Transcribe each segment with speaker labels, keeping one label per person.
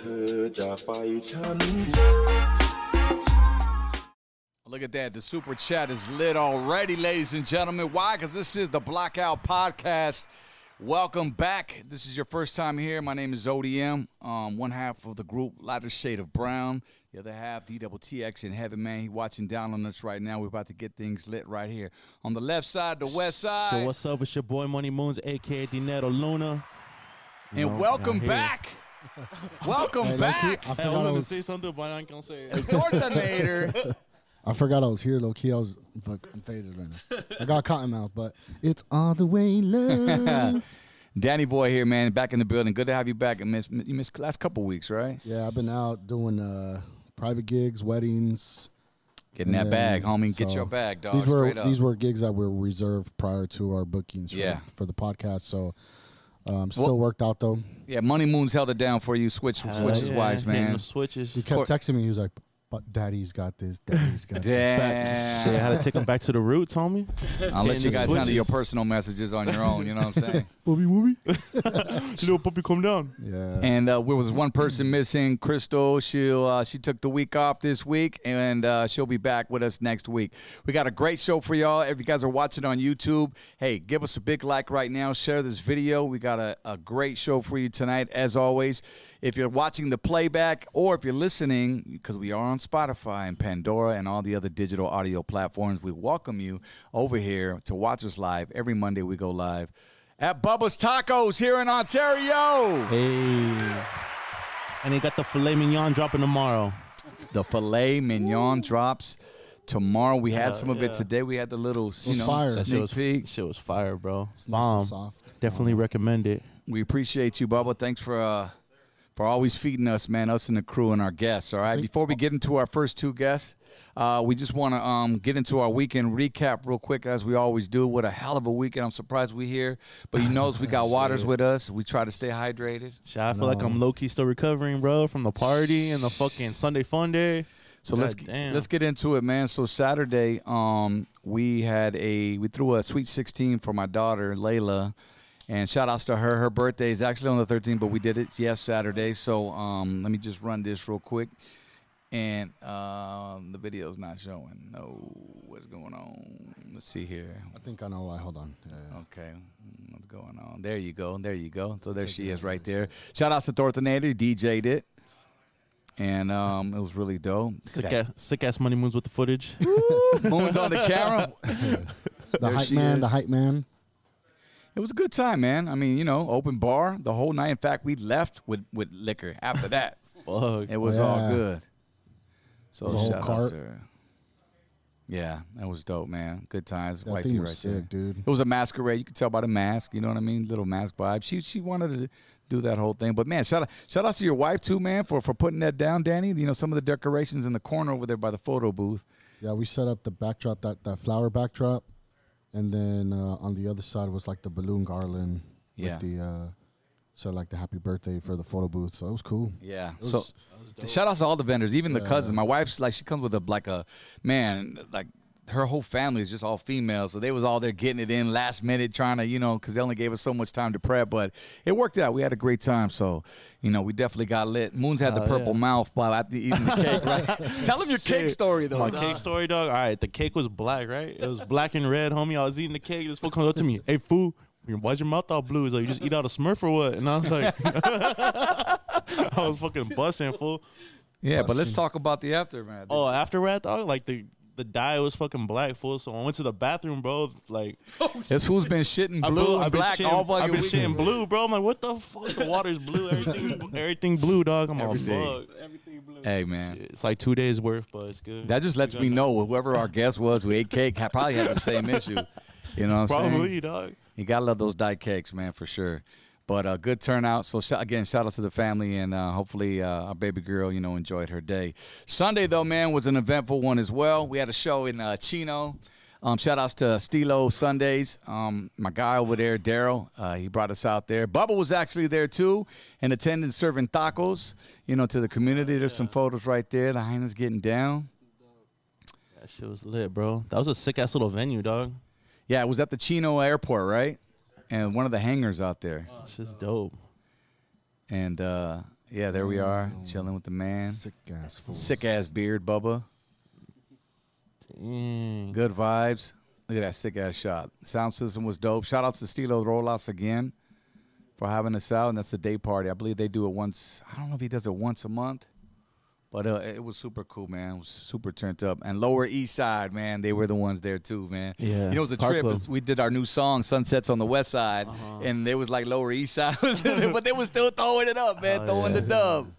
Speaker 1: ไปฉัน
Speaker 2: Look at that. The super chat is lit already, ladies and gentlemen. Why? Because this is the Blockout Podcast. Welcome back. This is your first time here. My name is ODM, um, one half of the group, Lighter Shade of Brown. The other half, DWTX in Heaven, man. He watching down on us right now. We're about to get things lit right here. On the left side, the west side.
Speaker 3: So what's up? It's your boy Money Moons, aka Dinetto Luna.
Speaker 2: and
Speaker 3: No,
Speaker 2: welcome
Speaker 3: I'm here.
Speaker 2: back. welcome
Speaker 4: Hey, low-key,
Speaker 2: back.
Speaker 3: Hey,
Speaker 4: I
Speaker 3: I
Speaker 4: forgot I,
Speaker 3: wanted to
Speaker 4: was,
Speaker 3: say something, but I can't say it.
Speaker 2: Thorntonator.
Speaker 4: I forgot I was here, low key. I was I'm fuck, I'm faded right now. I got cotton mouth, but it's all the way love.
Speaker 2: Danny Boy here, man. Back in the building. Good to have you back. I missed, you missed last couple weeks, right?
Speaker 4: yeah, I've been out doing uh, private gigs, weddings.
Speaker 2: Getting that
Speaker 4: and
Speaker 2: bag,
Speaker 4: then-
Speaker 2: homie. Get
Speaker 4: so
Speaker 2: your bag, dog.
Speaker 4: These were
Speaker 2: Straight up.
Speaker 4: these were gigs that were reserved prior to our bookings. For,
Speaker 2: Yeah.
Speaker 4: for the podcast, so um, still worked out though.
Speaker 2: yeah, Money Moon's held it down for you. Switch, uh, switch is
Speaker 3: Yeah,
Speaker 2: wise,
Speaker 3: hitting
Speaker 2: man.
Speaker 3: the switches.
Speaker 4: He kept texting me. He was like, "But Daddy's got this. Daddy's got this."
Speaker 3: Back
Speaker 2: Damn.
Speaker 3: to shit. Had to take them back to the roots, homie.
Speaker 2: I'll let you
Speaker 3: hitting the
Speaker 2: guys handle your
Speaker 3: switches.
Speaker 2: personal messages on your own. You know what I'm saying?
Speaker 4: Booby wooby.
Speaker 3: Little puppy, come down.
Speaker 4: Yeah.
Speaker 2: and uh, there was one person missing, Crystal. She uh, she took the week off this week, and uh, she'll be back with us next week. We got a great show for y'all. If you guys are watching on YouTube, hey, give us a big like right now. Share this video. We got a, a great show for you tonight, as always. If you're watching the playback, or if you're listening, because we are on Spotify and Pandora and all the other digital audio platforms, we welcome you over here to watch us live every Monday. We go live. At Bubba's Tacos here in Ontario.
Speaker 3: Hey. And they got the filet mignon dropping tomorrow.
Speaker 2: The filet mignon drops tomorrow. We had some of it today. We had the little, you
Speaker 4: was
Speaker 2: know,
Speaker 4: fire. That
Speaker 3: That shit
Speaker 2: sneak
Speaker 3: was,
Speaker 2: peek.
Speaker 3: shit was fire, bro.
Speaker 4: nice
Speaker 3: Bomb.
Speaker 4: and soft.
Speaker 3: Definitely recommend it.
Speaker 2: We appreciate you, Bubba. Thanks for uh, for always feeding us, man, us and the crew and our guests. All right. Before we get into our first two guests, uh, we just want to um, get into our weekend recap real quick, as we always do. What a hell of a weekend! I'm surprised we here, but you notice we got waters with us. We try to stay hydrated.
Speaker 3: Shit, I feel like I'm low key still recovering, bro, from the party and the fucking Sunday fun day.
Speaker 2: So let's
Speaker 3: God damn.
Speaker 2: let's get into it, man. So Saturday, um, we had a we threw a sweet sixteen for my daughter Layla, and shout outs to her. Her birthday is actually on the thirteenth, but we did it yes Saturday. So um, let me just run this real quick, and um, the video's not showing. No, what's going on? Let's see here.
Speaker 4: I think I know why. Hold on. Uh, Yeah, yeah.
Speaker 2: Okay, mm, what's going on? There you go. There you go. So there she is right there. Shout outs to Thorntonator, DJ'd it. And um, it was really dope.
Speaker 3: Sick ass, sick ass money moons with the footage.
Speaker 2: Moon's on the camera.
Speaker 4: The
Speaker 2: There
Speaker 4: hype
Speaker 2: she
Speaker 4: man. The
Speaker 2: is.
Speaker 4: hype man.
Speaker 2: It was a good time, man. I mean, you know, open bar the whole night. In fact, we left with, with liquor after that.
Speaker 3: Fuck.
Speaker 2: It was all
Speaker 4: Yeah.
Speaker 2: good. So
Speaker 4: It was a whole
Speaker 2: shout out
Speaker 4: cart.
Speaker 2: to her. Yeah, that was dope, man. Good times.
Speaker 4: That
Speaker 2: Wifey
Speaker 4: thing
Speaker 2: right
Speaker 4: was
Speaker 2: there.
Speaker 4: sick, dude.
Speaker 2: It was a masquerade. You could tell by the mask. You know what I mean? Little mask vibe. She she wanted to do that whole thing. But man, shout out shout out to your wife too, man, for for putting that down, Danny. You know some of the decorations in the corner over there by the photo booth.
Speaker 4: Yeah, we set up the backdrop, that, that flower backdrop, and then uh, on the other side was like the balloon garland.
Speaker 2: Yeah.
Speaker 4: With the uh, so like the happy birthday for the photo booth. So it was cool.
Speaker 2: Yeah.
Speaker 4: was-
Speaker 2: so shout outs to all the vendors, even the cousins. My wife's like she comes with a like a man like her whole family is just all female, so they was all there getting it in last minute, trying to you know because they only gave us so much time to prep, but it worked out. We had a great time, so you know we definitely got lit. Moons had the purple mouth while after eating the cake. Right? Tell them your cake
Speaker 3: Shit.
Speaker 2: story though.
Speaker 3: My
Speaker 2: dog.
Speaker 3: cake story, dog. All right, the cake was black, right? It was black and red, homie. I was eating the cake. This fool comes up to me, "Hey, fool, why's your mouth all blue? He's like, you just eat out a Smurf or what?" And I was like, I was fucking busting, fool.
Speaker 2: Yeah, but let's talk about the aftermath.
Speaker 3: Oh, after rat, dog, like the the dye was fucking black, fool. So I went to the bathroom, bro. Like
Speaker 2: It's who's been shitting
Speaker 3: I
Speaker 2: blue
Speaker 3: blew- I
Speaker 2: and
Speaker 3: been
Speaker 2: black
Speaker 3: shitting-
Speaker 2: all
Speaker 3: I
Speaker 2: fucking
Speaker 3: been
Speaker 2: weekend.
Speaker 3: shitting blue, bro. I'm like, what the fuck? The water's blue. Everything, everything blue, dog. I'm all
Speaker 2: Everything.
Speaker 3: Oh, fuck. Everything blue.
Speaker 2: Hey man.
Speaker 3: It's like two days worth, but it's good.
Speaker 2: That just lets me know whoever our guest was who ate cake had- probably had the same issue. You know what I'm saying?
Speaker 3: probably, dog.
Speaker 2: You gotta love those die cakes, man, for sure. But uh, good turnout. So sh- again, shout out to the family, and uh, hopefully uh, our baby girl, you know, enjoyed her day. Sunday though, man, was an eventful one as well. We had a show in uh, Chino. Um, shout outs to Stilo Sundays. Um, my guy over there, Daryl, uh, he brought us out there. Bubba was actually there too, in attendance serving tacos, you know, to the community. There's some photos right there. The hyena's getting down.
Speaker 3: That shit was lit, bro. That was a sick ass little venue, dog.
Speaker 2: Yeah, it was at the Chino Airport, right? And one of the hangars out there.
Speaker 3: It's just dope.
Speaker 2: and uh, Yeah, there we are, chilling with the man.
Speaker 4: Sick ass fool.
Speaker 2: Sick ass beard, Bubba.
Speaker 3: Mm.
Speaker 2: Good vibes. Look at that sick ass shot. Sound system was dope. Shout out to Stilo Rolas again for having us out, and that's the day party. I believe they do it once. I don't know if he does it once a month, but uh, it was super cool, man. It was super turned up. And Lower East Side, man, they were the ones there too, man.
Speaker 3: Yeah.
Speaker 2: you know it was a
Speaker 3: Car
Speaker 2: trip.
Speaker 3: club.
Speaker 2: is We did our new song, Sunsets on the West Side,
Speaker 3: Uh-huh.
Speaker 2: and there was like Lower East Side, was in it, but they were still throwing it up, man,
Speaker 3: Oh,
Speaker 2: throwing
Speaker 3: yeah.
Speaker 2: the dub.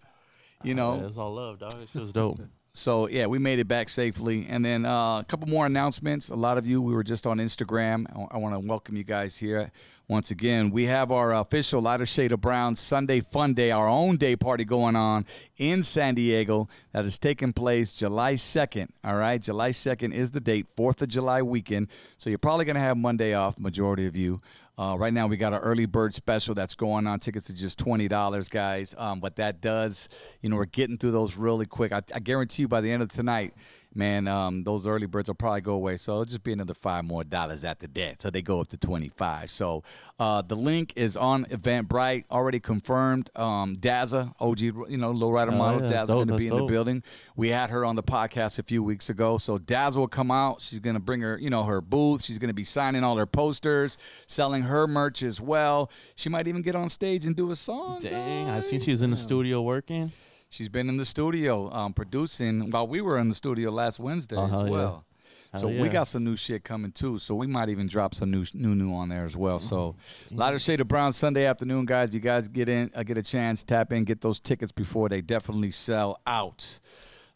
Speaker 2: You know,
Speaker 3: Yeah, it was all love, dog. It was dope.
Speaker 2: so yeah, we made it back safely, and then uh, a couple more announcements. A lot of you, we were just on Instagram. I, want to welcome you guys here once again. We have our official Lighter Shade of Brown Sunday Fun Day, our own day party going on in San Diego that is taking place July second. All right, July second is the date, Fourth of July weekend. So you're probably gonna have Monday off, majority of you. Uh, right now, we got an early bird special that's going on. Tickets are just twenty dollars, guys. Um, but that does, you know, we're getting through those really quick. I, I guarantee you, by the end of tonight, man, um, those early birds will probably go away. So it'll just be another five more dollars after that. So they go up to twenty five. So uh, the link is on Eventbrite, already confirmed. Um, Dazza, OG, you know, low rider model,
Speaker 3: Oh, yeah,
Speaker 2: Dazza
Speaker 3: that's dope,
Speaker 2: going to
Speaker 3: that's
Speaker 2: be in the
Speaker 3: dope.
Speaker 2: building building. We had her on the podcast a few weeks ago. So Daz will come out. She's gonna bring her, you know, her booth. She's gonna be signing all her posters, selling her merch as well. She might even get on stage and do a song.
Speaker 3: Dang, I
Speaker 2: guys.
Speaker 3: seen she's in the studio working.
Speaker 2: She's been in the studio um, producing while we were in the studio last Wednesday
Speaker 3: Oh, hell
Speaker 2: as
Speaker 3: yeah.
Speaker 2: well. So
Speaker 3: Hell
Speaker 2: we
Speaker 3: Oh, yeah.
Speaker 2: got some new shit coming too. So we might even drop some new new new on there as well.
Speaker 3: Oh,
Speaker 2: So lighter shade of brown Sunday afternoon, guys. If you guys get in, uh, get a chance, tap in, get those tickets before they definitely sell out.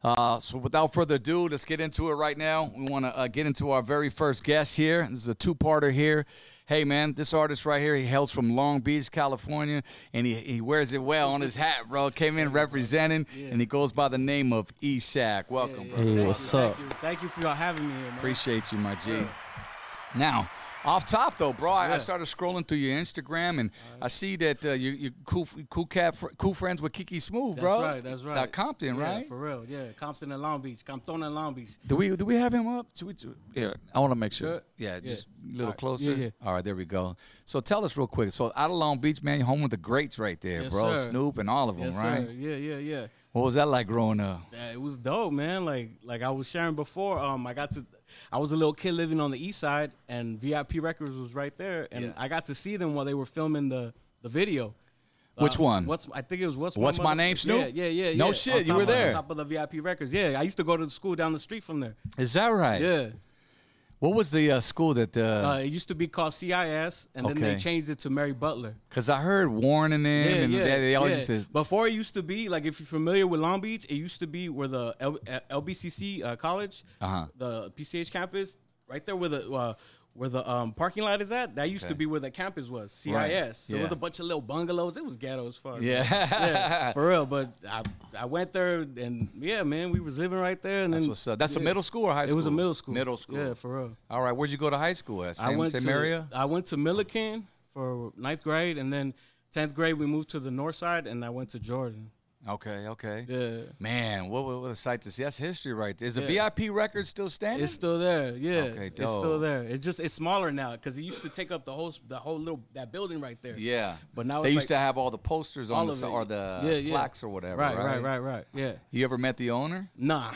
Speaker 2: Uh, so without further ado, let's get into it right now. We want to uh, get into our very first guest here. This is a two-parter here. Hey man, this artist right here, he hails from Long Beach, California, and he, he wears it well on his hat, bro. Came in representing, and he goes by the name of Esac. Welcome, bro.
Speaker 3: Hey,
Speaker 1: Thank
Speaker 3: what's
Speaker 1: you,
Speaker 3: up?
Speaker 1: Thank you, thank you for y'all having me here, man.
Speaker 2: Appreciate you, my G. Now, off top though, bro, I, I
Speaker 1: Yeah.
Speaker 2: started scrolling through your Instagram and I see that uh, you you cool f- cool cat fr- cool friends with Kiki Smooth,
Speaker 1: that's
Speaker 2: bro.
Speaker 1: right, that's right.
Speaker 2: Uh, Compton,
Speaker 1: Yeah,
Speaker 2: right?
Speaker 1: For real, yeah. Compton and Long Beach. Compton and Long Beach.
Speaker 2: Do we do we have him up? Should we, do- yeah, I want to make sure. Yeah,
Speaker 1: Yeah.
Speaker 2: just a little
Speaker 1: All right.
Speaker 2: closer.
Speaker 1: Yeah, yeah.
Speaker 2: All right, there we go. So tell us real quick. So out of Long Beach, man, you're home with the greats right there,
Speaker 1: Yes,
Speaker 2: bro.
Speaker 1: sir.
Speaker 2: Snoop and all of them,
Speaker 1: Yes,
Speaker 2: right?
Speaker 1: sir. Yeah, yeah, yeah.
Speaker 2: What was that like growing up?
Speaker 1: Yeah, it was dope, man. Like like I was sharing before, um, I got to, I was a little kid living on the east side, and VIP Records was right there, and
Speaker 2: Yeah.
Speaker 1: I got to see them while they were filming the the video. Uh,
Speaker 2: Which one?
Speaker 1: What's I think it was what's
Speaker 2: What's
Speaker 1: my,
Speaker 2: My
Speaker 1: Mother-
Speaker 2: Name, Snoop?
Speaker 1: Yeah, yeah, yeah.
Speaker 2: No
Speaker 1: yeah.
Speaker 2: shit,
Speaker 1: On
Speaker 2: you
Speaker 1: top
Speaker 2: were
Speaker 1: of-
Speaker 2: there.
Speaker 1: on top of the VIP Records. Yeah, I used to go to the school down the street from there.
Speaker 2: Is that right?
Speaker 1: Yeah.
Speaker 2: What was the uh, school that?
Speaker 1: Uh,
Speaker 2: uh
Speaker 1: it used to be called CIS, and then
Speaker 2: Okay.
Speaker 1: they changed it to Mary Butler.
Speaker 2: 'cause Because I heard Warren and them, and they, they always
Speaker 1: yeah.
Speaker 2: used to
Speaker 1: Before it used to be like if you're familiar with Long Beach, it used to be where the L- uh, LBCC uh, college,
Speaker 2: Uh-huh.
Speaker 1: the PCH campus, right there where the uh, where the um, parking lot is at. That used
Speaker 2: Okay.
Speaker 1: to be where the campus was. CIS.
Speaker 2: Right.
Speaker 1: So it was
Speaker 2: Yeah.
Speaker 1: a bunch of little bungalows. It was ghetto as fuck.
Speaker 2: Yeah.
Speaker 1: Yeah, for real. But I I went there and yeah, man, we was living right there. And
Speaker 2: That's
Speaker 1: then
Speaker 2: what's up. That's a
Speaker 1: yeah.
Speaker 2: middle school or high
Speaker 1: It
Speaker 2: school?
Speaker 1: was a middle school.
Speaker 2: Middle school.
Speaker 1: Yeah, for real.
Speaker 2: All right, where'd you go to high school at? Same,
Speaker 1: I went
Speaker 2: same
Speaker 1: to
Speaker 2: area?
Speaker 1: I went to Milliken for ninth grade, and then tenth grade we moved to the north side, and I went to Jordan.
Speaker 2: Okay, okay.
Speaker 1: Yeah,
Speaker 2: Man, what, what, what a sight to see. That's history right there. Is the
Speaker 1: Yeah.
Speaker 2: VIP record still standing?
Speaker 1: it's still there. Yeah,
Speaker 2: Okay,
Speaker 1: it's still
Speaker 2: dope.
Speaker 1: there. It's just it's smaller now because it used to take up the whole the whole little that building right there.
Speaker 2: yeah.
Speaker 1: But now
Speaker 2: they
Speaker 1: it's
Speaker 2: used
Speaker 1: like
Speaker 2: to have all the posters on
Speaker 1: all
Speaker 2: the,
Speaker 1: of
Speaker 2: si-
Speaker 1: it.
Speaker 2: or the
Speaker 1: Yeah, yeah.
Speaker 2: plaques or whatever.
Speaker 1: right,
Speaker 2: Right,
Speaker 1: right, right, right. Yeah,
Speaker 2: You ever met the owner?
Speaker 1: nah.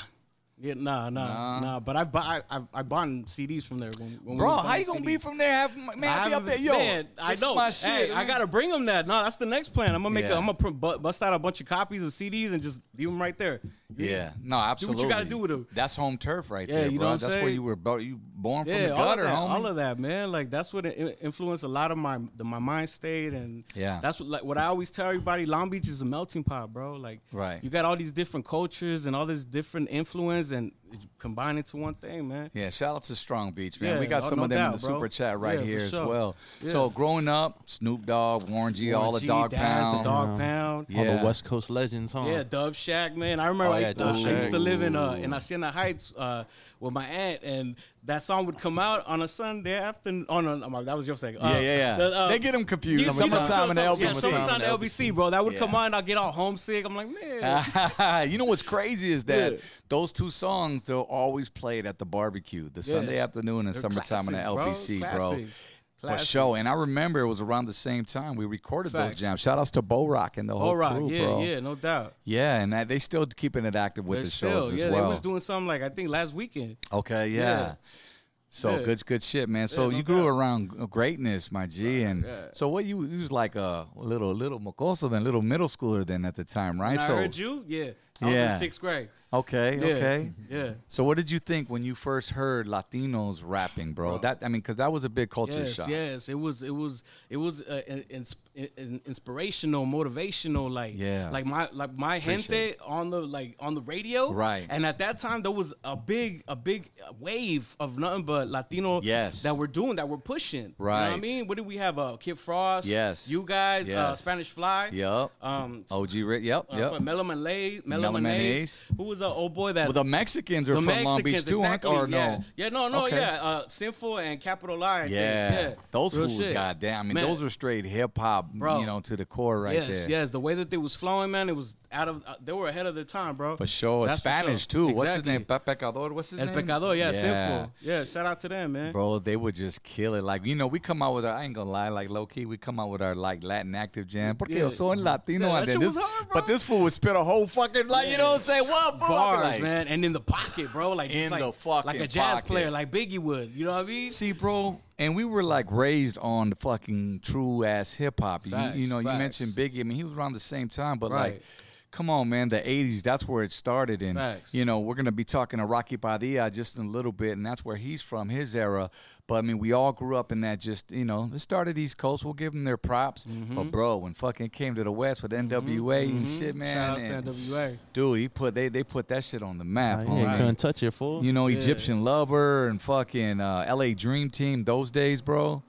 Speaker 1: Yeah, nah, nah,
Speaker 2: Nah.
Speaker 1: nah, But I've bought, I, I've, I bought CDs from there. When, when we
Speaker 2: Bro,
Speaker 1: was
Speaker 2: how
Speaker 1: buying
Speaker 2: you gonna be
Speaker 1: CDs.
Speaker 2: from there? Have man, be up
Speaker 1: haven't-
Speaker 2: there, yo.
Speaker 1: Man, I
Speaker 2: this
Speaker 1: know.
Speaker 2: Is my shit.
Speaker 1: Hey, I
Speaker 2: man.
Speaker 1: gotta bring them that. No, that's the next plan. I'm gonna make.
Speaker 2: Yeah.
Speaker 1: A, I'm gonna pr- bu- bust out a bunch of copies of CDs and just leave them right there.
Speaker 2: Yeah, no,
Speaker 1: what
Speaker 2: absolutely.
Speaker 1: you gotta do with 'em.
Speaker 2: That's home turf right
Speaker 1: Yeah,
Speaker 2: there,
Speaker 1: you know
Speaker 2: bro.
Speaker 1: what I'm
Speaker 2: That's where
Speaker 1: saying?
Speaker 2: you were bo- you born from
Speaker 1: Yeah,
Speaker 2: the
Speaker 1: all,
Speaker 2: gutter,
Speaker 1: of that,
Speaker 2: homie.
Speaker 1: all of that, man. Like that's what it in- influenced a lot of my the, my mind state, and
Speaker 2: Yeah.
Speaker 1: that's what like what I always tell everybody. Long Beach is a melting pot, bro. Like,
Speaker 2: Right.
Speaker 1: You got all these different cultures and all this different influence, and it combined into one thing, man.
Speaker 2: Yeah, shout out to Strong Beach, man. we
Speaker 1: Yeah,
Speaker 2: got
Speaker 1: no-
Speaker 2: some
Speaker 1: no
Speaker 2: of them in
Speaker 1: doubt,
Speaker 2: the
Speaker 1: bro.
Speaker 2: super chat right
Speaker 1: Yeah, for
Speaker 2: here as
Speaker 1: sure.
Speaker 2: well.
Speaker 1: Yeah.
Speaker 2: So growing up, Snoop Dogg, Warren G, all the
Speaker 1: G,
Speaker 2: dog
Speaker 1: Daz,
Speaker 2: pound.
Speaker 1: the dog pound.
Speaker 2: Yeah.
Speaker 3: All the West Coast legends, huh?
Speaker 1: Yeah, Dove Shack, man. I remember
Speaker 3: Oh,
Speaker 1: I,
Speaker 3: yeah, Dove
Speaker 1: uh, I used
Speaker 3: Shack.
Speaker 1: to live in uh, in Hacienda Heights uh, with my aunt, and that song would come out on a Sunday afternoon. On a, oh, my- that was your second. Uh,
Speaker 2: Yeah, yeah, yeah. They get 'em confused.
Speaker 1: you- you
Speaker 2: Summertime
Speaker 1: know,
Speaker 2: and the
Speaker 1: Yeah,
Speaker 2: LBC.
Speaker 1: summertime and LBC, bro. That would
Speaker 2: Yeah.
Speaker 1: come on, and I'll get all homesick. I'm like, man.
Speaker 2: you know what's crazy is that
Speaker 1: Yeah.
Speaker 2: those two songs they're always played at the barbecue, the Sunday afternoon and
Speaker 1: They're
Speaker 2: summertime in the
Speaker 1: classics, bro.
Speaker 2: LBC, bro.
Speaker 1: Classics.
Speaker 2: For sure. And I remember it was around the same time we recorded those
Speaker 1: Facts.
Speaker 2: jams. Shout outs to Bo Rock and the whole
Speaker 1: All right,
Speaker 2: crew,
Speaker 1: yeah,
Speaker 2: bro.
Speaker 1: yeah, no doubt.
Speaker 2: Yeah, and that, they still keeping it active with
Speaker 1: They're
Speaker 2: the shows
Speaker 1: still,
Speaker 2: as
Speaker 1: yeah,
Speaker 2: well.
Speaker 1: they was doing something like I think last weekend.
Speaker 2: okay, yeah.
Speaker 1: Yeah.
Speaker 2: So
Speaker 1: Yeah.
Speaker 2: good, good shit, man. So
Speaker 1: Yeah, no
Speaker 2: you grew
Speaker 1: doubt.
Speaker 2: around g- uh, greatness, my G, and
Speaker 1: yeah.
Speaker 2: so what you, you was like a little little mocoso then, little middle schooler then at the time, right?
Speaker 1: And I
Speaker 2: so
Speaker 1: heard you. Yeah, I was
Speaker 2: Yeah.
Speaker 1: in sixth grade.
Speaker 2: okay,
Speaker 1: Yeah,
Speaker 2: okay.
Speaker 1: yeah.
Speaker 2: So what did you think when you first heard Latinos rapping, bro? That I mean, because that was a big culture
Speaker 1: Yes,
Speaker 2: shock.
Speaker 1: yes, it was, it was, it was uh, in, in, in- inspirational, motivational, like,
Speaker 2: Yeah.
Speaker 1: like my, like my
Speaker 2: Appreciate
Speaker 1: gente on the, like on the radio,
Speaker 2: Right.
Speaker 1: And at that time, there was a big, a big wave of nothing but Latino,
Speaker 2: Yes.
Speaker 1: that were doing, that were pushing, You know what I
Speaker 2: Right.
Speaker 1: mean, what did we have? Uh, Kid Frost,
Speaker 2: Yes.
Speaker 1: you guys, uh,
Speaker 2: Yes.
Speaker 1: Spanish Fly,
Speaker 2: Yup.
Speaker 1: um,
Speaker 2: OG, Rick, yep,
Speaker 1: uh,
Speaker 2: yep.
Speaker 1: for Melo Malay, Melo
Speaker 2: Melo
Speaker 1: Manais, who was the old boy that
Speaker 2: Well, the Mexicans are
Speaker 1: the
Speaker 2: from Long Beach too, aren't they?
Speaker 1: exactly,
Speaker 2: Or
Speaker 1: yeah.
Speaker 2: no?
Speaker 1: Yeah, no, no,
Speaker 2: Okay.
Speaker 1: yeah. Uh, Sinful and Capital I. think,
Speaker 2: Yeah.
Speaker 1: yeah.
Speaker 2: Those
Speaker 1: Real
Speaker 2: fools,
Speaker 1: shit.
Speaker 2: goddamn. I mean,
Speaker 1: Man,
Speaker 2: those are straight hip hop,
Speaker 1: Bro.
Speaker 2: you know, to the core right
Speaker 1: yes,
Speaker 2: there.
Speaker 1: yes. The way that they was flowing, man, it was out of. Uh, they were ahead of their time, bro.
Speaker 2: For sure. It's
Speaker 1: That's for
Speaker 2: Spanish
Speaker 1: sure.
Speaker 2: too. What's his
Speaker 1: Exactly.
Speaker 2: name? Pe- Pecador. What's his
Speaker 1: El
Speaker 2: name?
Speaker 1: Pecador, yeah, Sinful, yeah. Shout out to them, man.
Speaker 2: Bro, they would just kill it. Like, you know, we come out with our, I ain't gonna lie, like low key, we come out with our like Latin active jam. Porque yo
Speaker 1: Yeah.
Speaker 2: soy Latino.
Speaker 1: Yeah, that
Speaker 2: and then
Speaker 1: shit was
Speaker 2: this-
Speaker 1: hard, bro.
Speaker 2: but this fool would spit a whole fucking, like, you know what I'm saying? What, bro? I'd be
Speaker 1: Bars,
Speaker 2: like,
Speaker 1: man, and in the pocket, bro, like just
Speaker 2: In
Speaker 1: like,
Speaker 2: the fucking
Speaker 1: like a jazz
Speaker 2: pocket.
Speaker 1: player, like Biggie would. You know what I mean?
Speaker 2: See, bro, and we were like raised on the fucking true ass hip hop. You,
Speaker 1: Facts,
Speaker 2: you know, you
Speaker 1: facts.
Speaker 2: mentioned Biggie. I mean, he was around the same time, but like,
Speaker 1: Right.
Speaker 2: come on, man, the '80s. That's where it started, and
Speaker 1: Facts.
Speaker 2: you know, we're gonna be talking to Rocky Padilla just in a little bit, and that's where he's from, his era. But I mean, we all grew up in that. Just you know, it started East Coast. We'll give them their props,
Speaker 1: Mm-hmm.
Speaker 2: but bro, when fucking came to the West with NWA and shit, man,
Speaker 1: Shout out
Speaker 2: and-
Speaker 1: to NWA.
Speaker 2: dude, he put they they put that shit on the map.
Speaker 3: you
Speaker 2: homie.
Speaker 3: ain't couldn't touch it, fool.
Speaker 2: You know, Egyptian Lover and fucking uh, LA Dream Team those days, bro.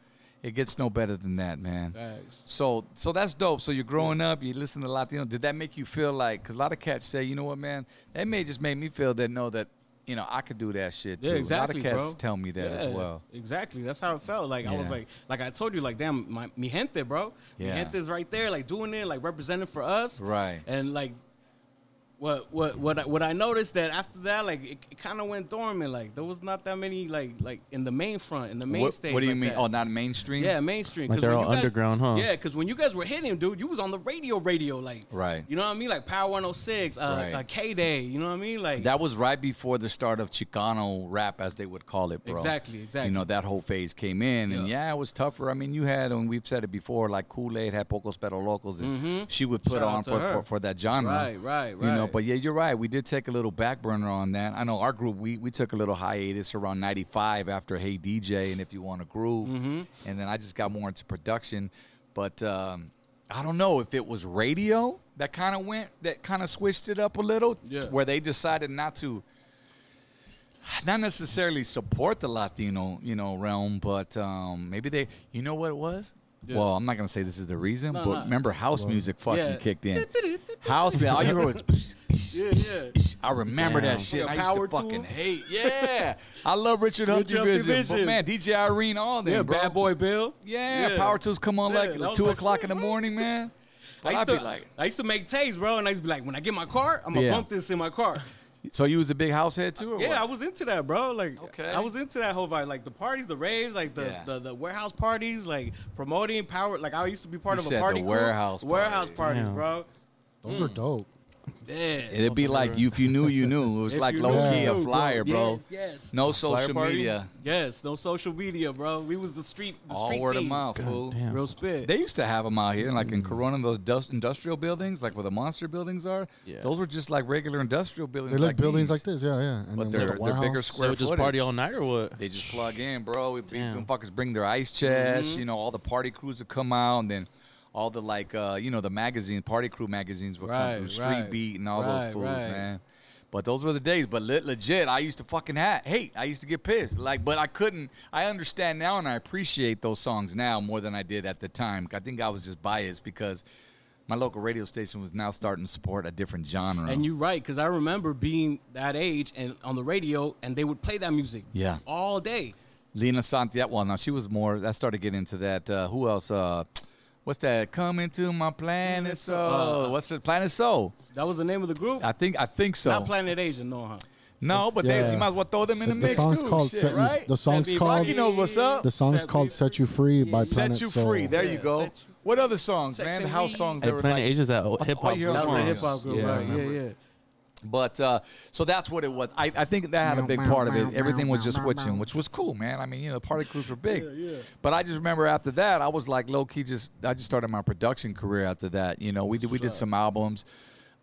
Speaker 2: It gets no better than that, man.
Speaker 1: Facts.
Speaker 2: So, so that's dope. So you're growing up, you listen to Latino. Did that make you feel like? Because a lot of cats say, you know what, man, that may just make me feel that know that you know I could do that shit too.
Speaker 1: Yeah, exactly.
Speaker 2: a lot of
Speaker 1: bro.
Speaker 2: cats tell me that as
Speaker 1: Yeah,
Speaker 2: well.
Speaker 1: Exactly. That's how it felt. Like I was
Speaker 2: Yeah.
Speaker 1: like, like I told you, like damn, my mi gente, bro.
Speaker 2: Yeah.
Speaker 1: Mi gente's right there, like doing it, like representing for us.
Speaker 2: Right.
Speaker 1: And like, what what what I, what I noticed that after that, like it, it kind of went dormant. Like there was not that many like like in the main front, in the main
Speaker 2: what,
Speaker 1: stage.
Speaker 2: what do you
Speaker 1: like
Speaker 2: mean?
Speaker 1: that.
Speaker 2: Oh, not mainstream.
Speaker 1: Yeah, mainstream.
Speaker 3: Like
Speaker 1: 'Cause
Speaker 3: they're
Speaker 1: when
Speaker 3: all
Speaker 1: you guys-
Speaker 3: underground, huh?
Speaker 1: Yeah, because when you guys were hitting, dude, you was on the radio, radio, like
Speaker 2: Right.
Speaker 1: You know what I mean? Like Power 106, uh,
Speaker 2: Right.
Speaker 1: uh, K Day. You know what I mean? Like
Speaker 2: That was right before the start of Chicano rap, as they would call it, bro.
Speaker 1: Exactly, exactly.
Speaker 2: You know, that whole phase came in, and yeah, it was tougher. I mean, you had, and we've said it before, like Kool Aid had Pocos Pero Locos, and she would put
Speaker 1: Mm-hmm. Shout out
Speaker 2: on
Speaker 1: to
Speaker 2: for,
Speaker 1: her.
Speaker 2: for, for that genre.
Speaker 1: Right, right,
Speaker 2: You know,
Speaker 1: right.
Speaker 2: but yeah, you're right. We did take a little back burner on that. I know our group, we, we took a little hiatus around 95 after Hey DJ and If You Want to Groove.
Speaker 1: Mm-hmm.
Speaker 2: And then I just got more into production. But um, I don't know if it was radio that kind of went, that kind of switched it up a little,
Speaker 1: Yeah.
Speaker 2: where they decided not to not necessarily support the Latino, you know, realm, but um, maybe they, you know what it was? Well, I'm not gonna say this is the reason, but
Speaker 1: no.
Speaker 2: remember house music fucking
Speaker 1: Yeah.
Speaker 2: kicked in. house music, all you heard was.
Speaker 1: yeah, yeah.
Speaker 2: I remember that shit.
Speaker 1: Fucking
Speaker 2: I used to
Speaker 1: power
Speaker 2: fucking
Speaker 1: tools.
Speaker 2: hate. Yeah, I love Richard
Speaker 1: Richard
Speaker 2: Humphrey
Speaker 1: Humphrey
Speaker 2: Vision, but
Speaker 1: Vision.
Speaker 2: man, DJ Irene, all them,
Speaker 1: Yeah,
Speaker 2: bro.
Speaker 1: Bad Boy Bill.
Speaker 2: Yeah, power tools come on
Speaker 1: Yeah,
Speaker 2: like,
Speaker 1: that was
Speaker 2: two
Speaker 1: my
Speaker 2: o'clock
Speaker 1: shit,
Speaker 2: in the
Speaker 1: bro.
Speaker 2: morning, man.
Speaker 1: I
Speaker 2: But
Speaker 1: used,
Speaker 2: I'd
Speaker 1: to,
Speaker 2: be like,
Speaker 1: I used to make tapes, bro, and I used to be like, when I get my car, I'm gonna
Speaker 2: Yeah.
Speaker 1: bump this in my car.
Speaker 2: so you was a big house head too, or
Speaker 1: Yeah, I
Speaker 2: what?
Speaker 1: was into that, bro. Like,
Speaker 2: Okay.
Speaker 1: I was into that whole vibe, like the parties, the raves, like the
Speaker 2: Yeah.
Speaker 1: the, the warehouse parties, like promoting power. Like I used to be part
Speaker 2: You
Speaker 1: of
Speaker 2: said
Speaker 1: a
Speaker 2: the
Speaker 1: party. crew.
Speaker 2: warehouse
Speaker 1: warehouse parties,
Speaker 3: Damn.
Speaker 1: bro. Mm.
Speaker 4: Those are dope.
Speaker 1: Yeah.
Speaker 2: It'd be like you, if you knew, you knew. It was
Speaker 1: If
Speaker 2: like
Speaker 1: you
Speaker 2: low
Speaker 4: knew,
Speaker 2: key
Speaker 4: you
Speaker 2: a
Speaker 1: knew, bro.
Speaker 2: flyer, bro.
Speaker 1: Yes, yes.
Speaker 2: No
Speaker 3: flyer
Speaker 2: social
Speaker 3: party?
Speaker 2: media.
Speaker 1: Yes, no social media, bro. We was the street, the
Speaker 2: All
Speaker 1: street
Speaker 2: word
Speaker 1: team.
Speaker 2: of mouth, fool.
Speaker 3: damn.
Speaker 1: Real spit.
Speaker 2: They used to have them out here, like
Speaker 1: Mm.
Speaker 2: in Corona, those dust industrial buildings, like where the monster buildings are.
Speaker 3: Yeah.
Speaker 2: Those were just like regular industrial buildings.
Speaker 4: They look
Speaker 2: these.
Speaker 4: buildings like this, yeah, yeah. And
Speaker 2: But
Speaker 4: with
Speaker 2: they're-
Speaker 4: the
Speaker 2: they're bigger
Speaker 4: warehouse,
Speaker 2: square
Speaker 3: So just party
Speaker 2: footage.
Speaker 3: all night or what?
Speaker 2: They just plug in, bro. It, it-
Speaker 3: Damn.
Speaker 2: fuckers bring their ice chest. You know, all the party crews would come out, and then all the like, uh, you know, the magazine party crew magazines would
Speaker 1: Right,
Speaker 2: come through, Street
Speaker 1: right.
Speaker 2: Beat and all those
Speaker 1: Right,
Speaker 2: fools,
Speaker 1: right.
Speaker 2: man. But those were the days. But lit, legit, I used to fucking hat hate. I used to get pissed. Like, but I couldn't. I understand now, and I appreciate those songs now more than I did at the time. I think I was just biased because my local radio station was now starting to support a different genre.
Speaker 1: And you're right, because I remember being that age and on the radio, and they would play that music.
Speaker 2: Yeah.
Speaker 1: All day.
Speaker 2: Lena Santiago. Well, now she was more. I started getting into that. Uh, who else? Uh, what's that? Come into my planet soul.
Speaker 1: Uh,
Speaker 2: what's the planet soul?
Speaker 1: That was the name of the group.
Speaker 2: I think. I think so.
Speaker 1: Not Planet Asia, no, huh?
Speaker 2: No, but they,
Speaker 4: Yeah.
Speaker 2: you might as well throw them in the,
Speaker 4: The, the
Speaker 2: mix
Speaker 4: song's
Speaker 2: too.
Speaker 4: called
Speaker 2: shit,
Speaker 4: Set You-
Speaker 2: right?
Speaker 4: The song's
Speaker 1: Set Me
Speaker 4: called
Speaker 2: Rocky knows what's up.
Speaker 4: The song's
Speaker 1: Set Me
Speaker 4: called "Set You Free" by Planet
Speaker 2: Set you
Speaker 4: Soul.
Speaker 2: free. There you go.
Speaker 1: Set You
Speaker 2: What other songs,
Speaker 1: Sex
Speaker 2: man?
Speaker 1: and
Speaker 2: House
Speaker 1: Weed.
Speaker 2: songs
Speaker 3: Hey,
Speaker 2: that were
Speaker 3: Planet
Speaker 2: like,
Speaker 3: Asia's that hip hop.
Speaker 2: your
Speaker 1: That was a
Speaker 2: Yeah.
Speaker 1: hip hop group,
Speaker 2: Yeah, I
Speaker 1: right? Yeah, yeah.
Speaker 2: But uh, so that's what it was. I, I think that had a big part of it. Everything was just switching, which was cool, man. I mean, you know, the party crews were big. But I just remember after that, I was like low key. Just I just started my production career after that. You know, we did we did some albums.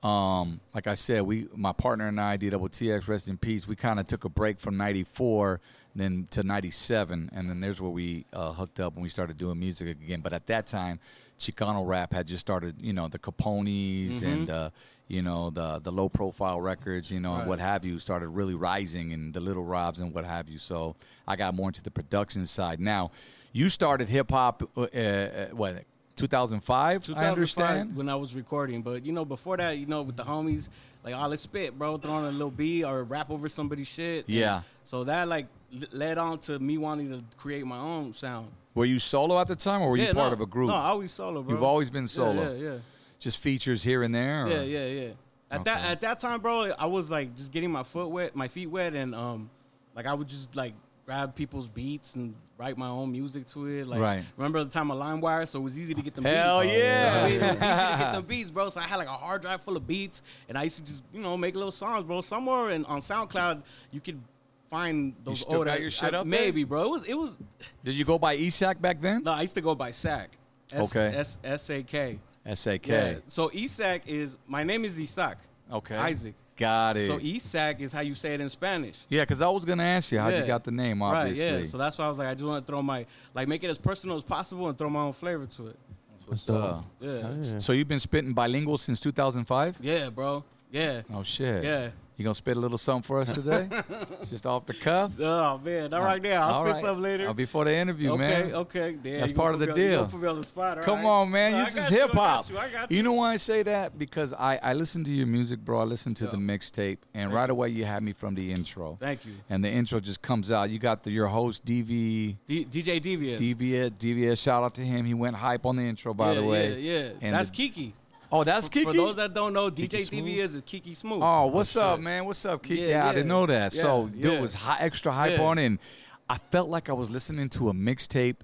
Speaker 2: Um, like I said, we my partner and I, DWTX, rest in peace. We kind of took a break from '94, then to '97, and then there's where we uh, hooked up and we started doing music again. But at that time, Chicano rap had just started. You know, the Capones and uh, you know the the low profile records, you know, and what have you, started really rising, and the Little Robs and what have you. So I got more into the production side. Now, you started hip hop, uh, uh, what? 2005, I
Speaker 1: 2005
Speaker 2: understand.
Speaker 1: when I was recording, but you know, before that, you know, with the homies, like all let's spit, bro, throw on a little beat or rap over somebody's shit.
Speaker 2: Yeah.
Speaker 1: So that like l- led on to me wanting to create my own sound.
Speaker 2: Were you solo at the time, or were you
Speaker 1: Yeah,
Speaker 2: part
Speaker 1: no,
Speaker 2: of a group?
Speaker 1: No, I always solo, bro.
Speaker 2: You've always been
Speaker 1: Yeah,
Speaker 2: solo.
Speaker 1: Yeah, yeah,
Speaker 2: Just features here and there. or-
Speaker 1: yeah, yeah, yeah. At that
Speaker 2: Okay.
Speaker 1: at that time, bro, I was like just getting my foot wet, my feet wet, and um, like I would just like grab people's beats and write my own music to it. Like
Speaker 2: Right.
Speaker 1: remember the time of LimeWire, so it was easy to get them.
Speaker 2: Hell
Speaker 1: beats.
Speaker 2: yeah.
Speaker 1: I mean, it was easy to get them beats, bro. So I had like a hard drive full of beats, and I used to just you know make little songs, bro. Somewhere in, on SoundCloud, you could find those
Speaker 2: still
Speaker 1: old
Speaker 2: got your shit
Speaker 1: I-
Speaker 2: up there?
Speaker 1: maybe, bro. It was it was
Speaker 2: Did you go by E ESAC back then?
Speaker 1: no, I used to go by Sack. S-
Speaker 2: Okay.
Speaker 1: S S A K.
Speaker 2: SAK.
Speaker 1: Yeah. So Isak is my name is Isak.
Speaker 2: Okay.
Speaker 1: Isaac.
Speaker 2: Got it.
Speaker 1: So Isak is how you say it in Spanish.
Speaker 2: yeah, because I was gonna ask you how would
Speaker 1: Yeah.
Speaker 2: you got the name, obviously.
Speaker 1: Right. Yeah. So that's why I was like, I just want to throw my like make it as personal as possible and throw my own flavor to it.
Speaker 2: Uh,
Speaker 1: Yeah.
Speaker 2: So you've been spitting bilingual since 2005?
Speaker 1: Yeah, bro. Yeah.
Speaker 2: Oh shit.
Speaker 1: Yeah.
Speaker 2: You gonna spit a little something for us today? Just off the cuff.
Speaker 1: Oh man, not right now. I'll
Speaker 2: All
Speaker 1: spit
Speaker 2: right.
Speaker 1: some later.
Speaker 2: Uh, before the interview,
Speaker 1: okay,
Speaker 2: man.
Speaker 1: okay. Damn,
Speaker 2: That's
Speaker 1: you gonna
Speaker 2: part of the
Speaker 1: put me on- you
Speaker 2: deal.
Speaker 1: gonna put me on the spot. all
Speaker 2: Come
Speaker 1: right.
Speaker 2: on, man.
Speaker 1: No, I
Speaker 2: this is
Speaker 1: got you, I
Speaker 2: hip hop.
Speaker 1: got you, I got
Speaker 2: You know why I say that? Because I, I listened to your music, bro. I listened to the mixtape, and right away you had me from the intro.
Speaker 1: Thank you.
Speaker 2: And the intro just comes out. You got the, your host, DV.
Speaker 1: D- DJ Devious.
Speaker 2: DVS, DVS, shout out to him. He went hype on the intro, by
Speaker 1: yeah,
Speaker 2: the way.
Speaker 1: Yeah, yeah.
Speaker 2: And
Speaker 1: that's
Speaker 2: the-
Speaker 1: Kiki.
Speaker 2: Oh, that's Kiki.
Speaker 1: For those that don't know, DJ
Speaker 3: Smooth?
Speaker 1: Devious is Kiki Smooth.
Speaker 2: Oh, what's up, man? What's up, Kiki?
Speaker 1: Yeah,
Speaker 2: Yeah, I didn't
Speaker 1: yeah.
Speaker 2: know that. so,
Speaker 1: Yeah,
Speaker 2: dude
Speaker 1: yeah.
Speaker 2: was high, extra hype
Speaker 1: Yeah.
Speaker 2: on it. And I felt like I was listening to a mixtape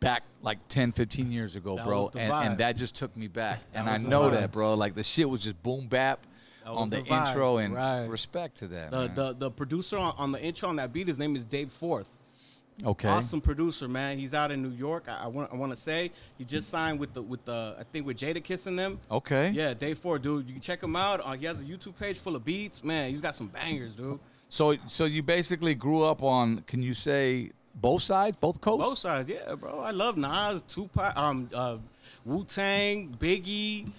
Speaker 2: back like 10, 15 years ago,
Speaker 1: That
Speaker 2: bro.
Speaker 1: was the
Speaker 2: And,
Speaker 1: vibe.
Speaker 2: and that just took me back. and I
Speaker 1: was the
Speaker 2: know
Speaker 1: vibe.
Speaker 2: that, bro. Like the shit was just boom bap on
Speaker 1: was
Speaker 2: the,
Speaker 1: the vibe.
Speaker 2: intro. And
Speaker 1: Right.
Speaker 2: respect to that.
Speaker 1: The,
Speaker 2: man.
Speaker 1: the the producer on, on the intro on that beat, his name is Dave Forth.
Speaker 2: okay.
Speaker 1: Awesome producer, man. He's out in New York. I, I want I want to say he just signed with the with the I think with Jada kissing them.
Speaker 2: Okay.
Speaker 1: Yeah, Dave Forth, dude. You can check him out. Uh, he has a YouTube page full of beats. Man, he's got some bangers, dude.
Speaker 2: So, so you basically grew up on, can you say, both sides, both coasts?
Speaker 1: Both sides, yeah, bro. I love Nas, Tupac, um, uh, Wu Tang, Biggie. Uh,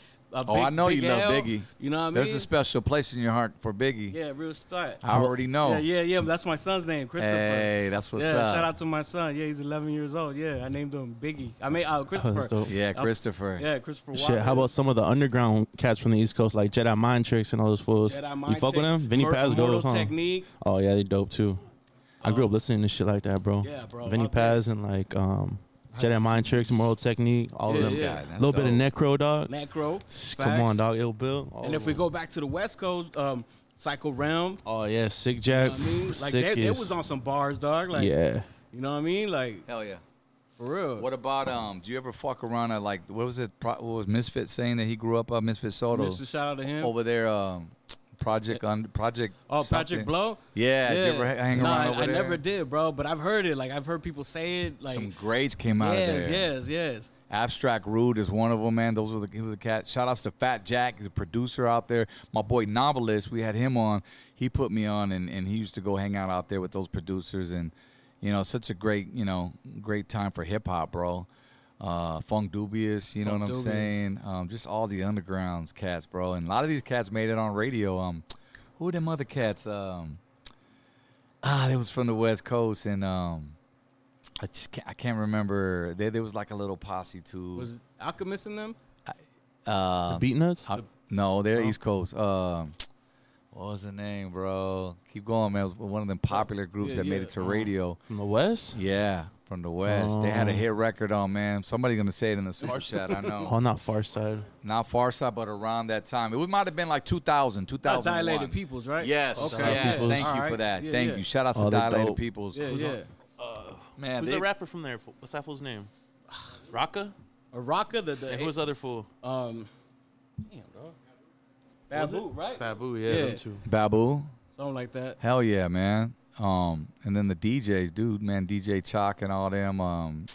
Speaker 2: Oh,
Speaker 1: Big-
Speaker 2: I know
Speaker 1: Big
Speaker 2: you love
Speaker 1: L.
Speaker 2: Biggie.
Speaker 1: You know what I mean?
Speaker 2: There's a special place in your heart for Biggie.
Speaker 1: yeah, real spot.
Speaker 2: I already know.
Speaker 1: Yeah, yeah, yeah. That's my son's name, Christopher.
Speaker 2: Hey, that's what's
Speaker 1: yeah,
Speaker 2: up.
Speaker 1: shout out to my son. Yeah, he's 11 years old. Yeah, I named him Biggie. I mean, uh, Christopher.
Speaker 3: dope.
Speaker 2: Yeah,
Speaker 1: Uh,
Speaker 2: Christopher.
Speaker 1: Yeah, Christopher. Walken.
Speaker 3: Shit, how about some of the underground cats from the East Coast, like Jedi Mind Tricks and all those fools?
Speaker 1: Jedi
Speaker 3: you
Speaker 1: Mind
Speaker 3: fuck
Speaker 1: Tech-
Speaker 3: with them? Vinny
Speaker 1: Mor-
Speaker 3: Paz
Speaker 1: Mortal
Speaker 3: goes, huh?
Speaker 1: Technique.
Speaker 3: Oh yeah, they dope too. I grew up listening to shit like that, bro.
Speaker 1: Um, Yeah, bro,
Speaker 3: Vinny
Speaker 1: out there.
Speaker 3: Paz and like um, Jedi Mind Tricks, Moral Technique, all
Speaker 1: Yeah,
Speaker 3: of them.
Speaker 1: yeah.
Speaker 2: That's
Speaker 3: A little bit of
Speaker 2: dope.
Speaker 3: Necro, dog.
Speaker 1: Necro.
Speaker 3: S-
Speaker 1: Facts.
Speaker 3: Come on, dog. Ill Bill. all
Speaker 1: And if
Speaker 3: of
Speaker 1: we
Speaker 3: them.
Speaker 1: go back to the West Coast, um, Psycho Realm.
Speaker 3: oh yeah, Sick
Speaker 1: You
Speaker 3: Jack,
Speaker 1: know what I mean, like they,
Speaker 3: sickest.
Speaker 1: they was on some bars, dog. Like,
Speaker 3: yeah.
Speaker 1: you know what I mean? Like,
Speaker 2: Hell yeah.
Speaker 1: for real.
Speaker 2: What about um? Do you ever fuck around at like what was it? Pro, what was Misfit saying that he grew up uh, Misfit Soto
Speaker 1: Mr. Shout out to him.
Speaker 2: over there? Um, Project on Project.
Speaker 1: Oh,
Speaker 2: something.
Speaker 1: Project Blow.
Speaker 2: Yeah, did you ever ha- hang
Speaker 1: Nah,
Speaker 2: around
Speaker 1: I-
Speaker 2: over
Speaker 1: I
Speaker 2: there?
Speaker 1: never did, bro. But I've heard it. Like I've heard people say it. Like
Speaker 2: Some grades came out of
Speaker 1: yes,
Speaker 2: there.
Speaker 1: yes, yes.
Speaker 2: Abstract Rude is one of them, man. Those were the he was the cat. Shout outs to Fat Jack, the producer out there. My boy Novelist, we had him on. He put me on, and, and he used to go hang out out there with those producers, and you know, such a great you know great time for hip hop, bro. Uh, Funk Dubious, you know
Speaker 1: Funk
Speaker 2: what I'm
Speaker 1: Dubious.
Speaker 2: saying? Um, just all the undergrounds cats, bro, and a lot of these cats made it on radio. Um, who are them other cats? Um, ah, they was from the West Coast, and um. I just can't, I can't remember. There, there was like a little posse too.
Speaker 1: Was Alchemist in them?
Speaker 2: Uh,
Speaker 3: The Beatnuts.
Speaker 2: I- no, they're East Coast. Um, what was the name, bro? Keep going, man. It was one of them popular groups
Speaker 1: Yeah,
Speaker 2: that made
Speaker 1: yeah,
Speaker 2: it to
Speaker 1: uh-huh.
Speaker 2: radio.
Speaker 3: From the West?
Speaker 2: Yeah, From the West. They
Speaker 1: Oh.
Speaker 2: had a hit record on, man. Somebody gonna say it in the super chat, I know.
Speaker 3: Oh, not Far Side.
Speaker 2: Not far side, but around that time. It was- might have been like 2000, 2001.
Speaker 1: Dilated Peoples, right?
Speaker 2: Yes.
Speaker 1: Okay.
Speaker 2: yes.
Speaker 3: Peoples.
Speaker 2: Thank you
Speaker 1: Alright.
Speaker 2: for that.
Speaker 1: Yeah,
Speaker 2: Thank
Speaker 1: yeah.
Speaker 2: you. Shout out to
Speaker 3: Oh, they're
Speaker 2: Dilated
Speaker 3: dope.
Speaker 2: Peoples.
Speaker 1: Yeah, yeah.
Speaker 2: Man,
Speaker 3: Uh, Who's
Speaker 2: they-
Speaker 3: the rapper from there? fool? What's that fool's name? Rocka?
Speaker 1: Araka, the, the
Speaker 3: And who's the other fool?
Speaker 1: um, damn dog, Babu, right?
Speaker 3: Babu, yeah,
Speaker 1: Yeah.
Speaker 3: them two.
Speaker 2: Babu.
Speaker 1: Something like that.
Speaker 2: Hell yeah, man. Um, and then the DJs, dude, man, DJ Chalk and all them, um,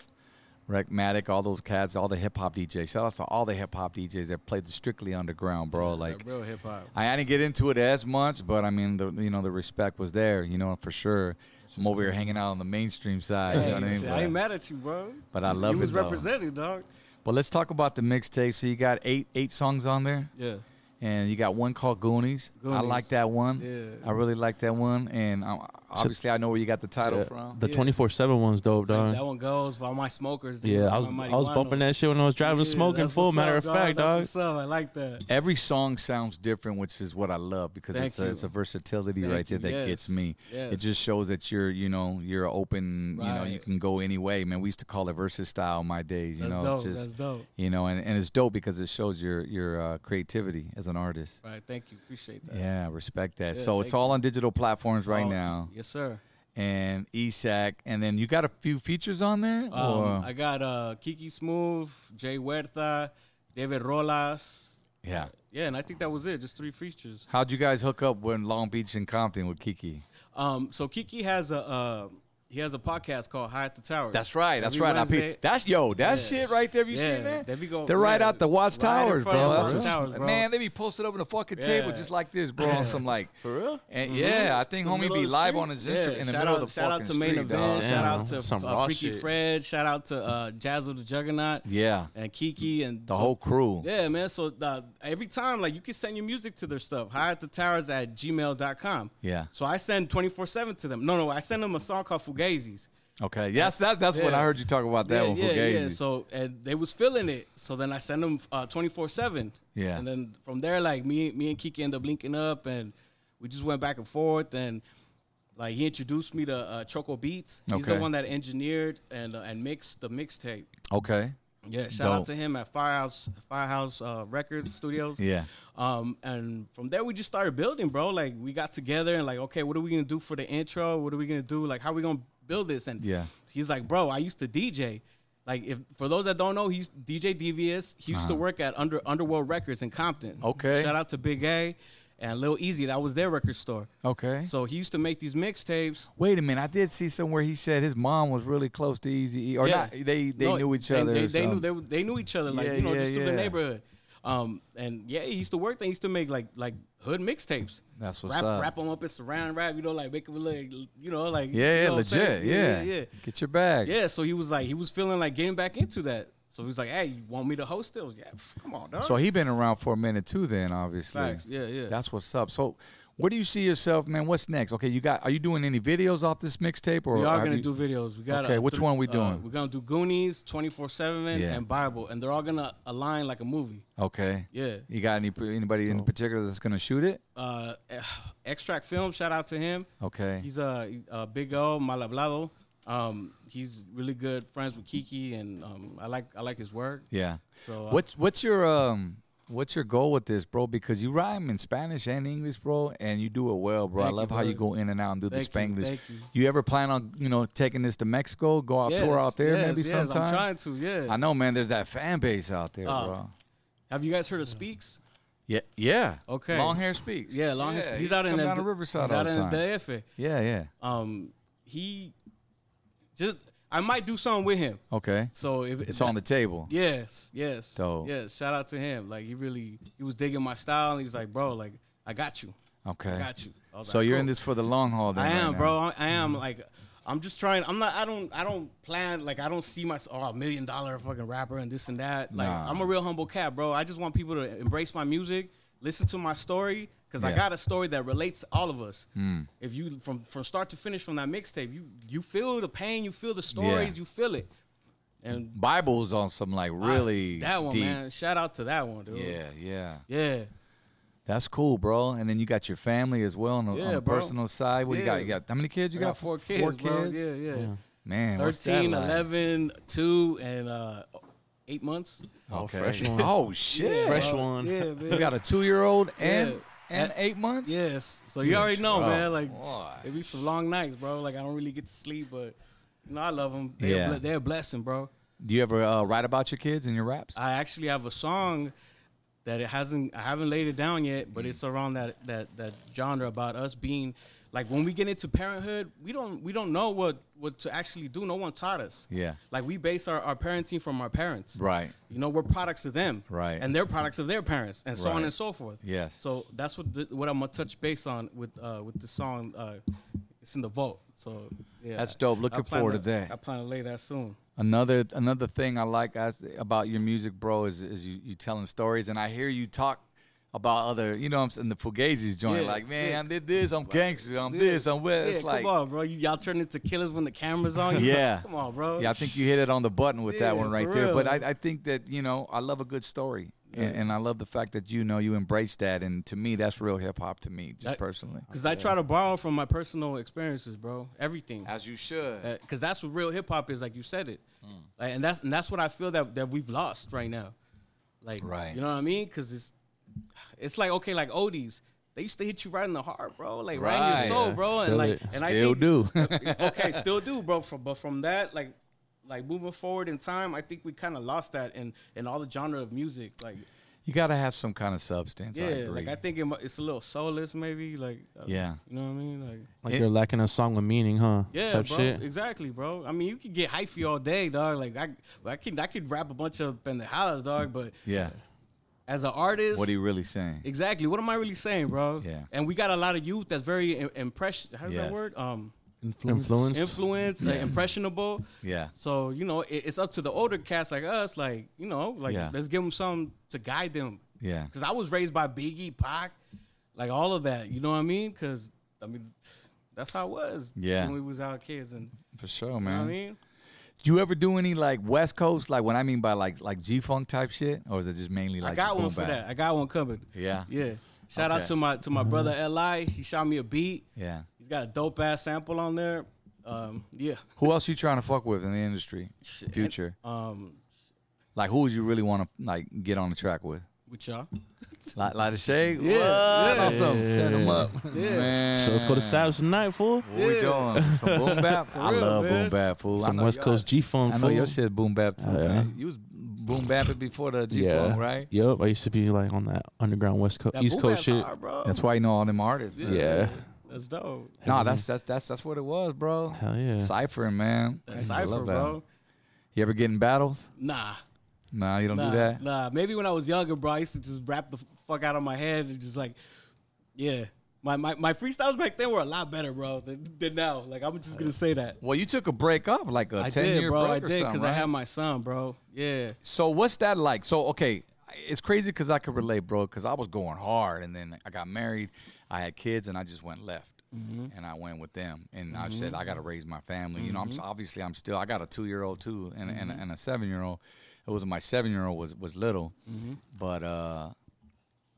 Speaker 2: Recmatic, all those cats, all the hip hop DJs. Shout out to all the hip hop DJs that played the strictly underground, bro. like
Speaker 1: Like real hip hop.
Speaker 2: I I didn't get into it as much, but I mean, the you know, the respect was there, you know, for sure. I'm over here hanging out on the mainstream side. you know what I mean?
Speaker 1: shit,
Speaker 2: But-
Speaker 1: I ain't mad at you, bro.
Speaker 2: but I love
Speaker 1: you was
Speaker 2: it, though.
Speaker 1: representing, dog.
Speaker 2: But let's talk about the mixtape. So you got eight eight songs on there,
Speaker 1: Yeah.
Speaker 2: and you got one called Goonies. I
Speaker 1: Goonies.
Speaker 2: like that one.
Speaker 1: Yeah.
Speaker 2: I really like that one, and I, obviously I know where you got the title from.
Speaker 3: The 24 7 one's dope, dog.
Speaker 1: That one goes for all my smokers. Dude.
Speaker 3: Yeah, I
Speaker 1: All
Speaker 3: was
Speaker 1: my
Speaker 3: I was
Speaker 1: marijuana.
Speaker 3: bumping that shit when I was driving,
Speaker 1: Yeah,
Speaker 3: smoking
Speaker 1: that's
Speaker 3: full.
Speaker 1: what's
Speaker 3: Matter
Speaker 1: up,
Speaker 3: of
Speaker 1: That's
Speaker 3: fact, dog.
Speaker 1: what's up. I like that.
Speaker 2: Every song sounds different, which is what I love because
Speaker 1: Thank
Speaker 2: it's a, it's
Speaker 1: you.
Speaker 2: a versatility
Speaker 1: Thank
Speaker 2: right there
Speaker 1: you,
Speaker 2: that
Speaker 1: yes,
Speaker 2: gets me. It
Speaker 1: yes.
Speaker 2: just shows that you're you know you're open. You know you
Speaker 1: Right.
Speaker 2: can go any way, man. We used to call it versus style in my days. You
Speaker 1: That's
Speaker 2: know,
Speaker 1: dope,
Speaker 2: it's just
Speaker 1: that's dope.
Speaker 2: you know, and, and it's dope because it shows your your uh, creativity as an artist.
Speaker 1: Right. Thank you. Appreciate that.
Speaker 2: Yeah, respect that.
Speaker 1: Yeah,
Speaker 2: so it's
Speaker 1: thank
Speaker 2: all on digital platforms right
Speaker 1: Oh,
Speaker 2: now,
Speaker 1: Yes, sir.
Speaker 2: and ESAC, and then you got a few features on there.
Speaker 1: Um,
Speaker 2: or-
Speaker 1: I got uh, Kiki Smooth, Jay Huerta, David Rolas.
Speaker 2: yeah.
Speaker 1: Yeah, and I think that was it. Just three features.
Speaker 2: How'd you guys hook up when Long Beach and Compton with Kiki?
Speaker 1: Um, so Kiki has a uh, he has a podcast called High at the Tower.
Speaker 2: That's right. That's
Speaker 1: Every
Speaker 2: right. I
Speaker 1: Wednesday.
Speaker 2: pe- that's yo. That
Speaker 1: Yeah.
Speaker 2: shit right there. Have you
Speaker 1: Yeah,
Speaker 2: seen that?
Speaker 1: they be go-
Speaker 2: are right
Speaker 1: yeah,
Speaker 2: out the watch
Speaker 1: right in
Speaker 2: towers,
Speaker 1: front
Speaker 2: bro.
Speaker 1: of the
Speaker 2: That's
Speaker 1: watchtowers,
Speaker 2: what's-
Speaker 1: bro.
Speaker 2: Man, they be posted up in the fucking table
Speaker 1: Yeah.
Speaker 2: just like this, bro. On some like
Speaker 3: For real?
Speaker 2: And
Speaker 1: Mm-hmm.
Speaker 2: yeah, I think homie
Speaker 3: middle
Speaker 2: be
Speaker 3: of the
Speaker 2: live
Speaker 3: street?
Speaker 2: on his
Speaker 1: Yeah,
Speaker 2: Instagram in the
Speaker 1: shout
Speaker 2: middle
Speaker 1: out,
Speaker 2: of the
Speaker 1: shout out
Speaker 2: fucking
Speaker 1: to main
Speaker 2: street,
Speaker 1: event.
Speaker 2: dog.
Speaker 1: Shout
Speaker 3: Damn,
Speaker 1: out to
Speaker 3: some
Speaker 1: uh,
Speaker 3: raw
Speaker 1: Freaky
Speaker 3: shit.
Speaker 1: Fred. Shout out to uh, Jazzle the Juggernaut.
Speaker 2: Yeah,
Speaker 1: and Kiki and
Speaker 2: the
Speaker 1: so-
Speaker 2: whole crew.
Speaker 1: Yeah, man. So uh, every time, like, you can send your music to their stuff. High at the towers at gmail.com.
Speaker 2: Yeah.
Speaker 1: So I send 24 7 to them. No, no, I send them a song called Fugazis.
Speaker 2: Okay, yes, that, that's what
Speaker 1: Yeah.
Speaker 2: I heard you talk about that
Speaker 1: yeah,
Speaker 2: one.
Speaker 1: yeah,
Speaker 2: Fugazi.
Speaker 1: yeah. So, and they was feeling it. So then I send them 24 7.
Speaker 2: Yeah.
Speaker 1: And then from there, like, me, me and Kiki end up linking up and we just went back and forth. And, like, he introduced me to uh, Choco Beats. He's
Speaker 2: Okay.
Speaker 1: the one that engineered and, uh, and mixed the mixtape.
Speaker 2: Okay.
Speaker 1: Yeah, shout
Speaker 2: Dope.
Speaker 1: out to him at Firehouse Firehouse uh, Records Studios.
Speaker 2: Yeah.
Speaker 1: Um, and from there we just started building, bro. Like we got together and like, okay, what are we gonna do for the intro? What are we gonna do? Like, how we gonna build this? And
Speaker 2: Yeah.
Speaker 1: he's like, bro, I used to DJ. Like, if for those that don't know, he's DJ Devious. He used to work at Under Underworld Records in Compton.
Speaker 2: Uh-huh. Okay.
Speaker 1: Shout out to Big A and Lil Easy. That was their record store.
Speaker 2: Okay.
Speaker 1: So he used to make these mixtapes.
Speaker 2: Wait a minute. I did see somewhere he said his mom was really close to Easy E, or not? They they
Speaker 1: No,
Speaker 2: knew each
Speaker 1: they-
Speaker 2: other.
Speaker 1: They,
Speaker 2: or
Speaker 1: they knew
Speaker 2: something.
Speaker 1: they, were- they knew each other, like
Speaker 2: Yeah,
Speaker 1: you know,
Speaker 2: yeah,
Speaker 1: just through
Speaker 2: yeah.
Speaker 1: the neighborhood. Um, and yeah, he used to work. They used to make like like hood mixtapes.
Speaker 2: That's what's
Speaker 1: wrap,
Speaker 2: up.
Speaker 1: Wrap them up in surround rap, you know, like make them look, you know, like
Speaker 2: yeah,
Speaker 1: you
Speaker 2: yeah,
Speaker 1: know what I'm
Speaker 2: legit.
Speaker 1: saying?
Speaker 2: Yeah.
Speaker 1: yeah, yeah.
Speaker 2: Get your bag.
Speaker 1: Yeah, So he was like, he was feeling like getting back into that. So he was like, hey, you want me to host those? Yeah, pff, come on, dog.
Speaker 2: So he been around for a minute too. Then obviously.
Speaker 1: Facts. Yeah, yeah.
Speaker 2: That's what's up. So. Where do you see yourself, man? What's next? Okay, you got. Are you doing any videos off this mixtape, or
Speaker 1: we are
Speaker 2: have
Speaker 1: gonna
Speaker 2: you-
Speaker 1: do videos. We got
Speaker 2: Okay, which one we doing?
Speaker 1: we're gonna do Goonies, twenty four seven,
Speaker 2: Yeah.
Speaker 1: and Bible, and they're all gonna align like a movie.
Speaker 2: Okay.
Speaker 1: Yeah.
Speaker 2: You got any anybody in particular that's gonna shoot it?
Speaker 1: Uh, Extract Film, shout out to him.
Speaker 2: Okay.
Speaker 1: He's a, a big O, mal hablado. Um, he's really good friends with Kiki, and um, I like I like his work.
Speaker 2: Yeah.
Speaker 1: So, uh,
Speaker 2: what's what's your um what's your goal with this, bro? Because you rhyme in Spanish and English, bro, and you do it well, bro. I
Speaker 1: Thank you,
Speaker 2: love how you
Speaker 1: brother.
Speaker 2: go in and out and do the
Speaker 1: Thank you,
Speaker 2: Spanglish.
Speaker 1: thank you.
Speaker 2: ever plan on you know taking this to Mexico, go out tour
Speaker 1: Yes,
Speaker 2: out there
Speaker 1: yes,
Speaker 2: maybe
Speaker 1: yes,
Speaker 2: sometime?
Speaker 1: I'm trying to. Yeah.
Speaker 2: I know, man. There's that fan base out there,
Speaker 1: Uh,
Speaker 2: bro.
Speaker 1: Have you guys heard of Speaks?
Speaker 2: Yeah, yeah.
Speaker 1: Okay.
Speaker 2: Long hair speaks.
Speaker 1: Yeah, long.
Speaker 2: hair.
Speaker 1: his- he's, out in
Speaker 2: come
Speaker 1: the,
Speaker 2: down to Riverside
Speaker 1: He's
Speaker 2: all
Speaker 1: out
Speaker 2: the
Speaker 1: in
Speaker 2: time.
Speaker 1: DF.
Speaker 2: Yeah, yeah.
Speaker 1: Um, he just I might do something with him.
Speaker 2: Okay,
Speaker 1: So if
Speaker 2: it's on the table.
Speaker 1: Yes, yes,
Speaker 2: Dope.
Speaker 1: yes. Shout out to him. Like he really he was digging my style, and he's like, bro, like I got you,
Speaker 2: Okay.
Speaker 1: I got you. I was
Speaker 2: So
Speaker 1: like,
Speaker 2: you're
Speaker 1: cool.
Speaker 2: in this for the long haul, then?
Speaker 1: I
Speaker 2: right
Speaker 1: am,
Speaker 2: now. Mm-hmm.
Speaker 1: bro. I, I am like, I'm just trying. I'm not. I don't. I don't plan. Like, I don't see myself oh, a million dollar fucking rapper and this and that. Like,
Speaker 2: Nah.
Speaker 1: I'm a real humble cat, bro. I just want people to embrace my music, listen to my story, because I
Speaker 2: Yeah. Mm.
Speaker 1: got a story that relates to all of us. If you from from start to finish from that mixtape, you you feel the pain, you feel the stories, you feel it. And
Speaker 2: Bible's on some like really
Speaker 1: Ah, that one,
Speaker 2: deep.
Speaker 1: man. Shout out to that one, dude.
Speaker 2: Yeah, yeah.
Speaker 1: Yeah.
Speaker 2: That's cool, bro. And then you got your family as well on the, on
Speaker 1: Yeah,
Speaker 2: the
Speaker 1: bro.
Speaker 2: personal side. What you got?
Speaker 1: Yeah.
Speaker 2: You got how many kids? You
Speaker 1: I got four kids,
Speaker 2: Four
Speaker 1: bro.
Speaker 2: kids.
Speaker 1: Yeah, yeah.
Speaker 2: Man, what's that
Speaker 1: 13,
Speaker 2: like?
Speaker 1: 11, 2, and uh, eight months.
Speaker 3: Oh,
Speaker 2: Okay.
Speaker 3: fresh one.
Speaker 2: Oh shit!
Speaker 3: Fresh one.
Speaker 1: Yeah,
Speaker 2: You
Speaker 1: man.
Speaker 2: got a two-year-old and
Speaker 1: Yeah.
Speaker 2: and eight months.
Speaker 1: yes. So you already know,
Speaker 2: bro.
Speaker 1: man. Like,
Speaker 2: Boy.
Speaker 1: it be some long nights, bro. Like, I don't really get to sleep, but no, I love them. They're,
Speaker 2: Yeah.
Speaker 1: yeah. they're a blessing, bro.
Speaker 2: Do you ever uh, write about your kids in your raps?
Speaker 1: I actually have a song that it hasn't I haven't laid it down yet, but it's around that that that genre about us being like when we get into parenthood, we don't we don't know what what to actually do. No one taught us.
Speaker 2: Yeah.
Speaker 1: Like we base our, our parenting from our parents.
Speaker 2: Right.
Speaker 1: You know, we're products of them.
Speaker 2: Right.
Speaker 1: And they're products of their parents and so
Speaker 2: Right.
Speaker 1: on and so forth.
Speaker 2: Yes.
Speaker 1: So that's what the, what I'm gonna touch base on with uh with the song uh it's in the vault. So yeah.
Speaker 2: That's dope.
Speaker 1: I
Speaker 2: Looking
Speaker 1: plan
Speaker 2: forward to that.
Speaker 1: I plan to lay that soon.
Speaker 2: Another another thing I like as, about your music, bro, is, is you, you telling stories, and I hear you talk about other, you know, what I'm saying the Fugazis joint.
Speaker 1: Yeah,
Speaker 2: like, man,
Speaker 1: yeah.
Speaker 2: I did this, I'm gangster, I'm this, I'm where.
Speaker 1: Yeah,
Speaker 2: it's like,
Speaker 1: come on, bro. You, y'all turn into killers when the camera's on. You
Speaker 2: Yeah.
Speaker 1: come on, bro.
Speaker 2: yeah, I think you hit it on the button with that
Speaker 1: Yeah,
Speaker 2: one right
Speaker 1: for
Speaker 2: there. But
Speaker 1: real.
Speaker 2: I, I think that you know, I love a good story, and, and I love the fact that you know you embrace that, and to me, that's real hip hop to me, just
Speaker 1: That-
Speaker 2: personally.
Speaker 1: Because I try to borrow from my personal experiences, bro. Everything.
Speaker 2: As you should.
Speaker 1: Because that's what real hip hop is, like you said it. Like, and that's and that's what I feel that that we've lost right now. Like,
Speaker 2: Right.
Speaker 1: you know what I mean? Because it's it's like okay, like oldies. They used to hit you right in the heart, bro. Like right,
Speaker 2: Right.
Speaker 1: in your soul,
Speaker 2: Yeah.
Speaker 1: bro. And
Speaker 3: Feel
Speaker 1: like,
Speaker 3: it.
Speaker 1: and
Speaker 2: Still do.
Speaker 1: okay, still do, bro. From, but from that, like, like moving forward in time, I think we kind of lost that in in all the genre of music. Like,
Speaker 2: You gotta have some kind of substance. I
Speaker 1: Yeah,
Speaker 2: agree.
Speaker 1: like I think it, mu- it's a little soulless, maybe. Like, uh,
Speaker 2: Yeah.
Speaker 1: you know what I mean? Like,
Speaker 3: Like they're lacking a song with meaning, huh?
Speaker 1: yeah,
Speaker 3: Type
Speaker 1: bro,
Speaker 3: shit.
Speaker 1: exactly, bro. I mean, you could get hyphy all day, dog. Like, I, I could, I could rap a bunch up in the house, dog. But
Speaker 2: yeah.
Speaker 1: as an artist,
Speaker 2: What are you really saying?
Speaker 1: exactly, what am I really saying, bro?
Speaker 2: Yeah.
Speaker 1: and we got a lot of youth that's very Im- impression. How's
Speaker 2: Yes.
Speaker 1: that word? Um,
Speaker 4: Influence.
Speaker 3: Influence.
Speaker 1: influence, like, impressionable.
Speaker 2: Yeah.
Speaker 1: So you know, it, it's up to the older cats like us, like you know, like
Speaker 2: Yeah.
Speaker 1: let's give them something to guide them.
Speaker 2: Yeah.
Speaker 1: Because I was raised by Biggie, Pac, like all of that. You know what I mean? Because I mean, that's how it was.
Speaker 2: Yeah.
Speaker 1: When we was our kids, and
Speaker 2: For sure,
Speaker 1: you know what I
Speaker 2: man.
Speaker 1: mean.
Speaker 2: Do you ever do any like West Coast, like what I mean by like like G Funk type shit, or is it just mainly like
Speaker 1: I got
Speaker 2: boom
Speaker 1: one for
Speaker 2: bap?
Speaker 1: that. I got one coming.
Speaker 2: Yeah.
Speaker 1: Yeah. Shout
Speaker 2: Okay. Mm-hmm.
Speaker 1: out to my to my brother Li. He shot me a beat.
Speaker 2: Yeah.
Speaker 1: He's got a dope ass sample on there. Um, yeah.
Speaker 2: Who else you trying to fuck with in the industry? Future.
Speaker 1: Um,
Speaker 2: Like who would you really want to like get on the track with?
Speaker 1: with y'all.
Speaker 2: Like Light of Shade?
Speaker 1: Yeah,
Speaker 2: What?
Speaker 1: yeah.
Speaker 2: Or something. Set them up.
Speaker 1: Yeah.
Speaker 2: Man.
Speaker 3: So let's go to Savage tonight, fool.
Speaker 2: What we doing? Some boom bap? I
Speaker 1: real,
Speaker 2: love boom
Speaker 1: man.
Speaker 2: bap, fool. I
Speaker 3: Some
Speaker 2: know
Speaker 3: West
Speaker 2: y'all-
Speaker 3: Coast G Funk.
Speaker 2: I know your shit boom bap too.
Speaker 3: Yeah.
Speaker 2: man. You was boom bapping before the G
Speaker 3: Yeah.
Speaker 2: Funk, right?
Speaker 3: Yep. I used to be like on that underground West Coast,
Speaker 1: That
Speaker 3: East
Speaker 1: boom
Speaker 3: Coast
Speaker 1: bap's
Speaker 3: shit.
Speaker 1: hard, bro.
Speaker 2: That's why you know all them artists. man.
Speaker 3: Yeah.
Speaker 1: That's dope.
Speaker 2: No, that's that's that's that's what it was, bro.
Speaker 3: Hell yeah.
Speaker 2: Ciphering, man. I
Speaker 1: That's
Speaker 2: used to love
Speaker 1: cipher,
Speaker 2: that.
Speaker 1: bro.
Speaker 2: You ever get in battles?
Speaker 1: Nah.
Speaker 2: No, you don't
Speaker 1: Nah,
Speaker 2: do that.
Speaker 1: nah. Maybe when I was younger, bro, I used to just rap the f- fuck out of my head and just like, yeah. My, my, my freestyles back then were a lot better, bro, than, than now. Like, I'm just going to say that.
Speaker 2: Well, you took a break off, like a
Speaker 1: I
Speaker 2: ten
Speaker 1: did,
Speaker 2: year
Speaker 1: bro.
Speaker 2: break
Speaker 1: I
Speaker 2: or
Speaker 1: did
Speaker 2: something,
Speaker 1: I
Speaker 2: right?
Speaker 1: had my son, bro. Yeah.
Speaker 2: So what's that like? So okay, it's crazy because I could relate, bro. Because I was going hard, and then I got married, I had kids, and I just went left, and I went with them, and I said I got to raise my family. You know, I'm s- obviously I'm still I got a two year old too, and and, and a seven year old. It was my seven year old was was little, but uh,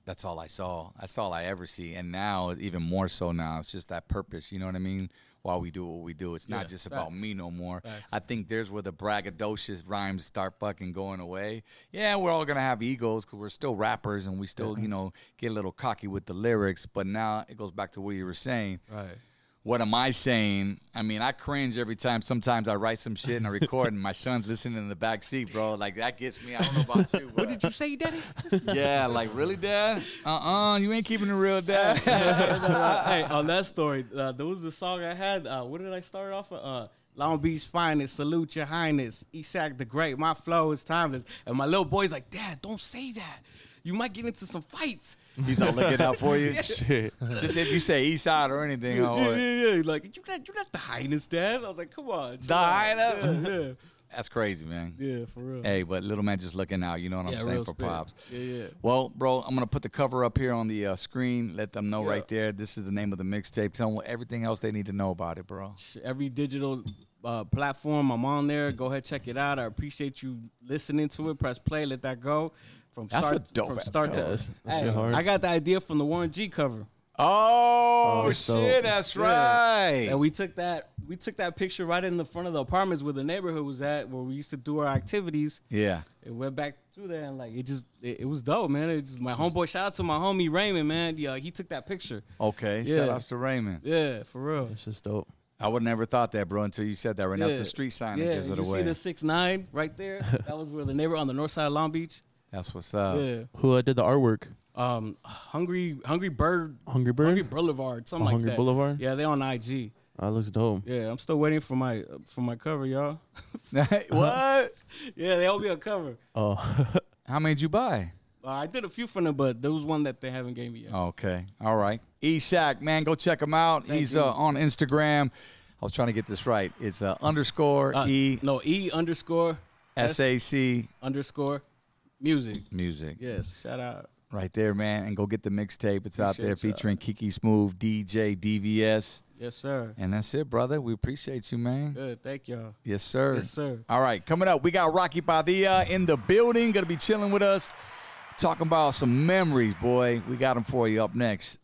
Speaker 2: that's all I saw. That's all I ever see. And now, even more so now, it's just that purpose. You know what I mean? Why we do what we do. It's not just about me no more. I think there's where the bragadocious rhymes start fucking going away. Yeah, we're all gonna have egos because we're still rappers and we still, you know, get a little cocky with the lyrics. But now it goes back to what you were saying
Speaker 1: Right.
Speaker 2: what am I saying? I mean, I cringe every time. Sometimes I write some shit and I record, and my son's listening in the back seat, bro. Like that gets me. I don't know about you. What did you say, Daddy? yeah, like really, Dad? Uh, uh you ain't keeping it real, Dad.
Speaker 1: hey, on that story, uh, there was the song I had. Uh, what did I start off with? Uh, Long Beach finest, salute your highness, Isak the Great. My flow is timeless, and my little boy's like, Dad, don't say that. You might get into some fights.
Speaker 2: He's all looking out for you.
Speaker 3: Shit.
Speaker 2: Just if you say East Side or anything, oh,
Speaker 1: yeah,
Speaker 2: or,
Speaker 1: yeah, yeah. Like you not, you not the highness, Dad. I was like, come on,
Speaker 2: The highness?
Speaker 1: Yeah,
Speaker 2: that's crazy, man.
Speaker 1: yeah, yeah, for real.
Speaker 2: Hey, but little man just looking out. You know what I'm
Speaker 1: Yeah,
Speaker 2: saying
Speaker 1: real
Speaker 2: for
Speaker 1: spirit.
Speaker 2: pops.
Speaker 1: Yeah, yeah.
Speaker 2: Well, bro, I'm gonna put the cover up here on the uh, screen. Let them know right there. This is the name of the mixtape. Tell them everything else they need to know about it, bro.
Speaker 1: Every digital uh, platform I'm on there. Go ahead, check it out. I appreciate you listening to it. Press play, let that go. From
Speaker 2: That's a
Speaker 1: start,
Speaker 2: dope
Speaker 1: from
Speaker 2: ass
Speaker 1: start
Speaker 2: cover.
Speaker 1: to.
Speaker 3: That shit
Speaker 1: Hey,
Speaker 3: hard.
Speaker 1: I got the idea from the Warren G cover.
Speaker 2: Oh,
Speaker 3: Oh,
Speaker 2: shit,
Speaker 3: so-
Speaker 2: that's
Speaker 1: Yeah.
Speaker 2: right.
Speaker 1: And we took that we took that picture right in the front of the apartments where the neighborhood was at, where we used to do our activities.
Speaker 2: yeah.
Speaker 1: It went back through there and like it just it, it was dope, man. It just my homeboy. Shout out to my homie Raymond, man. Yeah, he took that picture.
Speaker 2: Okay.
Speaker 1: Yeah.
Speaker 2: Shout outs to Raymond.
Speaker 1: Yeah, for real.
Speaker 3: It's just dope.
Speaker 2: I would never thought that, bro, until you said that right now. It's
Speaker 1: Yeah.
Speaker 2: the street sign
Speaker 1: Yeah,
Speaker 2: that gives it
Speaker 1: you
Speaker 2: away.
Speaker 1: see the six nine right there? that was where the neighbor on the north side of Long Beach.
Speaker 2: That's what's up.
Speaker 1: Yeah.
Speaker 3: Who uh, did the artwork?
Speaker 1: Um, hungry, hungry bird,
Speaker 3: Hungry
Speaker 1: hungry
Speaker 3: Bird.
Speaker 1: boulevard, something
Speaker 3: Oh,
Speaker 1: like
Speaker 3: Hungry
Speaker 1: that.
Speaker 3: Boulevard?
Speaker 1: Yeah, they on IG.
Speaker 3: That looks dope.
Speaker 1: Yeah, I'm still waiting for my for my cover, y'all.
Speaker 2: what?
Speaker 1: yeah, they owe me a cover.
Speaker 3: Oh,
Speaker 2: How many did you buy?
Speaker 1: Uh, I did a few for them, but there was one that they haven't gave me yet.
Speaker 2: Okay. All right. Eshak, man, go check him out. He's
Speaker 1: you.
Speaker 2: uh, on Instagram. I was trying to get this right. It's uh, underscore
Speaker 1: Uh,
Speaker 2: E
Speaker 1: no E underscore
Speaker 2: S A C
Speaker 1: underscore music.
Speaker 2: music.
Speaker 1: Yes, shout out.
Speaker 2: Right there, man. And go get the mixtape. It's out
Speaker 1: Appreciate
Speaker 2: there
Speaker 1: y'all.
Speaker 2: featuring Kiki Smooth, DJ DVS.
Speaker 1: Yes, sir.
Speaker 2: And that's it, brother. We appreciate you, man.
Speaker 1: Good, thank y'all.
Speaker 2: Yes, sir.
Speaker 1: Yes, sir.
Speaker 2: All right, coming up, we got Rocky Padilla in the building, gonna be chilling with us, talking about some memories, boy. We got them for you up next.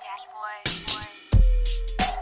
Speaker 5: Daddy boy. boy.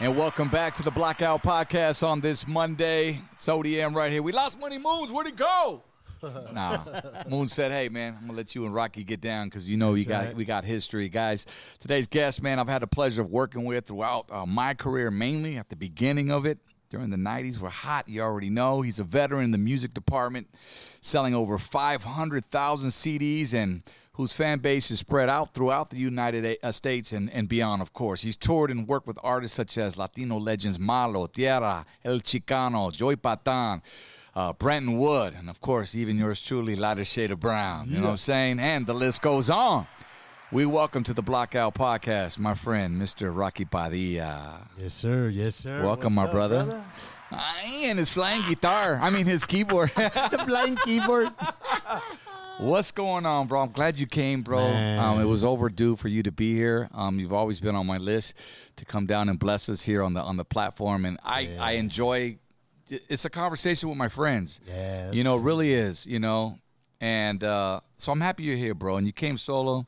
Speaker 2: And welcome back to the Blackout Podcast on this Monday. It's ODM right here. We lost Money Moons. Where'd he go? nah. Moon said, "Hey man, I'm gonna let you and Rocky get down because you know you got we got history, guys. Today's guest, man, I've had the pleasure of working with throughout uh, my career, mainly at the beginning of it during the '90s. We're hot, you already know. He's a veteran in the music department, selling over 500,000 CDs and." Whose fan base is spread out throughout the United uh, States and, and beyond, of course. He's toured and worked with artists such as Latino legends Malo, Tierra, El Chicano, Joy Patan, uh, Brenton Wood, and of course, even yours truly, Lighter Shade of Brown. You know what I'm saying? And the list goes on. We welcome to the Blockout Podcast, my friend, Mr. Rocky Padilla.
Speaker 6: Yes, sir. Yes, sir.
Speaker 2: welcome, my
Speaker 6: What's up,
Speaker 2: brother. Ay, and his flying guitar. I mean, his keyboard.
Speaker 6: the blind keyboard.
Speaker 2: What's going on, bro? I'm glad you came, bro.
Speaker 6: Man.
Speaker 2: Um, it was overdue for you to be here. Um, you've always been on my list to come down and bless us here on the on the platform, and I I enjoy. It's a conversation with my friends.
Speaker 6: Yeah,
Speaker 2: you know, it really is. You know, and uh, so I'm happy you're here, bro. And you came solo,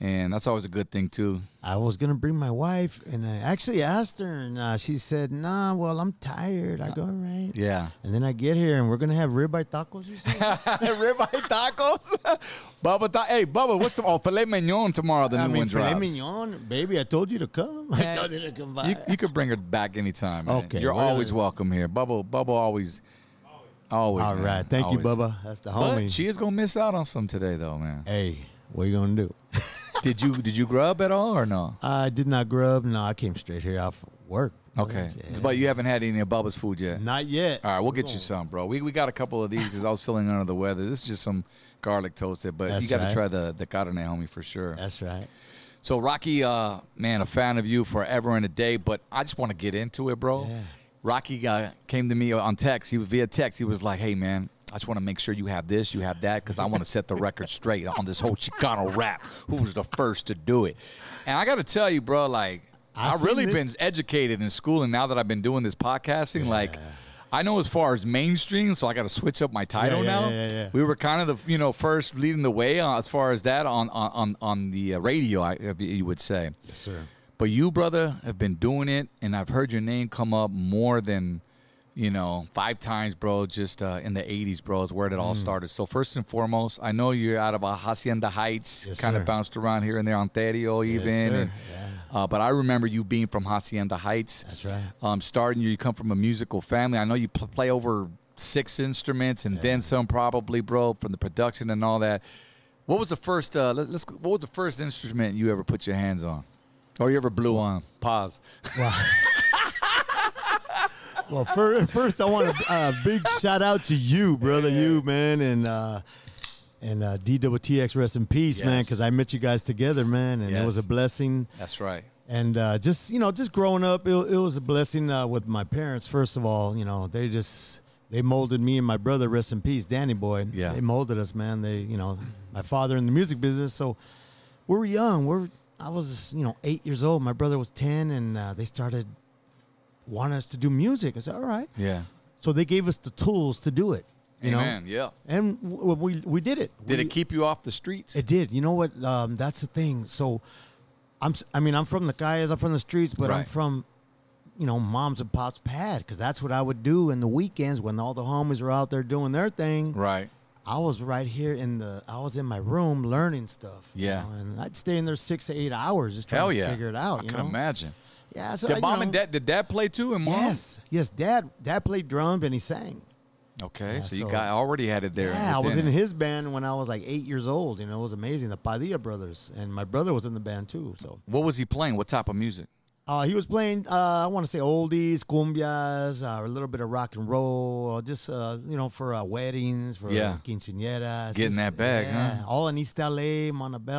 Speaker 2: and that's always a good thing too.
Speaker 6: I was gonna bring my wife, and I actually asked her, and uh, she said, "Nah, well, I'm tired." I go, "All right."
Speaker 2: Yeah.
Speaker 6: And then I get here, and we're gonna have ribeye tacos. You said?
Speaker 2: Ribeye tacos, Bubba. Tha- hey, Bubba, what's the oh filet mignon tomorrow? The
Speaker 6: I
Speaker 2: new
Speaker 6: mean,
Speaker 2: one
Speaker 6: filet
Speaker 2: drops.
Speaker 6: mignon, baby. I told you to come. I told you to come by.
Speaker 2: You, you could bring her back anytime. Man.
Speaker 6: Okay,
Speaker 2: You're
Speaker 6: well,
Speaker 2: always welcome here. Bubba, Bubba always. Always.
Speaker 6: All
Speaker 2: man,
Speaker 6: right, thank you,
Speaker 2: always.
Speaker 6: Bubba. That's the
Speaker 2: But
Speaker 6: homie.
Speaker 2: she is gonna miss out on some today, though, man.
Speaker 6: hey, what are you gonna do?
Speaker 2: did you did you grub at all or no?
Speaker 6: I did not grub. No, I came straight here off work.
Speaker 2: Okay,
Speaker 6: Yeah.
Speaker 2: but you haven't had any of Bubba's food yet.
Speaker 6: Not yet.
Speaker 2: All right, we'll get you some, bro. We, we got a couple of these because I was feeling under the weather. This is just some garlic toasted, but
Speaker 6: That's
Speaker 2: you got to
Speaker 6: right.
Speaker 2: try the the carne, homie, for sure.
Speaker 6: That's right.
Speaker 2: So Rocky, uh, man, a fan of you forever and a day, but I just want to get into it, bro.
Speaker 6: Yeah.
Speaker 2: Rocky uh, came to me on text. He was via text. He was like, "Hey, man, I just want to make sure you have this, you have that, because I want to set the record straight on this whole Chicano rap. Who was the first to do it?" And I got to tell you, bro, like
Speaker 6: I
Speaker 2: I have really
Speaker 6: seen it.
Speaker 2: been educated in school, and now that I've been doing this podcasting, like. I know as far as mainstream, so I got to switch up my title
Speaker 6: yeah,
Speaker 2: now.
Speaker 6: yeah, yeah.
Speaker 2: We were kind of the you know first leading the way uh, as far as that on on on, on the uh, radio, I, if you would say.
Speaker 6: Yes, sir.
Speaker 2: But you, brother, have been doing it, and I've heard your name come up more than you know five times, bro. Just uh, in the '80s, bro, is where it
Speaker 6: Mm.
Speaker 2: all started. So first and foremost, I know you're out of uh, Hacienda Heights,
Speaker 6: Yes,
Speaker 2: kind
Speaker 6: sir.
Speaker 2: of bounced around here and there, Ontario even.
Speaker 6: sir.
Speaker 2: and- uh, but I remember you being from Hacienda Heights.
Speaker 6: That's right.
Speaker 2: Um, starting you, you come from a musical family. I know you pl- play over six instruments and then some, probably, bro, from the production and all that. What was the first? Uh, let, us What was the first instrument you ever put your hands on, or you ever blew on? Pause.
Speaker 6: Well, first, first I want a uh, big shout out to you, brother, you man, and uh, and uh, DWTX, rest in peace, man,
Speaker 2: Yes.
Speaker 6: because I met you guys together, man, and it was a
Speaker 2: Yes.
Speaker 6: blessing.
Speaker 2: That's right.
Speaker 6: And uh, just you know, just growing up, it, it was a blessing uh, with my parents. First of all, you know, they just they molded me and my brother, rest in peace, Danny Boy.
Speaker 2: Yeah.
Speaker 6: they molded us, man. They, you know, my father in the music business, so we were young. We're I was you know eight years old. My brother was ten, and uh, they started wanting us to do music. I said, all right.
Speaker 2: Yeah.
Speaker 6: So they gave us the tools to do it. You
Speaker 2: Amen.
Speaker 6: know,
Speaker 2: Yeah.
Speaker 6: and w- we we did it.
Speaker 2: Did
Speaker 6: we,
Speaker 2: it keep you off the streets?
Speaker 6: It did. You know what? Um, that's the thing. So, I'm. s- I mean, I'm from the calles. I'm from the streets, but I'm
Speaker 2: Right.
Speaker 6: from, you know, mom's and pop's pad because that's what I would do in the weekends when all the homies were out there doing their thing.
Speaker 2: right.
Speaker 6: I was right here in the. I was in my room learning stuff. you
Speaker 2: Yeah.
Speaker 6: know, and I'd stay in there six to eight hours just trying
Speaker 2: Hell
Speaker 6: to
Speaker 2: yeah.
Speaker 6: figure it out.
Speaker 2: I
Speaker 6: you
Speaker 2: can
Speaker 6: know?
Speaker 2: imagine.
Speaker 6: Yeah. So I-
Speaker 2: Did
Speaker 6: you
Speaker 2: mom
Speaker 6: know,
Speaker 2: and dad? Did dad play too? And mom?
Speaker 6: Yes. Yes. Dad. Dad played drums and he sang.
Speaker 2: Okay. so, you
Speaker 6: so-
Speaker 2: got already had it there.
Speaker 6: Yeah, I was in
Speaker 2: within it.
Speaker 6: his band when I was like eight years old. You know, it was amazing. The Padilla brothers and my brother was in the band too. So
Speaker 2: What was he playing? What type of music?
Speaker 6: uh, he was playing. Uh, I want to say oldies, cumbias, uh, a little bit of rock and roll, or just uh, you know for uh, weddings, for
Speaker 2: Yeah.
Speaker 6: quinceañeras,
Speaker 2: Getting
Speaker 6: just-
Speaker 2: that bag,
Speaker 6: yeah,
Speaker 2: huh?
Speaker 6: All in East LA,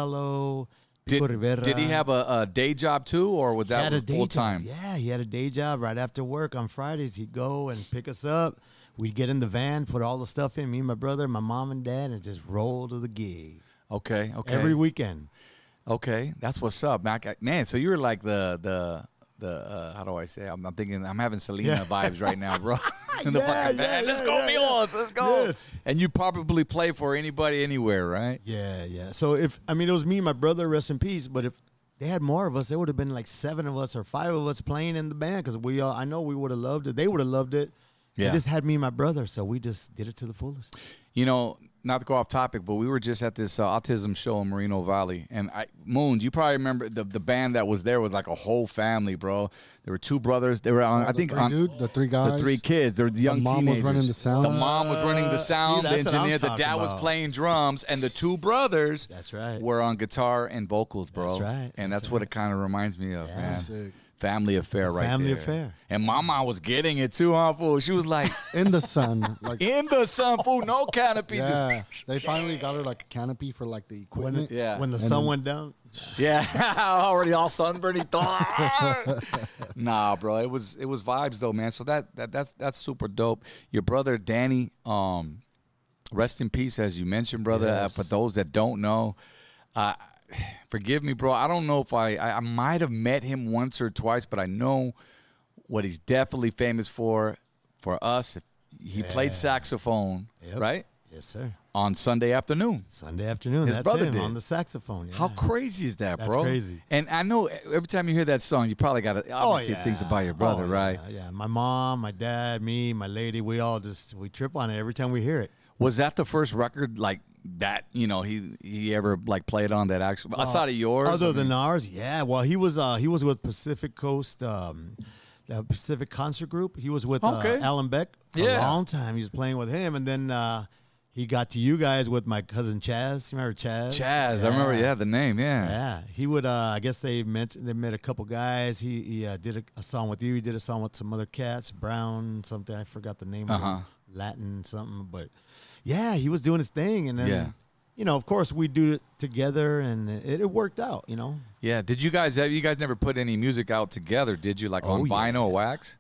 Speaker 6: Montebello, Pico Rivera.
Speaker 2: Did, did he have a, a day job too, or was
Speaker 6: He
Speaker 2: that
Speaker 6: had a
Speaker 2: was
Speaker 6: day
Speaker 2: full
Speaker 6: job.
Speaker 2: time?
Speaker 6: Yeah, he had a day job right after work on Fridays. He'd go and pick us up. We'd get in the van, put all the stuff in. Me and my brother, my mom and dad, and just roll to the gig.
Speaker 2: Okay, okay,
Speaker 6: every weekend.
Speaker 2: okay. That's what's up, man. I got- Man, so you were like the the the uh, how do I say? I'm, I'm thinking I'm having Selena
Speaker 6: Yeah.
Speaker 2: vibes right now, bro. In
Speaker 6: Yeah,
Speaker 2: fucking
Speaker 6: yeah,
Speaker 2: band. let's
Speaker 6: yeah,
Speaker 2: go,
Speaker 6: yeah, yeah.
Speaker 2: Mules. Let's go.
Speaker 6: Yes.
Speaker 2: And you probably play for anybody, anywhere, right?
Speaker 6: Yeah, yeah. So if I mean it was me and my brother, rest in peace. But if they had more of us, there would have been like seven of us or five of us playing in the band because we all, I know we would have loved it. They would have loved it.
Speaker 2: Yeah.
Speaker 6: They just had me and my brother, so we just did it to the fullest.
Speaker 2: You know, not to go off topic, but we were just at this uh, autism show in Moreno Valley, and I Moon, you probably remember the the band that was there was like a whole family, bro. There were two brothers. They were on, I
Speaker 4: The
Speaker 2: think,
Speaker 4: three
Speaker 2: on,
Speaker 4: dude, the three guys,
Speaker 2: the three kids. They're the young
Speaker 4: mom was
Speaker 2: teenagers.
Speaker 4: running the sound.
Speaker 2: The mom was running the sound. the
Speaker 6: Uh, that's what I'm
Speaker 2: engineer, the
Speaker 6: talking
Speaker 2: dad was
Speaker 6: about.
Speaker 2: playing drums, and the two brothers.
Speaker 6: That's right.
Speaker 2: Were on guitar and vocals, bro.
Speaker 6: That's right,
Speaker 2: And that's, what it kind of reminds me of, man.
Speaker 4: Sick.
Speaker 2: Family affair, right
Speaker 6: family
Speaker 2: there.
Speaker 6: affair.
Speaker 2: And Mama was getting it too, huh? Fool? She was like,
Speaker 4: in the sun. Like
Speaker 2: in the sun, fool, no canopy. just-
Speaker 4: yeah, they finally got her like a canopy for like the equipment.
Speaker 2: Yeah.
Speaker 6: When the
Speaker 4: And
Speaker 6: sun
Speaker 4: then-
Speaker 6: went down,
Speaker 2: Yeah, already all sunburned. he thought. nah, bro, it was it was vibes though, man. So that, that that's that's super dope. Your brother Danny, um, rest in peace, as you mentioned, brother. Uh, for those that don't know, uh, forgive me, bro. I don't know if I I, I might have met him once or twice, but I know what he's definitely famous for for us. He played saxophone,
Speaker 6: Yep.
Speaker 2: right,
Speaker 6: yes, sir.
Speaker 2: on Sunday afternoon.
Speaker 6: Sunday afternoon,
Speaker 2: His
Speaker 6: that's
Speaker 2: brother
Speaker 6: him
Speaker 2: did.
Speaker 6: on the saxophone.
Speaker 2: How
Speaker 6: yeah.
Speaker 2: crazy is that,
Speaker 6: That's
Speaker 2: bro?
Speaker 6: crazy.
Speaker 2: And I know every time you hear that song, you probably got to obviously things about your brother,
Speaker 6: Oh,
Speaker 2: right?
Speaker 6: Yeah, yeah. My mom, my dad, me, my lady, we all just we trip on it every time we hear it.
Speaker 2: Was that the first record like that? You know, he he ever like played on that actual outside of yours?
Speaker 6: Uh, Other
Speaker 2: I
Speaker 6: than
Speaker 2: mean-
Speaker 6: ours, yeah. Well, he was uh he was with Pacific Coast um the Pacific Concert Group. He was with
Speaker 2: Okay.
Speaker 6: uh, Alan Beck for
Speaker 2: Yeah.
Speaker 6: a long time. He was playing with him and then uh he got to you guys with my cousin Chaz. You remember Chaz?
Speaker 2: Chaz, I remember. Yeah, the name. Yeah.
Speaker 6: Yeah, he would. Uh, I guess they met. They met a couple guys. He he uh, did a, a song with you. He did a song with some other cats. Brown something. I forgot the name.
Speaker 2: Uh-huh.
Speaker 6: of it, Latin something. But yeah, he was doing his thing, and then
Speaker 2: Yeah.
Speaker 6: you know, of course, we do it together, and it, it worked out. You know.
Speaker 2: Yeah. Did you guys have you guys never put any music out together? Did you like on
Speaker 6: Oh, yeah.
Speaker 2: vinyl or wax?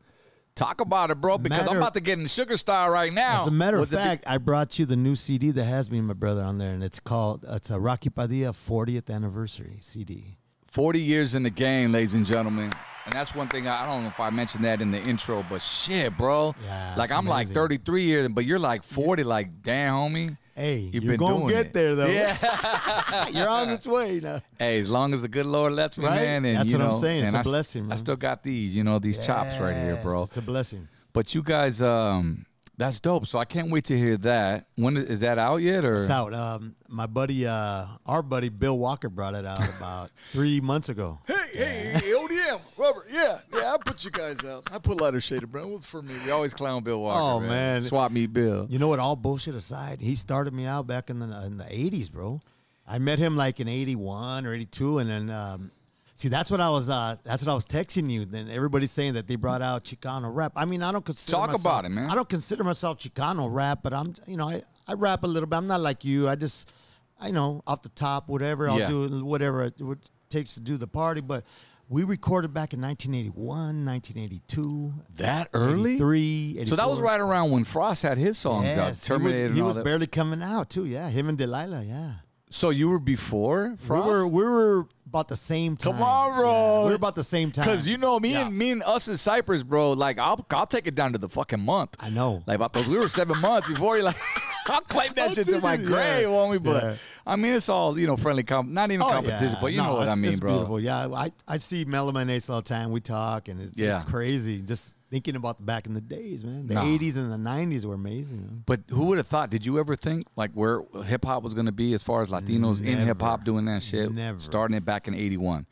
Speaker 2: Talk about it, bro, because I'm
Speaker 6: Matter-
Speaker 2: about to get in sugar style right now.
Speaker 6: As a matter of
Speaker 2: Was it be-
Speaker 6: fact, I brought you the new CD that has me and my brother on there, and it's called it's a Rocky Padilla 40th anniversary CD.
Speaker 2: 40 years in the game, ladies and gentlemen. And that's one thing I I don't know if I mentioned that in the intro, but shit, bro.
Speaker 6: Yeah,
Speaker 2: like
Speaker 6: it's
Speaker 2: I'm like
Speaker 6: amazing.
Speaker 2: 33 years, but you're like 40. Like, damn, homie.
Speaker 6: Hey,
Speaker 2: You've
Speaker 6: you're
Speaker 2: been
Speaker 6: gonna
Speaker 2: doing
Speaker 6: get
Speaker 2: it.
Speaker 6: there though.
Speaker 2: Yeah.
Speaker 6: you're on its way now.
Speaker 2: hey, as long as the good Lord lets me,
Speaker 6: Right?
Speaker 2: man. And
Speaker 6: That's
Speaker 2: you
Speaker 6: what I'm
Speaker 2: know,
Speaker 6: saying. It's
Speaker 2: and
Speaker 6: a
Speaker 2: I s-
Speaker 6: blessing,
Speaker 2: I
Speaker 6: man.
Speaker 2: still got these, you know, these chops right here,
Speaker 6: Yes,
Speaker 2: bro.
Speaker 6: It's a blessing.
Speaker 2: but you guys, um, that's dope. So I can't wait to hear that. When is, is that out yet? Or
Speaker 6: It's out. Um, my buddy, uh, our buddy Bill Walker brought it out about three months ago.
Speaker 2: Hey, hey, ODM, Robert, yeah, yeah, I put you guys out. I put lighter shade of brown. It was for me. We always clown Bill Walker.
Speaker 6: Oh, man.
Speaker 2: swap me, Bill.
Speaker 6: You know what? All bullshit aside, he started me out back in the in the '80s, bro. I met him like in '81 or '82, and then um, see, that's what I was. Uh, that's what I was texting you. Then everybody's saying that they brought out Chicano rap. I mean, I don't consider
Speaker 2: Talk
Speaker 6: myself-
Speaker 2: about it, man.
Speaker 6: I don't consider myself Chicano rap, but I'm. You know, I I rap a little bit. I'm not like you. I just, I know off the top, whatever. I'll
Speaker 2: Yeah.
Speaker 6: do whatever it would- takes to do the party, but. We recorded back in 1981, 1982.
Speaker 2: That early?
Speaker 6: 83,
Speaker 2: So that was
Speaker 6: 84.
Speaker 2: right around when Frost had his songs out,
Speaker 6: Yes, he was-
Speaker 2: Terminator
Speaker 6: He
Speaker 2: and all
Speaker 6: was,
Speaker 2: that.
Speaker 6: barely coming out too. Yeah, him and Delilah. Yeah,
Speaker 2: so you were before Frost?
Speaker 6: we were we were about the same time.
Speaker 2: Tomorrow.
Speaker 6: Yeah, we were about the same time.
Speaker 2: Cause you know me
Speaker 6: Yeah.
Speaker 2: and me and us in Cyprus, bro. Like I'll I'll take it down to the fucking month.
Speaker 6: I know.
Speaker 2: Like about those, we were seven months before you. Like I'll claim that shit to my
Speaker 6: Yeah.
Speaker 2: grave, homie. But
Speaker 6: Yeah.
Speaker 2: I mean, it's all you know, friendly comp, not even
Speaker 6: Oh,
Speaker 2: competition,
Speaker 6: yeah.
Speaker 2: but you
Speaker 6: No,
Speaker 2: know what I
Speaker 6: it's-
Speaker 2: mean,
Speaker 6: it's
Speaker 2: bro.
Speaker 6: Beautiful. Yeah, I I see Mel and my Nace all the time. We talk, and it's,
Speaker 2: Yeah.
Speaker 6: it's crazy. Just thinking about back in the days, man. The
Speaker 2: Nah.
Speaker 6: '80s and the '90s were amazing. man.
Speaker 2: But who would have thought? Did you ever think like where hip hop was going to be as far as Latinos in hip hop doing that shit?
Speaker 6: Never.
Speaker 2: Starting it back in '81.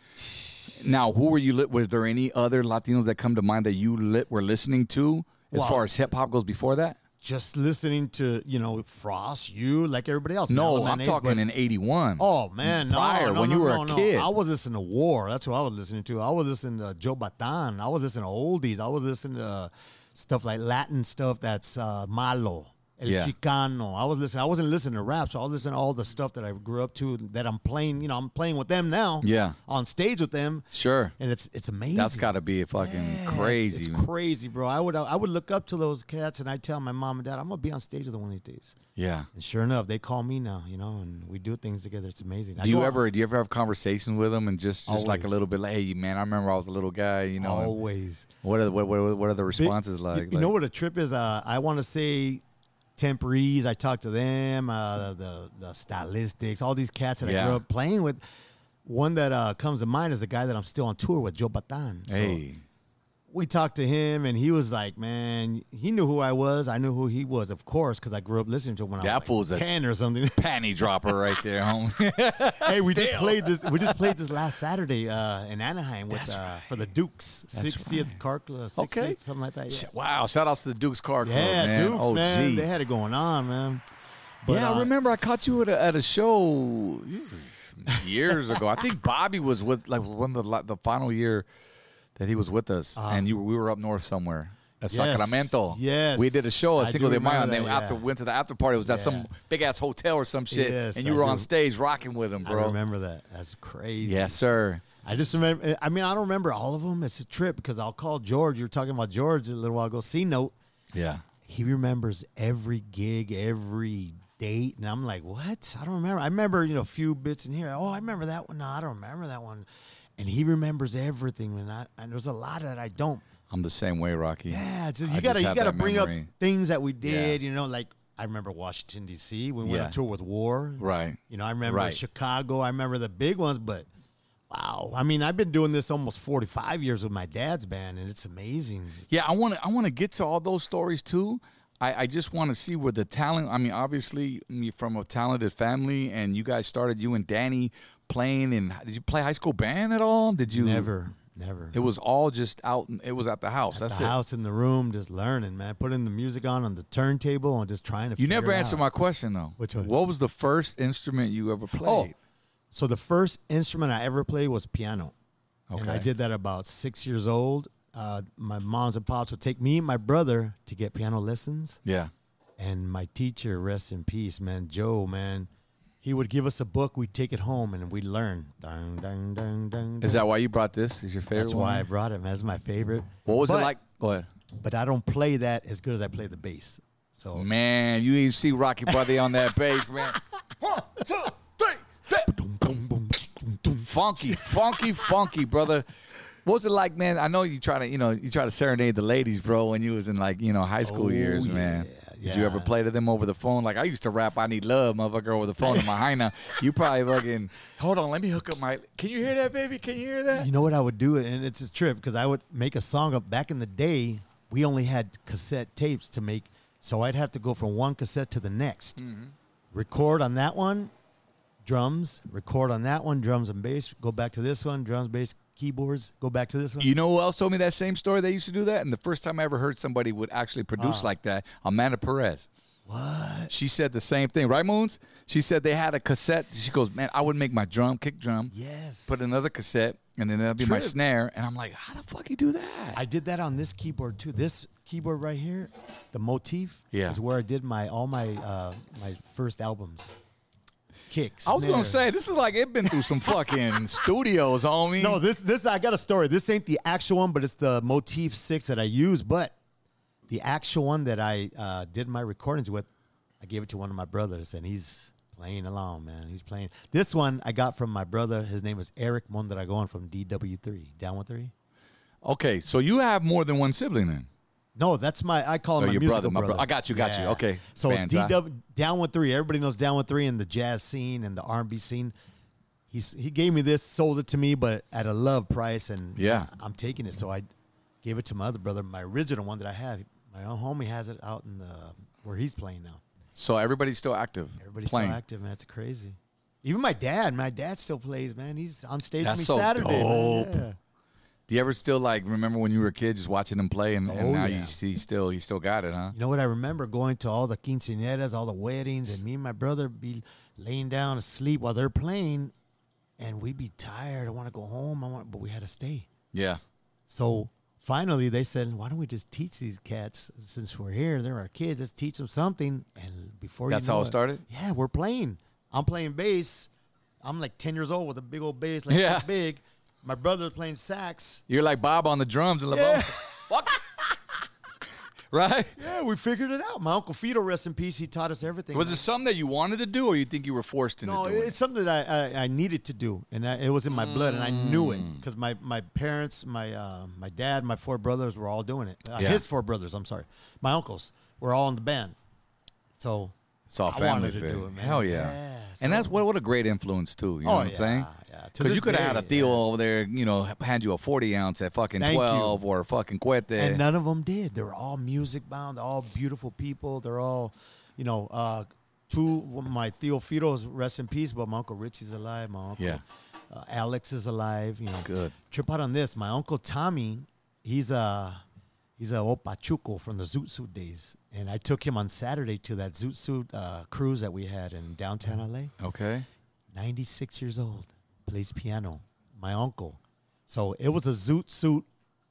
Speaker 2: Now, who were you? Li- were there any other Latinos that come to mind that you lit were listening to as
Speaker 6: Well-
Speaker 2: far as hip hop goes before that?
Speaker 6: Just listening to you know Frost, you like everybody else. Mel
Speaker 2: No,
Speaker 6: and my
Speaker 2: I'm
Speaker 6: Nace,
Speaker 2: talking
Speaker 6: but-
Speaker 2: in '81.
Speaker 6: Oh man! No,
Speaker 2: prior,
Speaker 6: no,
Speaker 2: when
Speaker 6: no,
Speaker 2: you were
Speaker 6: no,
Speaker 2: a
Speaker 6: no.
Speaker 2: kid.
Speaker 6: I was listening to War. That's what I was listening to. I was listening to Joe Batan. I was listening to oldies. I was listening to uh, stuff like Latin stuff that's uh, malo, el
Speaker 2: Yeah.
Speaker 6: chicano. I was listening. I wasn't listening to rap, so I was listening to all the stuff that I grew up to. That I'm playing. You know, I'm playing with them now.
Speaker 2: Yeah.
Speaker 6: on stage with them,
Speaker 2: sure.
Speaker 6: and it's it's amazing.
Speaker 2: That's got to be a fucking
Speaker 6: Yeah, it's-
Speaker 2: crazy.
Speaker 6: It's, crazy, bro. I would I would look up to those cats, and I tell my mom and dad, I'm gonna be on stage with them one of these days.
Speaker 2: yeah.
Speaker 6: And sure enough, they call me now, you know, and we do things together. It's amazing. I
Speaker 2: Do you
Speaker 6: go-
Speaker 2: ever do you ever have conversations with them and just, just like a
Speaker 6: Always.
Speaker 2: little bit like, hey man, I remember I was a little guy, you know. and
Speaker 6: always
Speaker 2: What are what, what what are the
Speaker 6: Big-
Speaker 2: responses
Speaker 6: you-
Speaker 2: like?
Speaker 6: You,
Speaker 2: Like-
Speaker 6: know what a trip is? Uh, I want to say temporees. I talk to them. Uh, the the stylistics, all these cats that I
Speaker 2: Yeah.
Speaker 6: grew up playing with. One that uh, comes to mind is the guy that I'm still on tour with, Joe Batan. So
Speaker 2: Hey,
Speaker 6: we talked to him, and he was like, "Man, he knew who I was. I knew who he was, of course, because I grew up listening to him when
Speaker 2: That
Speaker 6: I was
Speaker 2: fool's a-
Speaker 6: like ten or something."
Speaker 2: panty dropper right there, homie.
Speaker 6: hey, we just played this. We just played this last Saturday uh, in Anaheim with uh, for the Dukes, sixtieth car club, 60th,
Speaker 2: Okay.
Speaker 6: something like that.
Speaker 2: Sh-
Speaker 6: Yeah,
Speaker 2: wow, shout outs to the Duke's Car Club,
Speaker 6: yeah
Speaker 2: man.
Speaker 6: Dukes,
Speaker 2: oh,
Speaker 6: man,
Speaker 2: gee.
Speaker 6: they had it going on, man.
Speaker 2: yeah, I
Speaker 6: uh,
Speaker 2: remember I caught you at a, at a show years ago. I think Bobby was with like was one of the la- the final year that he was with us, and you were- we were up north somewhere. At
Speaker 6: Uh, Yes,
Speaker 2: Sacramento,
Speaker 6: yes.
Speaker 2: we did a show
Speaker 6: I
Speaker 2: at Cinco
Speaker 6: do
Speaker 2: de Mayo, and
Speaker 6: remember
Speaker 2: then
Speaker 6: that,
Speaker 2: after
Speaker 6: yeah.
Speaker 2: went to the after party. It was at some
Speaker 6: Yeah.
Speaker 2: big ass hotel or some shit,
Speaker 6: Yes,
Speaker 2: and you
Speaker 6: I
Speaker 2: were on
Speaker 6: do.
Speaker 2: stage rocking with him, bro.
Speaker 6: I remember that. That's crazy.
Speaker 2: Yes, sir.
Speaker 6: I just remember. I mean, I don't remember all of them. It's a trip because I'll call George. You were talking about George a little while ago. C note.
Speaker 2: Yeah,
Speaker 6: He remembers every gig, every date, and I'm like, what? I don't remember. I remember you know a few bits in here. Oh, I remember that one. No, I don't remember that one. And he remembers everything, and, I, and there's a lot that I don't.
Speaker 2: I'm the same way, Rocky.
Speaker 6: Yeah, it's just-
Speaker 2: I
Speaker 6: you
Speaker 2: just
Speaker 6: gotta you
Speaker 2: have
Speaker 6: gotta
Speaker 2: that
Speaker 6: bring
Speaker 2: memory.
Speaker 6: up things that we did. You know, like I remember Washington D.C. We went
Speaker 2: Yeah.
Speaker 6: on tour with War.
Speaker 2: Right.
Speaker 6: You know, I remember
Speaker 2: Right.
Speaker 6: Chicago. I remember the big ones, but wow. I mean, I've been doing this almost 45 years with my dad's band, and it's amazing.
Speaker 2: Yeah, I want to. I want to get to all those stories too. I, I just want to see where the talent. I mean, obviously, me from a talented family, and you guys started. You and Danny playing. And did you play high school band at all? Did you?
Speaker 6: Never, never.
Speaker 2: It was all just out. It was at the house.
Speaker 6: the
Speaker 2: That's it.
Speaker 6: house in the room, just learning, man. Putting the music on on the turntable and just trying to.
Speaker 2: You never answered
Speaker 6: answer
Speaker 2: my question though.
Speaker 6: Which one?
Speaker 2: What was the first instrument you ever
Speaker 6: Oh,
Speaker 2: played?
Speaker 6: so the first instrument I ever played was piano. And I
Speaker 2: Okay.
Speaker 6: did that about six years old. Uh, my moms and pops would take me and my brother to get piano lessons.
Speaker 2: Yeah.
Speaker 6: And my teacher, rest in peace, man, Joe, man, he would give us a book. We'd take it home and we'd learn. Dun, dun, dun, dun,
Speaker 2: Is
Speaker 6: dun.
Speaker 2: that why you brought this? Is your favorite?
Speaker 6: That's why I
Speaker 2: one?
Speaker 6: brought it, man. That's my favorite.
Speaker 2: What was it
Speaker 6: But-
Speaker 2: like? Go ahead.
Speaker 6: But I don't play that as good as I play the bass. So
Speaker 2: Man, you ain't see Rocky Brother on that bass, man. One, two, three, three. Funky, funky, funky, brother. What was it like, man? I know you try to, you know, you try to serenade the ladies, bro, when you was in like, you know, high school
Speaker 6: Oh,
Speaker 2: years,
Speaker 6: yeah,
Speaker 2: man. Did you ever
Speaker 6: yeah.
Speaker 2: play to them over the phone? Like I used to rap I Need Love, motherfucker, over the phone in my hyena. You probably fucking hold on, let me hook up my can you hear that, baby? Can you hear that?
Speaker 6: you know what I would do? And it's a trip because I would make a song up. Back in the day, we only had cassette tapes to make. So I'd have to go from one cassette to the next.
Speaker 2: Mm-hmm.
Speaker 6: Record on that one, drums. Record on that one, drums and bass. Go back to this one, drums, bass, keyboards. Go back to this one.
Speaker 2: You know who else told me that same story? They used to do that. And the first time I ever heard somebody would actually produce like that, Amanda Perez. What? She said the same thing, right, Moons? She said they had a cassette. She goes, Man, I would make my drum, kick drum,
Speaker 6: Yes.
Speaker 2: put another cassette, and then that'll be my
Speaker 6: True.
Speaker 2: snare. And I'm like, How the fuck you do that?
Speaker 6: I did that on this keyboard too. This keyboard right here, the motif,
Speaker 2: Yeah.
Speaker 6: is where I did my all my uh, my first albums. Kicks.
Speaker 2: I was gonna
Speaker 6: snare.
Speaker 2: say this is like it been through some fucking studios, homie.
Speaker 6: No, this this I got a story. This ain't the actual one, but it's the motif six that I use. But the actual one that I uh, did my recordings with, I gave it to one of my brothers, and he's playing along, man. He's playing. This one I got from my brother. His name is Eric Mondragon from DW3, Down One Three.
Speaker 2: okay, so you have more than one sibling then.
Speaker 6: No, that's my. I call him
Speaker 2: Oh,
Speaker 6: my
Speaker 2: your
Speaker 6: musical
Speaker 2: brother, my bro- I got you, got you. Okay,
Speaker 6: So
Speaker 2: fans, huh?
Speaker 6: DW down one three. Everybody knows down one three in the jazz scene and the R and B scene. He's he gave me this, sold it to me, but at a love price, and
Speaker 2: Yeah.
Speaker 6: I'm taking it. So I gave it to my other brother, my original one that I had. My own homie has it out in the where he's playing now.
Speaker 2: So everybody's still active.
Speaker 6: Everybody's
Speaker 2: playing.
Speaker 6: still active, man. It's crazy. Even my dad, my dad still plays, man. He's on stage
Speaker 2: That's
Speaker 6: with me
Speaker 2: so
Speaker 6: Saturday. man.
Speaker 2: dope.
Speaker 6: Yeah.
Speaker 2: Do you ever still like remember when you were a kid just watching him play and, and
Speaker 6: Oh,
Speaker 2: now you
Speaker 6: yeah.
Speaker 2: see still you still got it, huh?
Speaker 6: You know what? I remember going to all the quinceañeras, all the weddings, and me and my brother be laying down asleep while they're playing, and we'd be tired. I want to go home. I want, but we had to stay.
Speaker 2: Yeah.
Speaker 6: So finally, they said, "Why don't we just teach these cats? Since we're here, they're our kids. Let's teach them something." And before
Speaker 2: That's
Speaker 6: you know
Speaker 2: how it started?
Speaker 6: Yeah, we're playing. I'm playing bass. I'm like ten years old with a big old bass, like
Speaker 2: Yeah.
Speaker 6: that big. My brother's playing sax.
Speaker 2: You're like Bob on the drums and yeah. right?
Speaker 6: Yeah, we figured it out. My uncle Fido, rest in peace. He taught us everything.
Speaker 2: Was it something that you wanted to do or you think you were forced into
Speaker 6: No,
Speaker 2: doing
Speaker 6: Oh, it's something that I, I, I needed to do, and I, it was in my blood, and I knew it
Speaker 2: Mm.
Speaker 6: because my, my parents, my uh, my dad, my four brothers were all doing it. Uh,
Speaker 2: Yeah.
Speaker 6: His four brothers, I'm sorry, my uncles were all in the band, so
Speaker 2: It's all
Speaker 6: I
Speaker 2: family
Speaker 6: wanted to
Speaker 2: fit.
Speaker 6: do it, man.
Speaker 2: Hell yeah.
Speaker 6: Yeah,
Speaker 2: and that's
Speaker 6: so-
Speaker 2: what what a great influence too. You know
Speaker 6: oh
Speaker 2: what I'm
Speaker 6: yeah,
Speaker 2: saying?
Speaker 6: yeah, to
Speaker 2: Because
Speaker 6: this
Speaker 2: you could have had a
Speaker 6: day,
Speaker 2: Theo over there, you know, hand you a 40 ounce at fucking
Speaker 6: Thank you.
Speaker 2: 12 or a fucking Cuete.
Speaker 6: and none of them did. They're all music bound. They're all beautiful people. They're all, you know, uh, two. My Theofitos, rest in peace, but my uncle Richie's alive. My uncle,
Speaker 2: Yeah.
Speaker 6: uh, Alex is alive. You know,
Speaker 2: Good.
Speaker 6: Trip out on this. My uncle Tommy, he's a he's a old Pachuco from the Zoot Suit days, and I took him on Saturday to that Zoot Suit uh, cruise that we had in downtown LA.
Speaker 2: Mm-hmm. okay.
Speaker 6: 96 years old, plays piano. My uncle. So it was a Zoot Suit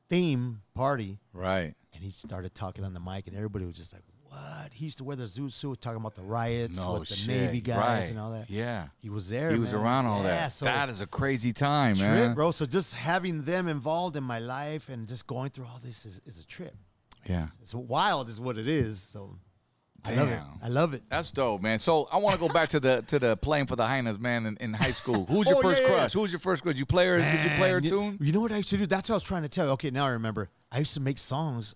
Speaker 6: theme party
Speaker 2: Right.
Speaker 6: and he started talking on the mic, and everybody was just like, "What?" He used to wear the zoo suit, talking about the riots
Speaker 2: No
Speaker 6: with the
Speaker 2: Oh, shit.
Speaker 6: Navy guys
Speaker 2: Right.
Speaker 6: and all that.
Speaker 2: Yeah.
Speaker 6: he was there.
Speaker 2: He was
Speaker 6: man.
Speaker 2: around all
Speaker 6: Yeah,
Speaker 2: that.
Speaker 6: So
Speaker 2: that is a crazy time,
Speaker 6: trip,
Speaker 2: man.
Speaker 6: bro. So just having them involved in my life and just going through all this is, is a trip.
Speaker 2: Yeah.
Speaker 6: It's wild, is what it is. So I love it.
Speaker 2: Damn.
Speaker 6: I love it.
Speaker 2: That's dope, man. So I want to go back to the to the playing for the Hyenas, man, in, in high school. Who's your
Speaker 6: Oh, yeah,
Speaker 2: first
Speaker 6: yeah, yeah.
Speaker 2: crush? Who's your first crush? You play her? Did you play her
Speaker 6: Man, you-
Speaker 2: tune?
Speaker 6: You know what I used to do? That's what I was trying to tell you. Okay, now I remember. I used to make songs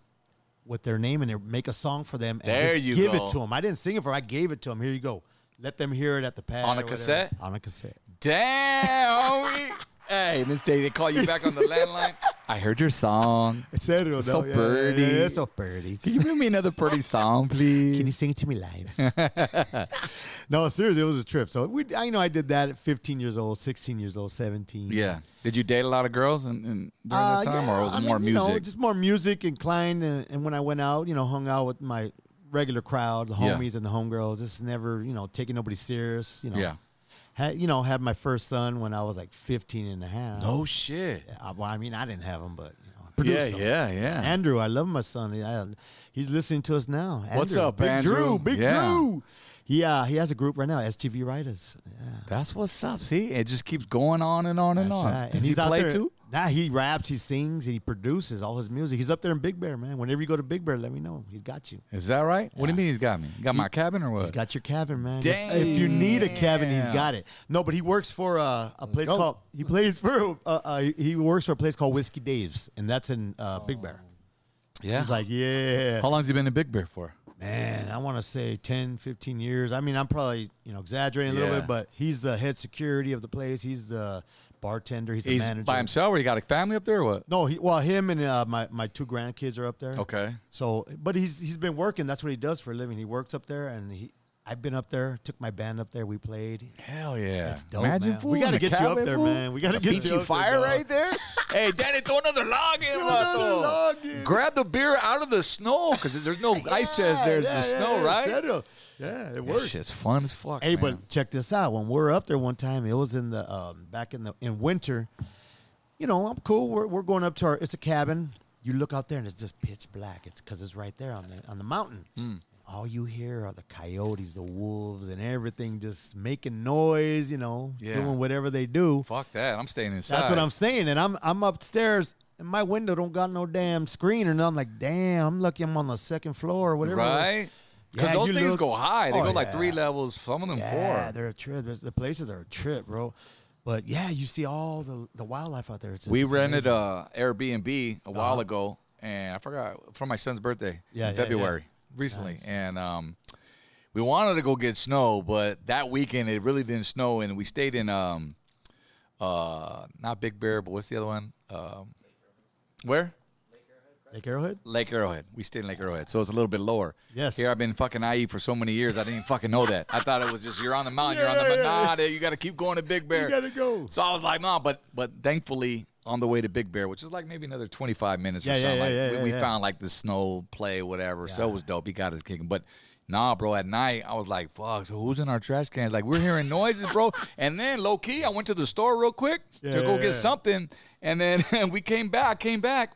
Speaker 6: with their name and make a song for them and
Speaker 2: There
Speaker 6: just
Speaker 2: you
Speaker 6: give
Speaker 2: go.
Speaker 6: it to them. I didn't sing it for them. I gave it to them. Here you go. Let them hear it at the pad.
Speaker 2: On a
Speaker 6: or whatever.
Speaker 2: cassette?
Speaker 6: On a cassette.
Speaker 2: Damn, oh, homie.
Speaker 6: Eh,
Speaker 2: Hey, Miss Day, they call you back on the landline. I heard your song.
Speaker 6: Serio,
Speaker 2: So
Speaker 6: no?
Speaker 2: pretty.
Speaker 6: Yeah, yeah, yeah, so pretty.
Speaker 2: Can you bring me another pretty song, please?
Speaker 6: Can you sing it to me live? no, seriously, it was a trip. So we, I know I did that at 15 years old, 16 years old, 17.
Speaker 2: yeah. Did you date a lot of girls and, and during
Speaker 6: Uh,
Speaker 2: that time, or
Speaker 6: yeah,
Speaker 2: was it
Speaker 6: I
Speaker 2: more
Speaker 6: mean, you know,
Speaker 2: music?
Speaker 6: just more music inclined. And, uh, and when I went out, you know, hung out with my regular crowd, the
Speaker 2: Yeah.
Speaker 6: homies and the homegirls. Just never, you know, taking nobody serious. You know,
Speaker 2: Yeah.
Speaker 6: Had, you know, had my first son when I was like 15 and a half.
Speaker 2: No shit.
Speaker 6: I, well, I mean, I didn't have him, but you know, I
Speaker 2: Yeah,
Speaker 6: produced him.
Speaker 2: yeah, yeah.
Speaker 6: Andrew, I love my son. He- I- he's listening to us now.
Speaker 2: What's
Speaker 6: Andrew,
Speaker 2: up,
Speaker 6: Big
Speaker 2: Andrew?
Speaker 6: Drew? Big
Speaker 2: Yeah.
Speaker 6: Drew. Yeah, he has a group right now, SGV Writers. Yeah.
Speaker 2: That's what's up. See, it just keeps going on and on and
Speaker 6: That's
Speaker 2: on.
Speaker 6: right.
Speaker 2: Does he
Speaker 6: he's out
Speaker 2: play
Speaker 6: there-
Speaker 2: too?
Speaker 6: Nah, he raps, he sings, and he produces all his music. He's up there in Big Bear, man. Whenever you go to Big Bear, let me know. He's got you.
Speaker 2: Is that right? What do you mean he's got me? Got my cabin or what?
Speaker 6: He's got your cabin, man. If- If, you need a cabin, he's
Speaker 2: Damn.
Speaker 6: got it. No, but he works for uh, a place called he plays for uh, uh, he works for a place called Whiskey Dave's, and that's in uh, Big Bear.
Speaker 2: yeah.
Speaker 6: He's like, yeah,
Speaker 2: How long's he been in Big Bear for?
Speaker 6: man. I want to say 10, 15 years. I mean, I'm probably you know exaggerating a little
Speaker 2: Yeah.
Speaker 6: bit, but he's the head security of the place. He's the bartender. He's the
Speaker 2: He's
Speaker 6: manager.
Speaker 2: by himself, or he got a family up there, or what?
Speaker 6: No, he, well, him and uh, my my two grandkids are up there.
Speaker 2: Okay.
Speaker 6: So, but he's he's been working. That's what he does for a living. He works up there, and he I've been up there. Took my band up there. We played.
Speaker 2: Hell yeah!
Speaker 6: That's dope,
Speaker 2: Imagine
Speaker 6: man.
Speaker 2: fool,
Speaker 6: We gotta
Speaker 2: in a
Speaker 6: get you up
Speaker 2: cabin,
Speaker 6: there,
Speaker 2: fool.
Speaker 6: man. We gotta
Speaker 2: A
Speaker 6: get you
Speaker 2: Peachy
Speaker 6: up there,
Speaker 2: fire
Speaker 6: dog.
Speaker 2: right there. Uh, hey, Daddy, throw another log in,
Speaker 6: another
Speaker 2: vato.
Speaker 6: log in.
Speaker 2: Grab the beer out of the snow because there's no ice chest. There's the snow, right?
Speaker 6: right? Yeah, it
Speaker 2: That
Speaker 6: works.
Speaker 2: shit's fun as fuck.
Speaker 6: Hey,
Speaker 2: man.
Speaker 6: but check this out. When we were up there one time, it was in the um, back in the in winter. You know, I'm cool. We're, we're going up to our. It's a cabin. You look out there and it's just pitch black. It's because it's right there on the on the mountain.
Speaker 2: Hmm.
Speaker 6: All you hear are the coyotes, the wolves, and everything just making noise. You know,
Speaker 2: Yeah.
Speaker 6: doing whatever they do.
Speaker 2: fuck that. I'm staying inside.
Speaker 6: That's what I'm saying. And I'm I'm upstairs and my window don't got no damn screen. And I'm like, damn, I'm lucky I'm on the second floor or whatever. it was.
Speaker 2: Right? Because
Speaker 6: Yeah,
Speaker 2: those
Speaker 6: you
Speaker 2: things
Speaker 6: look-
Speaker 2: go high. They
Speaker 6: Oh,
Speaker 2: go like
Speaker 6: yeah.
Speaker 2: three levels. Some of them
Speaker 6: Yeah,
Speaker 2: four.
Speaker 6: they're a trip. There's- The places are a trip, bro. But yeah, you see all the, the wildlife out there. It's,
Speaker 2: We
Speaker 6: it's
Speaker 2: rented
Speaker 6: amazing.
Speaker 2: a Airbnb a while ago, and I forgot for my son's birthday.
Speaker 6: Uh-huh. Yeah,
Speaker 2: in
Speaker 6: yeah, yeah.
Speaker 2: February recently, and um, we wanted to go get snow, but that weekend it really didn't snow, and we stayed in um, uh, not Big Bear, but what's the other one? Um, where?
Speaker 6: Lake Arrowhead.
Speaker 2: Lake Arrowhead. We stayed in Lake Arrowhead, so it's a little bit lower.
Speaker 6: Yes.
Speaker 2: Here I've been fucking IE for so many years, I didn't even fucking know that. I thought it was just you're on the mountain, you're on the manada, you got to keep going to Big Bear. You got to
Speaker 6: go.
Speaker 2: So I was like, no, but but thankfully on the way to Big Bear, which is like maybe another 25 minutes
Speaker 6: Yeah,
Speaker 2: or
Speaker 6: yeah,
Speaker 2: something,
Speaker 6: yeah,
Speaker 2: like,
Speaker 6: yeah,
Speaker 2: we,
Speaker 6: yeah,
Speaker 2: we
Speaker 6: yeah.
Speaker 2: found like the snow play, whatever. So it was dope. He got his kicking, but. Nah, bro. At night, I was like, "Fuck!" So who's in our trash cans? Like, we're hearing noises, bro. And then, low key, I went to the store real quick to
Speaker 6: Yeah,
Speaker 2: go
Speaker 6: yeah,
Speaker 2: get
Speaker 6: yeah.
Speaker 2: something, and then we came back. Came back,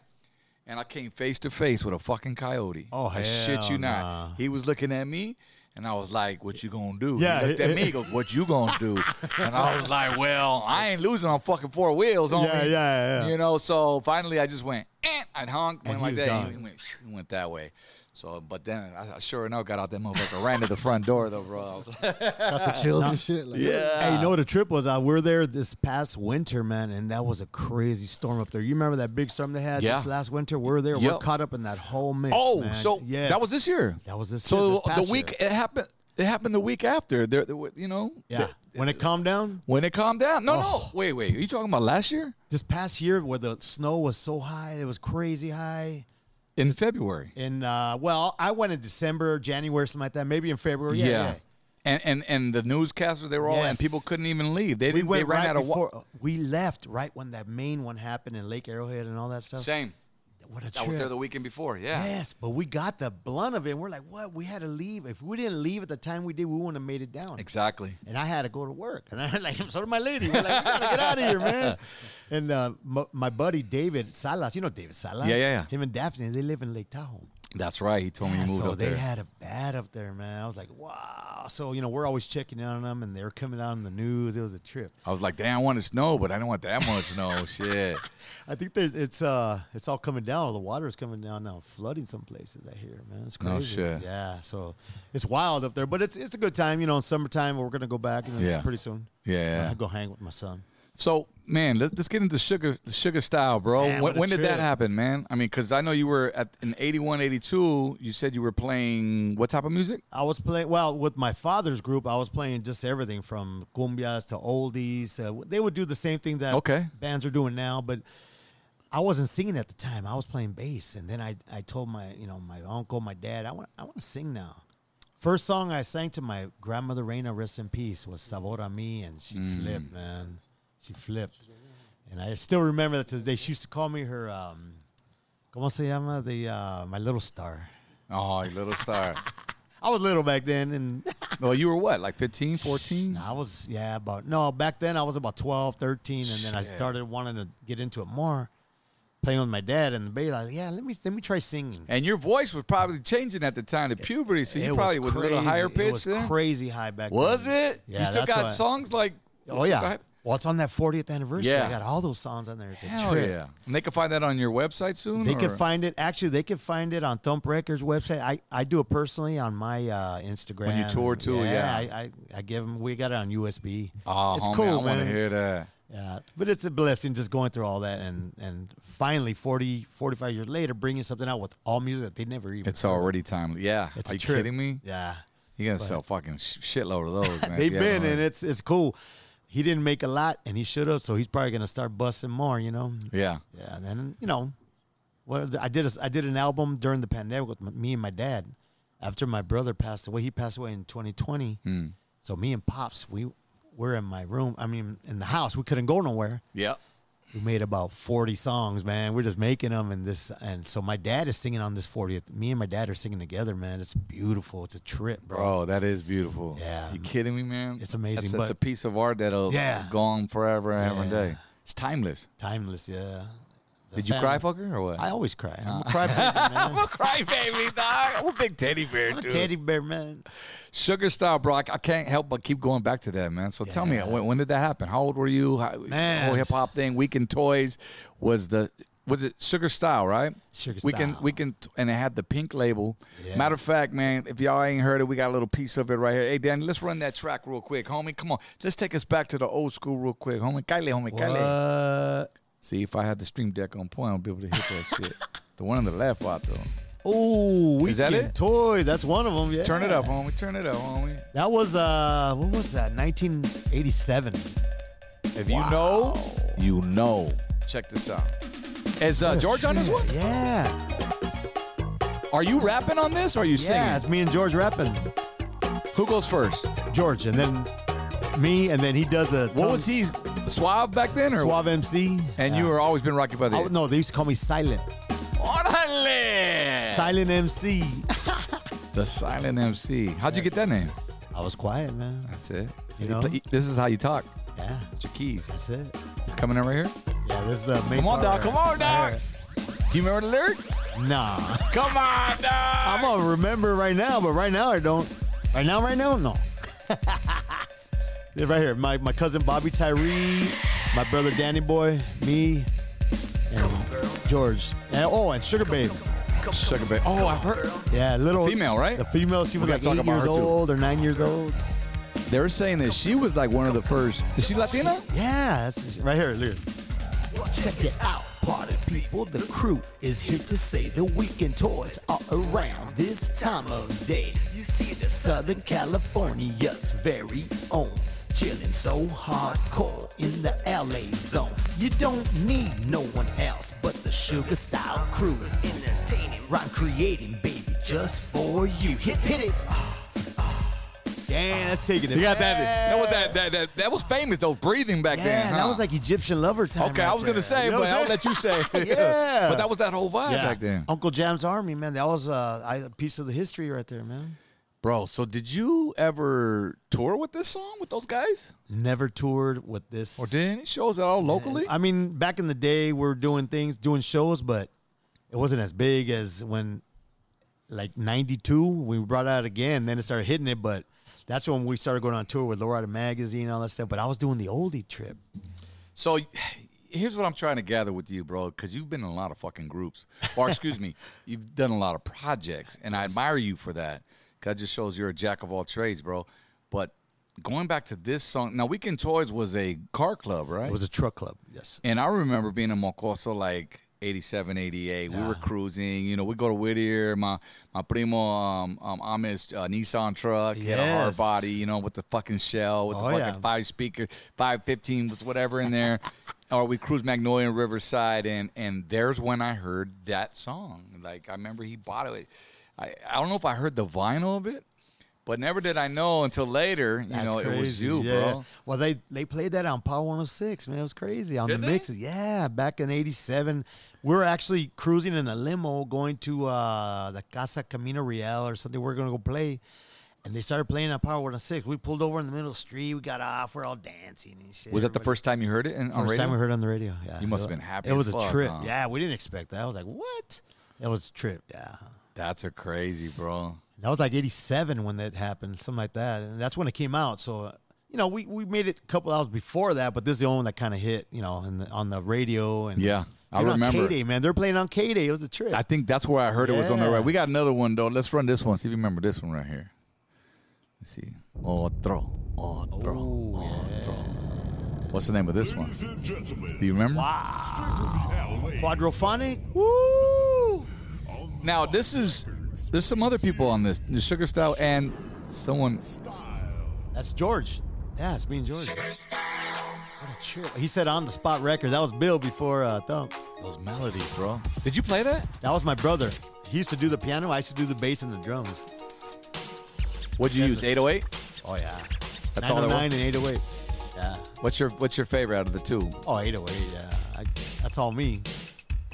Speaker 2: and I came face to face with a fucking coyote.
Speaker 6: Oh,
Speaker 2: I shit
Speaker 6: hell
Speaker 2: you
Speaker 6: nah.
Speaker 2: not. He was looking at me, and I was like, "What you gonna do?"
Speaker 6: Yeah,
Speaker 2: he looked at me, he goes, "What you gonna do?" and I was like, "Well, I ain't losing on fucking four wheels, on
Speaker 6: Yeah, yeah, yeah.
Speaker 2: You know, so finally, I just went, eh, I honked, went
Speaker 6: he
Speaker 2: like
Speaker 6: was
Speaker 2: that, and
Speaker 6: gone.
Speaker 2: he went, he went that way. So, but then I I sure enough got out that motherfucker, ran to the front door though, bro.
Speaker 4: Got the chills and shit. Like,
Speaker 6: Hey, you know what a trip was? Uh, we were there this past winter, man, and that was a crazy storm up there. You remember that big storm they had
Speaker 2: Yeah.
Speaker 6: this last winter? We're there. We're
Speaker 2: Yep.
Speaker 6: caught up in that whole mix.
Speaker 2: Oh,
Speaker 6: man.
Speaker 2: so
Speaker 6: Yes.
Speaker 2: that was this year.
Speaker 6: That was this year,
Speaker 2: So
Speaker 6: this past
Speaker 2: the week
Speaker 6: year.
Speaker 2: it happened. It happened the week after. There, there were- you know.
Speaker 6: Yeah.
Speaker 2: the-
Speaker 6: When it calmed down, Oh.
Speaker 2: When it calmed down. No, no. Wait, wait. Are you talking about last year?
Speaker 6: this past year where the snow was so high, it was crazy high.
Speaker 2: In February.
Speaker 6: And uh, well, I went in December, January, something like that. Maybe in February. Yeah. yeah.
Speaker 2: And, and and the newscasters they were all and
Speaker 6: Yes.
Speaker 2: people couldn't even leave. They
Speaker 6: We
Speaker 2: didn't-
Speaker 6: went
Speaker 2: they ran
Speaker 6: right
Speaker 2: out of water.
Speaker 6: before oh, we left right when that main one happened in Lake Arrowhead and all that stuff.
Speaker 2: Same.
Speaker 6: What a
Speaker 2: I
Speaker 6: trip!
Speaker 2: was there the weekend before. Yeah.
Speaker 6: yes, but we got the blunt of it. And we're like, what? We had to leave. If we didn't leave at the time we did, we wouldn't have made it down.
Speaker 2: Exactly.
Speaker 6: and I had to go to work. And I like, so did my lady. We're like, we gotta get out of here, man. And uh, my, my buddy David Salas, you know David Salas?
Speaker 2: Yeah, yeah, yeah.
Speaker 6: Him and Daphne, they live in Lake Tahoe.
Speaker 2: That's right. He told me
Speaker 6: Yeah,
Speaker 2: he moved
Speaker 6: so
Speaker 2: up
Speaker 6: oh, they
Speaker 2: there.
Speaker 6: had a bad up there, man. I was like, wow. So you know, we're always checking in on them, and they were coming out in the news. It was a trip.
Speaker 2: I was like, damn, I want to snow, but I don't want that much snow. Shit.
Speaker 6: I think there's it's uh it's all coming down. All the water is coming down now, flooding some places. I hear, man. It's
Speaker 2: No
Speaker 6: crazy.
Speaker 2: shit.
Speaker 6: Yeah. So it's wild up there, but it's it's a good time. You know, in summertime, we're gonna go back. You know,
Speaker 2: Yeah.
Speaker 6: Pretty soon.
Speaker 2: Yeah.
Speaker 6: I go hang with my son.
Speaker 2: So, man, let's, let's get into sugar sugar style, bro.
Speaker 6: Man,
Speaker 2: when
Speaker 6: what a
Speaker 2: when did that
Speaker 6: trip.
Speaker 2: happen, man? I mean, because I know you were at in 81, 82, you said you were playing what type of music?
Speaker 6: I was playing well with my father's group. I was playing just everything from cumbias to oldies. Uh, they would do the same thing that
Speaker 2: Okay.
Speaker 6: bands are doing now, but I wasn't singing at the time. I was playing bass, and then I, I told my you know my uncle, my dad, I want I want to sing now. First song I sang to my grandmother Reina, rest in peace, was Sabor a Mi, and she
Speaker 2: Mm.
Speaker 6: flipped, man. She flipped, and I still remember that to this day. She used to call me her, um, ¿Cómo se llama? The uh, my little star.
Speaker 2: Oh, you little star.
Speaker 6: I was little back then, and
Speaker 2: well, Oh, you were what, like 15, 14?
Speaker 6: I was, yeah, about, no, back then I was about 12, 13, and then I started wanting to get into it more, playing with my dad and the bass. I was, yeah, let me, let me try singing.
Speaker 2: And your voice was probably changing at the time to puberty, so you
Speaker 6: It
Speaker 2: probably was, a little
Speaker 6: crazy.
Speaker 2: higher
Speaker 6: It
Speaker 2: pitched
Speaker 6: was
Speaker 2: then.
Speaker 6: crazy high back
Speaker 2: was
Speaker 6: then.
Speaker 2: it?
Speaker 6: Yeah,
Speaker 2: you still
Speaker 6: that's
Speaker 2: got
Speaker 6: why-
Speaker 2: songs like
Speaker 6: Oh, yeah. Well, it's on that 40th anniversary.
Speaker 2: Yeah.
Speaker 6: I got all those songs on there. It's a
Speaker 2: Hell
Speaker 6: trip.
Speaker 2: yeah. And they can find that on your website soon?
Speaker 6: They can
Speaker 2: or-
Speaker 6: find it. Actually, they can find it on Thump Records website. I, I do it personally on my uh, Instagram.
Speaker 2: When you tour too, yeah.
Speaker 6: I, I, I give them. We got it on USB.
Speaker 2: Oh,
Speaker 6: it's
Speaker 2: homie,
Speaker 6: cool,
Speaker 2: I
Speaker 6: man.
Speaker 2: want to hear that.
Speaker 6: Yeah, but it's a blessing just going through all that and and finally 40, 45 years later bringing something out with all music that they never even.
Speaker 2: It's already timely. Yeah.
Speaker 6: It's
Speaker 2: Are
Speaker 6: a
Speaker 2: you
Speaker 6: trip.
Speaker 2: kidding me?
Speaker 6: Yeah,
Speaker 2: You're going to sell fucking sh- shitload of those, man. if
Speaker 6: they've
Speaker 2: you haven't
Speaker 6: been and
Speaker 2: already.
Speaker 6: it's it's cool. He didn't make a lot and he should have, so he's probably gonna start busting more. You know.
Speaker 2: Yeah.
Speaker 6: Yeah, and then you know, what I did is I did an album during the pandemic with m- me and my dad. After my brother passed away, he passed away in 2020.
Speaker 2: Hmm.
Speaker 6: So me and pops, we were in my room. I mean, in the house, we couldn't go nowhere.
Speaker 2: Yep.
Speaker 6: we made about 40 songs man we're just making them and this and so my dad is singing on this 40th me and my dad are singing together man it's beautiful it's a trip bro
Speaker 2: Bro, that is beautiful.
Speaker 6: Yeah.
Speaker 2: You kidding me, man?
Speaker 6: It's amazing,
Speaker 2: That's, that's
Speaker 6: but-
Speaker 2: a piece of art that'll
Speaker 6: Yeah.
Speaker 2: go on forever and every
Speaker 6: Yeah.
Speaker 2: day. It's timeless.
Speaker 6: timeless yeah The
Speaker 2: Did you cry,
Speaker 6: family-
Speaker 2: fucker, or what? Uh.
Speaker 6: i always cry i'm a cry baby, man.
Speaker 2: I'm a crybaby, dog. I'm a big teddy bear,
Speaker 6: I'm a
Speaker 2: dude.
Speaker 6: teddy bear man
Speaker 2: Sugar style, Brock. I can't help but keep going back to that, man. So tell me, when, when did that happen? How old were you? How,
Speaker 6: Man.
Speaker 2: Whole hip hop thing, Weekend Toys, was the was it Sugar Style, right?
Speaker 6: Sugar
Speaker 2: Weekend,
Speaker 6: Style.
Speaker 2: Weekend, and it had the pink label.
Speaker 6: Yeah.
Speaker 2: Matter of fact, man, if y'all ain't heard it, we got a little piece of it right here. Hey, Danny, let's run that track real quick, homie. Come on, let's take us back to the old school real quick, homie. Kyle, homie, Kyle.
Speaker 6: uh,
Speaker 2: See, if I had the stream deck on point, I'll be able to hit that shit. The one on the left out though.
Speaker 6: oh we
Speaker 2: Is that it?
Speaker 6: toys that's one of them Oh, yeah.
Speaker 2: Turn it up, homie. Turn it up, homie.
Speaker 6: that was uh what was that 1987
Speaker 2: If you know, you know. Check this out. Is uh, George on this one?
Speaker 6: yeah
Speaker 2: Are you rapping on this or are you singing?
Speaker 6: yeah it's me and george rapping
Speaker 2: Who goes first?
Speaker 6: george and then me and then he does a
Speaker 2: What was he? Suave back then or?
Speaker 6: Suave MC.
Speaker 2: And you
Speaker 6: Yeah.
Speaker 2: were always been Rocky by the.
Speaker 6: Oh, no, they used to call me Silent.
Speaker 2: Orale!
Speaker 6: Silent MC.
Speaker 2: the silent MC. How'd you get that name?
Speaker 6: I was quiet, man.
Speaker 2: That's it. So
Speaker 6: You
Speaker 2: you
Speaker 6: know?
Speaker 2: play- this is how you talk.
Speaker 6: Yeah,
Speaker 2: With your keys.
Speaker 6: that's it.
Speaker 2: It's coming in right here.
Speaker 6: Yeah, this is the main
Speaker 2: Come on,
Speaker 6: part
Speaker 2: dog. Come on, dog.
Speaker 6: right
Speaker 2: Do you remember the lyric?
Speaker 6: here. Nah.
Speaker 2: Come on, dog.
Speaker 6: I'm gonna remember right now, but right now I don't. Right now, right now, no. yeah, right here. My, my cousin Bobby Tyree, my brother Danny Boy, me, and George. And, oh, and Sugar Babe.
Speaker 2: Sugar Babe. Oh, I've heard.
Speaker 6: Yeah, little
Speaker 2: Female, right?
Speaker 6: The female. She was
Speaker 2: gotta
Speaker 6: like
Speaker 2: talk
Speaker 6: eight
Speaker 2: about
Speaker 6: years
Speaker 2: her too.
Speaker 6: old or nine years old.
Speaker 2: They're saying that she was like one of the first. Is she Latina?
Speaker 6: Yeah, that's right here. Look. Check it out, party people. The crew is here to say the weekend toys are around this time of day. You see the Southern California's very own
Speaker 7: Chillin' so hardcore in the LA zone. You don't need no one else but the Sugar Style crew. is Entertaining, rhyme creating, baby, just for you. Hit, hit it.
Speaker 6: Damn, that's taking it.
Speaker 2: You got that? That was that that that, that was famous though. Breathing back
Speaker 6: Yeah,
Speaker 2: then.
Speaker 6: that
Speaker 2: huh?
Speaker 6: was like Egyptian lover time.
Speaker 2: Okay,
Speaker 6: right
Speaker 2: I was
Speaker 6: there.
Speaker 2: gonna say,
Speaker 6: You know
Speaker 2: but
Speaker 6: what I'm
Speaker 2: I'll
Speaker 6: saying?
Speaker 2: let you say.
Speaker 6: Yeah.
Speaker 2: But that was that whole vibe back then,
Speaker 6: Uncle Jam's Army, man. That was uh, I- a piece of the history right there, man.
Speaker 2: bro. So did you ever tour with this song with those guys,
Speaker 6: Never toured with this.
Speaker 2: or did any shows at all locally?
Speaker 6: I mean, back in the day, we are doing things, doing shows, but it wasn't as big as when, like '92, we brought out again. Then it started hitting it, but that's when we started going on tour with Lowrider Magazine and all that stuff. But I was doing the oldie trip.
Speaker 2: So here's what I'm trying to gather with you, bro, because you've been in a lot of fucking groups, or excuse me, you've done a lot of projects, and I admire you for that. 'cause That just shows you're a jack of all trades, bro. But going back to this song, now Weekend Toys was a car club, right?
Speaker 6: It was a truck club. Yes.
Speaker 2: And I remember being in Mocoso like 87, 88. We were cruising. You know, we go to Whittier. My my primo um, um, Amish uh, Nissan truck had a hard
Speaker 6: Yes.
Speaker 2: body, you know, with the fucking shell, with
Speaker 6: Oh,
Speaker 2: the
Speaker 6: yeah.
Speaker 2: fucking five speaker, 515 was whatever in there. or we cruised Magnolia and Riverside. And, and there's when I heard that song. Like, I remember he bought it. I, I don't know if I heard the vinyl of it. But never did I know until later, you
Speaker 6: That's
Speaker 2: know, it was
Speaker 6: crazy.
Speaker 2: you,
Speaker 6: Yeah.
Speaker 2: bro.
Speaker 6: Well, they they played that on Power 106, man. It was crazy on
Speaker 2: Did
Speaker 6: the
Speaker 2: they?
Speaker 6: mixes. Yeah, back in '87, we were actually cruising in a limo going to uh, the Casa Camino Real or something. We are gonna go play, and they started playing on Power 106. We pulled over in the middle of the street. We got off. We're all dancing and shit.
Speaker 2: Was that the first time you heard it in, on
Speaker 6: First
Speaker 2: radio?
Speaker 6: time we heard it on the radio? Yeah,
Speaker 2: You must
Speaker 6: It
Speaker 2: have
Speaker 6: wa-
Speaker 2: been happy
Speaker 6: It
Speaker 2: as
Speaker 6: was
Speaker 2: fuck,
Speaker 6: a trip.
Speaker 2: huh?
Speaker 6: Yeah, we didn't expect that. I was like, what? It was a trip. Yeah.
Speaker 2: That's a crazy, bro.
Speaker 6: That was like 87 when that happened, something like that. And that's when it came out. So, uh, you know, we, we made it a couple hours before that, but this is the only one that kind of hit, you know, in the, on the radio. and
Speaker 2: Yeah, I
Speaker 6: Even
Speaker 2: remember.
Speaker 6: On K-Day, man. They're playing on K-Day. It was a trip.
Speaker 2: I think that's where I heard it was on the
Speaker 6: Yeah.
Speaker 2: right. We got another one though. Let's run this one. See if you remember this one right here. Let's see. Otro, otro, otro. What's the name of this one?
Speaker 8: Ladies and gentlemen,
Speaker 2: Do you remember?
Speaker 8: straight from LA,
Speaker 6: Quadrophonic?
Speaker 2: Woo! Now this is there's some other people on this. The Sugar Style and someone.
Speaker 6: That's George. Yeah, it's me and George. What a trip. He said on the spot records. That was Bill before uh, Thump.
Speaker 2: Those melodies, bro. Did you play that?
Speaker 6: That was my brother. He used to do the piano. I used to do the bass and the drums.
Speaker 2: What'd you use? 808.
Speaker 6: Oh, yeah.
Speaker 2: That's all there was?
Speaker 6: 909 and 808. Yeah.
Speaker 2: What's your What's your favorite out of the two?
Speaker 6: Oh, 808, yeah. I, that's all me.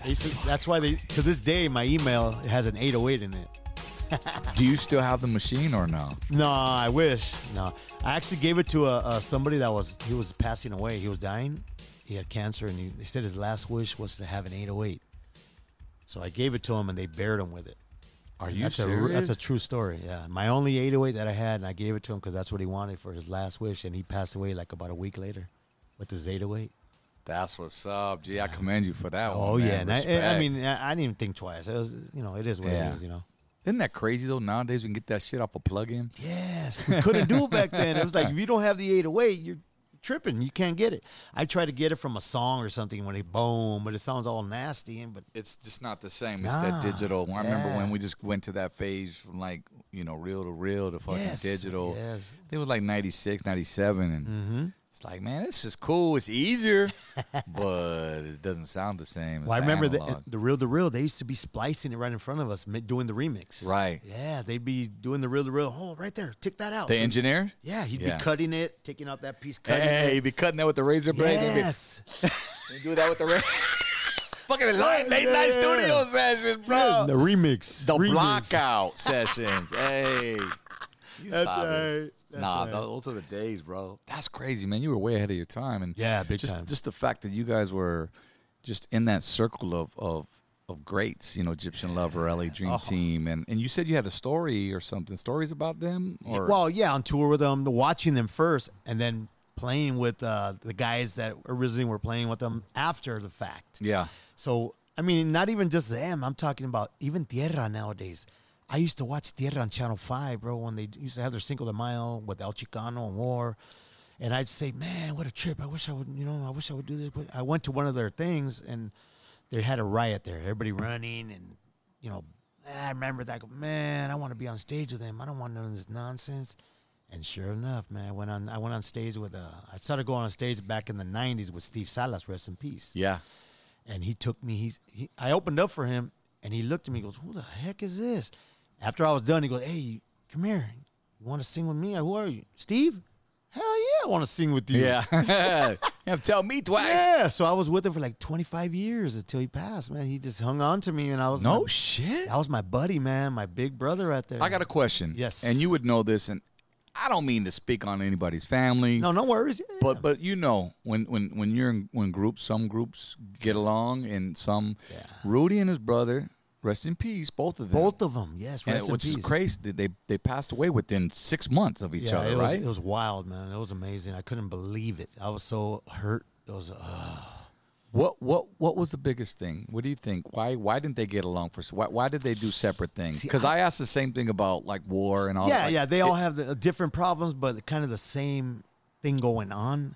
Speaker 6: They used to- That's, why they, to this day, my email has an 808 in it.
Speaker 2: Do you still have the machine or no?
Speaker 6: No, I wish. No, I actually gave it to a, uh somebody that was he was passing away. He was dying. He had cancer, and he, they said his last wish was to have an 808. So I gave it to him, and they buried him with it.
Speaker 2: Are
Speaker 6: that's a that's a true story. Yeah, my only 808 that I had, and I gave it to him because that's what he wanted for his last wish, and he passed away like about a week later with his 808.
Speaker 2: That's what's up, Gee, I commend you for that one.
Speaker 6: Oh yeah,
Speaker 2: man.
Speaker 6: and I- I, I
Speaker 2: Respect.
Speaker 6: mean, I, I didn't even think twice. It was, you know, it is what
Speaker 2: Yeah.
Speaker 6: it is, you know.
Speaker 2: Isn't that crazy though? Nowadays we can get that shit off a plug-in.
Speaker 6: Yes, we couldn't do it back then. It was like if you don't have the 808, you're tripping. You can't get it. I try to get it from a song or something when they boom, but it sounds all nasty. And but
Speaker 2: It's just not the same. It's that
Speaker 6: Nah,
Speaker 2: digital. I remember
Speaker 6: yeah.
Speaker 2: when we just went to that phase from like you know real to real to fucking
Speaker 6: Yes,
Speaker 2: digital.
Speaker 6: yes. Mm-hmm.
Speaker 2: It was like 96, 97 and it's like man, this is cool. It's easier, but it doesn't sound the same. as
Speaker 6: well, I remember the
Speaker 2: analog.
Speaker 6: the real the real. They used to be splicing it right in front of us, mi- doing the remix.
Speaker 2: Right.
Speaker 6: Yeah, they'd be doing the real the real. Oh, right there, take that out.
Speaker 2: the
Speaker 6: So-
Speaker 2: engineer.
Speaker 6: Yeah, he'd
Speaker 2: Yeah. Eh.
Speaker 6: be cutting it, taking out that piece, cutting
Speaker 2: Hey,
Speaker 6: it.
Speaker 2: you be cutting that with the razor blade. You be-
Speaker 6: Yes.
Speaker 2: You do that with the razor. fucking late, late night
Speaker 6: Yeah.
Speaker 2: studio sessions, bro.
Speaker 6: The remix.
Speaker 2: The
Speaker 6: remix.
Speaker 2: blockout sessions. Hey. You
Speaker 6: That's
Speaker 2: sabes.
Speaker 6: right. That's
Speaker 2: nah,
Speaker 6: right.
Speaker 2: those are the days, bro. That's crazy, man. You were way ahead of your time, and
Speaker 6: Yeah, big
Speaker 2: just,
Speaker 6: time.
Speaker 2: Just the fact that you guys were just in that circle of of of greats, you know, Egyptian Lover, LA Dream
Speaker 6: Oh.
Speaker 2: Team, and and you said you had a story or something, stories about them, or
Speaker 6: Well, yeah, on tour with them, watching them first, and then playing with uh, the guys that originally were playing with them after the fact.
Speaker 2: yeah,
Speaker 6: So, I mean, not even just them. I'm talking about even Tierra nowadays. I used to watch Tierra on Channel 5, bro, when they used to have their Cinco de Mayo with El Chicano and War. And I'd say, man, what a trip. I wish I would, you know, I wish I would do this. But I went to one of their things and they had a riot there. Everybody running and, "Ah, you know, I remember that. I go, man, I want to be on stage with them. I don't want none of this nonsense. And sure enough, man, I went on. I went on stage with. Uh, I started going on stage back in the '90s with Steve Salas, rest in peace.
Speaker 2: Yeah.
Speaker 6: And he took me. He's. He, I opened up for him, and he looked at me. He goes, "Who the heck is this?" After I was done, he goes, "Hey, come here. You want to sing with me? Who are you, Steve? Hell yeah, I want to sing with you.
Speaker 2: Yeah. yeah tell me twice.
Speaker 6: Yeah, so I was with him for like 25 years until he passed, man. He just hung on to me, and I was
Speaker 2: No
Speaker 6: my-
Speaker 2: shit.
Speaker 6: That was my buddy, man, my big brother out there.
Speaker 2: I got a question.
Speaker 6: Yes.
Speaker 2: And you would know this, and I don't mean to speak on anybody's family.
Speaker 6: no, no worries. Yeah.
Speaker 2: But but you know when when when you're in when groups some groups get along and some Rudy and his brother rest in peace both of them
Speaker 6: both of them, yes,
Speaker 2: and
Speaker 6: rest in
Speaker 2: which
Speaker 6: peace.
Speaker 2: is crazy that they they passed away within six months of each
Speaker 6: Yeah,
Speaker 2: other
Speaker 6: it was,
Speaker 2: right
Speaker 6: It was wild, man. It was amazing. I couldn't believe it. I was so hurt. It was uh,
Speaker 2: what what what was the biggest thing what do you think why why didn't they get along for s- why why did they do separate things
Speaker 6: See,
Speaker 2: because I, asked the same thing about like war and all
Speaker 6: yeah,
Speaker 2: that. like,
Speaker 6: yeah. They all have the, uh, different problems, but kind of the same thing going on.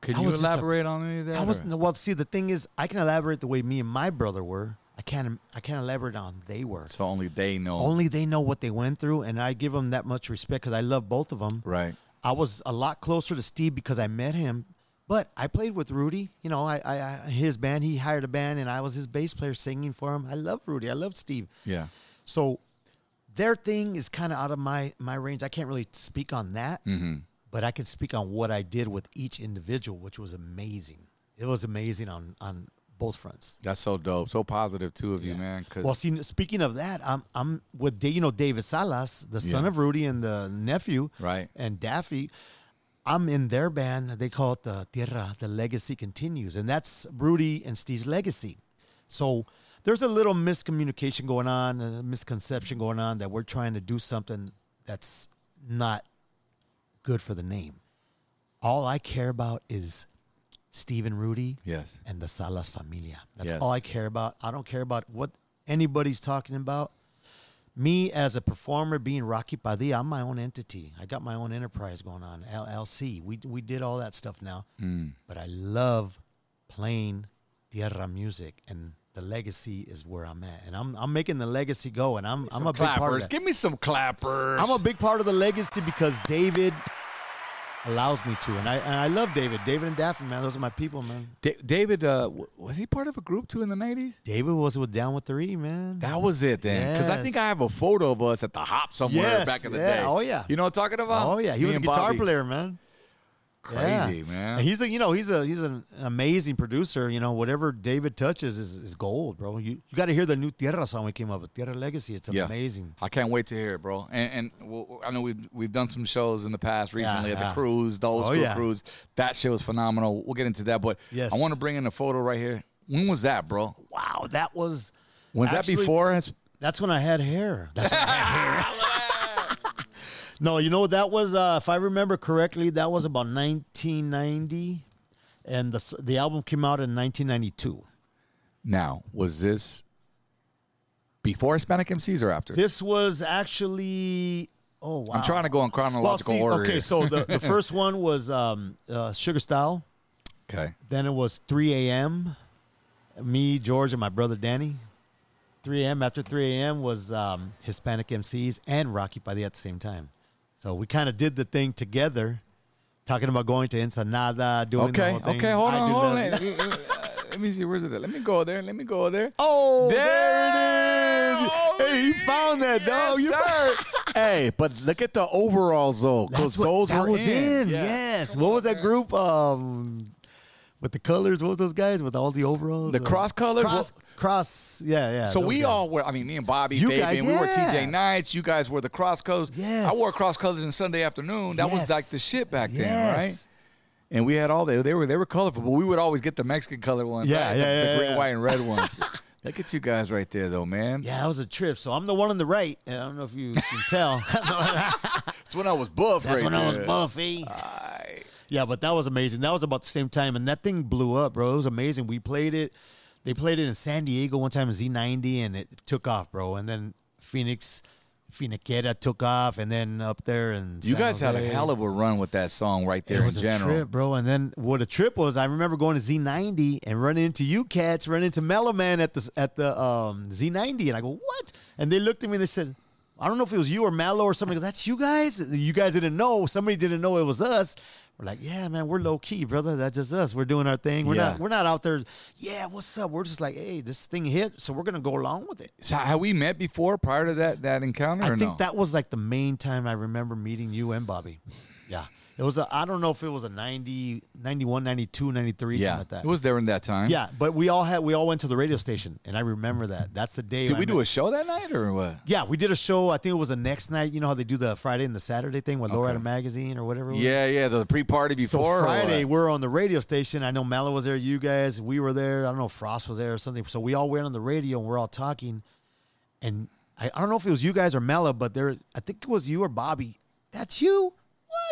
Speaker 2: could
Speaker 6: I
Speaker 2: you
Speaker 6: was just a-
Speaker 2: elaborate on any of that
Speaker 6: I
Speaker 2: or-
Speaker 6: was well. See, the thing is, I can elaborate the way me and my brother were. I can't. I can't elaborate on they were.
Speaker 2: so only they know
Speaker 6: Only they know what they went through, and I give them that much respect because I love both of them.
Speaker 2: right
Speaker 6: I was a lot closer to Steve because I met him, but I played with Rudy. You know, I, I, I his band. He hired a band, and I was his bass player singing for him. I love Rudy. I love Steve.
Speaker 2: yeah
Speaker 6: So their thing is kind of out of my my range. I can't really speak on that,
Speaker 2: Mm-hmm.
Speaker 6: but I can speak on what I did with each individual, which was amazing. It was amazing on on both fronts.
Speaker 2: that's so dope so positive two of you man 'cause-
Speaker 6: Well, see, speaking of that, I'm I'm with Da- you know David Salas, the son
Speaker 2: Yeah.
Speaker 6: of Rudy and the nephew,
Speaker 2: Right.
Speaker 6: And Daffy, I'm in their band. They call it the Tierra. The legacy continues, and that's Rudy and Steve's legacy. So there's a little miscommunication going on, a misconception going on that we're trying to do something that's not good for the name. All I care about is Steve and Rudy
Speaker 2: yes
Speaker 6: and the Salas familia. That's
Speaker 2: Yes.
Speaker 6: all I care about. I don't care about what anybody's talking about. Me as a performer being Rocky Padilla, I'm my own entity. I got my own enterprise going on, LLC. We we did all that stuff now.
Speaker 2: Mm.
Speaker 6: But I love playing Tierra music and the legacy is where I'm at. And I'm I'm making the legacy go and I'm I'm a big part of
Speaker 2: clappers
Speaker 6: that.
Speaker 2: give me some clappers
Speaker 6: I'm a big part of the legacy because David allows me to. And I and I love David. David and Daphne, man, those are my people, man.
Speaker 2: Da- David, uh, w- was he part of a group too in the nineties?
Speaker 6: David was with Down with Three, man.
Speaker 2: That was it then, because I think
Speaker 6: Yes.
Speaker 2: I have a photo of us at the hop somewhere
Speaker 6: Yes,
Speaker 2: back in the
Speaker 6: yeah,
Speaker 2: day.
Speaker 6: oh, yeah.
Speaker 2: you know what I'm talking about?
Speaker 6: Oh yeah, he
Speaker 2: Me
Speaker 6: was a
Speaker 2: and
Speaker 6: guitar
Speaker 2: Bobby.
Speaker 6: player, man.
Speaker 2: Crazy
Speaker 6: yeah.
Speaker 2: man.
Speaker 6: And He's a you know he's a he's an amazing producer. You know whatever David touches is, is gold, bro. You you got to hear the new Tierra song we came up with, Tierra Legacy. It's
Speaker 2: Yeah.
Speaker 6: amazing.
Speaker 2: I can't wait to hear it, bro. And, and well, I know we've we've done some shows in the past recently at the
Speaker 6: yeah.
Speaker 2: cruise, the old
Speaker 6: Oh,
Speaker 2: school
Speaker 6: yeah.
Speaker 2: cruise. That show was phenomenal. We'll get into that, but
Speaker 6: Yes.
Speaker 2: I want to bring in a photo right here. When was that, bro?
Speaker 6: Wow, Oh, that was
Speaker 2: Was
Speaker 6: Actually-
Speaker 2: that before us?
Speaker 6: that's when I had hair. That's when I had hair. no, you know that was uh, if I remember correctly, that was about 1990, and the s- the album came out in 1992.
Speaker 2: Now, was this before Hispanic MCs or after?
Speaker 6: This was actually oh wow.
Speaker 2: I'm trying to go in chronological
Speaker 6: well, see,
Speaker 2: order.
Speaker 6: Okay,
Speaker 2: here.
Speaker 6: so the, the first one was um, uh, Sugar Style.
Speaker 2: okay.
Speaker 6: Then it was 3 a.m. Me, George, and my brother Danny. 3 a.m. After 3 a.m. was um, Hispanic MCs and Rocky Padilla at the same time. So we kind of did the thing together, talking about going to Ensenada, doing the
Speaker 2: Okay,
Speaker 6: whole thing.
Speaker 2: okay, hold
Speaker 6: I
Speaker 2: on,
Speaker 6: do
Speaker 2: hold on.
Speaker 6: love-
Speaker 2: Let, let me see, where's it at? Let me go there, let me go there.
Speaker 6: Oh, there, it is.
Speaker 2: Oh,
Speaker 6: hey, you found that,
Speaker 2: yes,
Speaker 6: dog. You-
Speaker 2: sir. hey, but look at the overalls, though, because
Speaker 6: That's what-
Speaker 2: those
Speaker 6: that
Speaker 2: were
Speaker 6: was in.
Speaker 2: Yeah.
Speaker 6: Yes. What was that group? Um, with the colors. What was those guys with all the overalls?
Speaker 2: The
Speaker 6: Uh,
Speaker 2: cross colors?
Speaker 6: Cross. cross yeah, yeah.
Speaker 2: So
Speaker 6: those
Speaker 2: we
Speaker 6: guys.
Speaker 2: all were, I mean, me and Bobby,
Speaker 6: You
Speaker 2: David,
Speaker 6: guys,
Speaker 2: and we were
Speaker 6: yeah.
Speaker 2: TJ Knights. You guys were the cross colors.
Speaker 6: Yes.
Speaker 2: I wore cross colors on Sunday afternoon. That was
Speaker 6: Yes.
Speaker 2: like the shit back then,
Speaker 6: Yes.
Speaker 2: right? And we had all the, they were they were colorful, but we would always get the Mexican color ones.
Speaker 6: Yeah,
Speaker 2: right?
Speaker 6: yeah,
Speaker 2: the, the
Speaker 6: yeah,
Speaker 2: green,
Speaker 6: yeah.
Speaker 2: white, and red ones. Look at you guys right there, though, man.
Speaker 6: Yeah, that was a trip. So I'm the one on the right. I don't know if you can tell. That's
Speaker 2: That's when I was buff. right
Speaker 6: when I was
Speaker 2: there.
Speaker 6: Buffy.
Speaker 2: Uh,
Speaker 6: Yeah, but that was amazing. That was about the same time, and that thing blew up, bro. It was amazing. We played it. They played it in San Diego one time in Z90, and it took off, bro. And then Phoenix, Phoenixera took off, and then up there and
Speaker 2: You guys had a hell of a run with that song right there
Speaker 6: it was
Speaker 2: in
Speaker 6: a
Speaker 2: general.
Speaker 6: trip, bro. And then what a trip was. I remember going to Z90 and running into you cats, running into Mellow Man at the at the um, Z90, and I go, "What?" And they looked at me and they said, I don't know if it was you or Mallow or somebody. That's you guys. You guys didn't know. Somebody didn't know it was us. We're like, yeah, man, we're low key, brother. That's just us. We're doing our thing. We're
Speaker 2: Yeah.
Speaker 6: not. We're not out there. Yeah, what's up? We're just like, hey, this thing hit, so we're gonna go along with it.
Speaker 2: So have we met before prior to that that encounter?
Speaker 6: I
Speaker 2: or
Speaker 6: think
Speaker 2: no?
Speaker 6: that was like the main time I remember meeting you and Bobby. Yeah. It was, a, I don't know if it was a 90, 91, 92, 93,
Speaker 2: yeah,
Speaker 6: something like that.
Speaker 2: it was during that time.
Speaker 6: yeah, but we all had, we all went to the radio station, and I remember that. That's the day.
Speaker 2: Did
Speaker 6: I
Speaker 2: we do
Speaker 6: met-
Speaker 2: a show that night or what?
Speaker 6: Yeah, we did a show. I think it was the next night. You know how they do the Friday and the Saturday thing with Lowrider Magazine or whatever. it was?
Speaker 2: Yeah, yeah, the pre-party
Speaker 6: So
Speaker 2: before or
Speaker 6: Friday,
Speaker 2: what?
Speaker 6: we're on the radio station. I know Mallow was there, you guys, we were there. I don't know if Frost was there or something. So we all went on the radio and we're all talking. And I, I don't know if it was you guys or Mallow, but there, I think it was you or Bobby. That's you.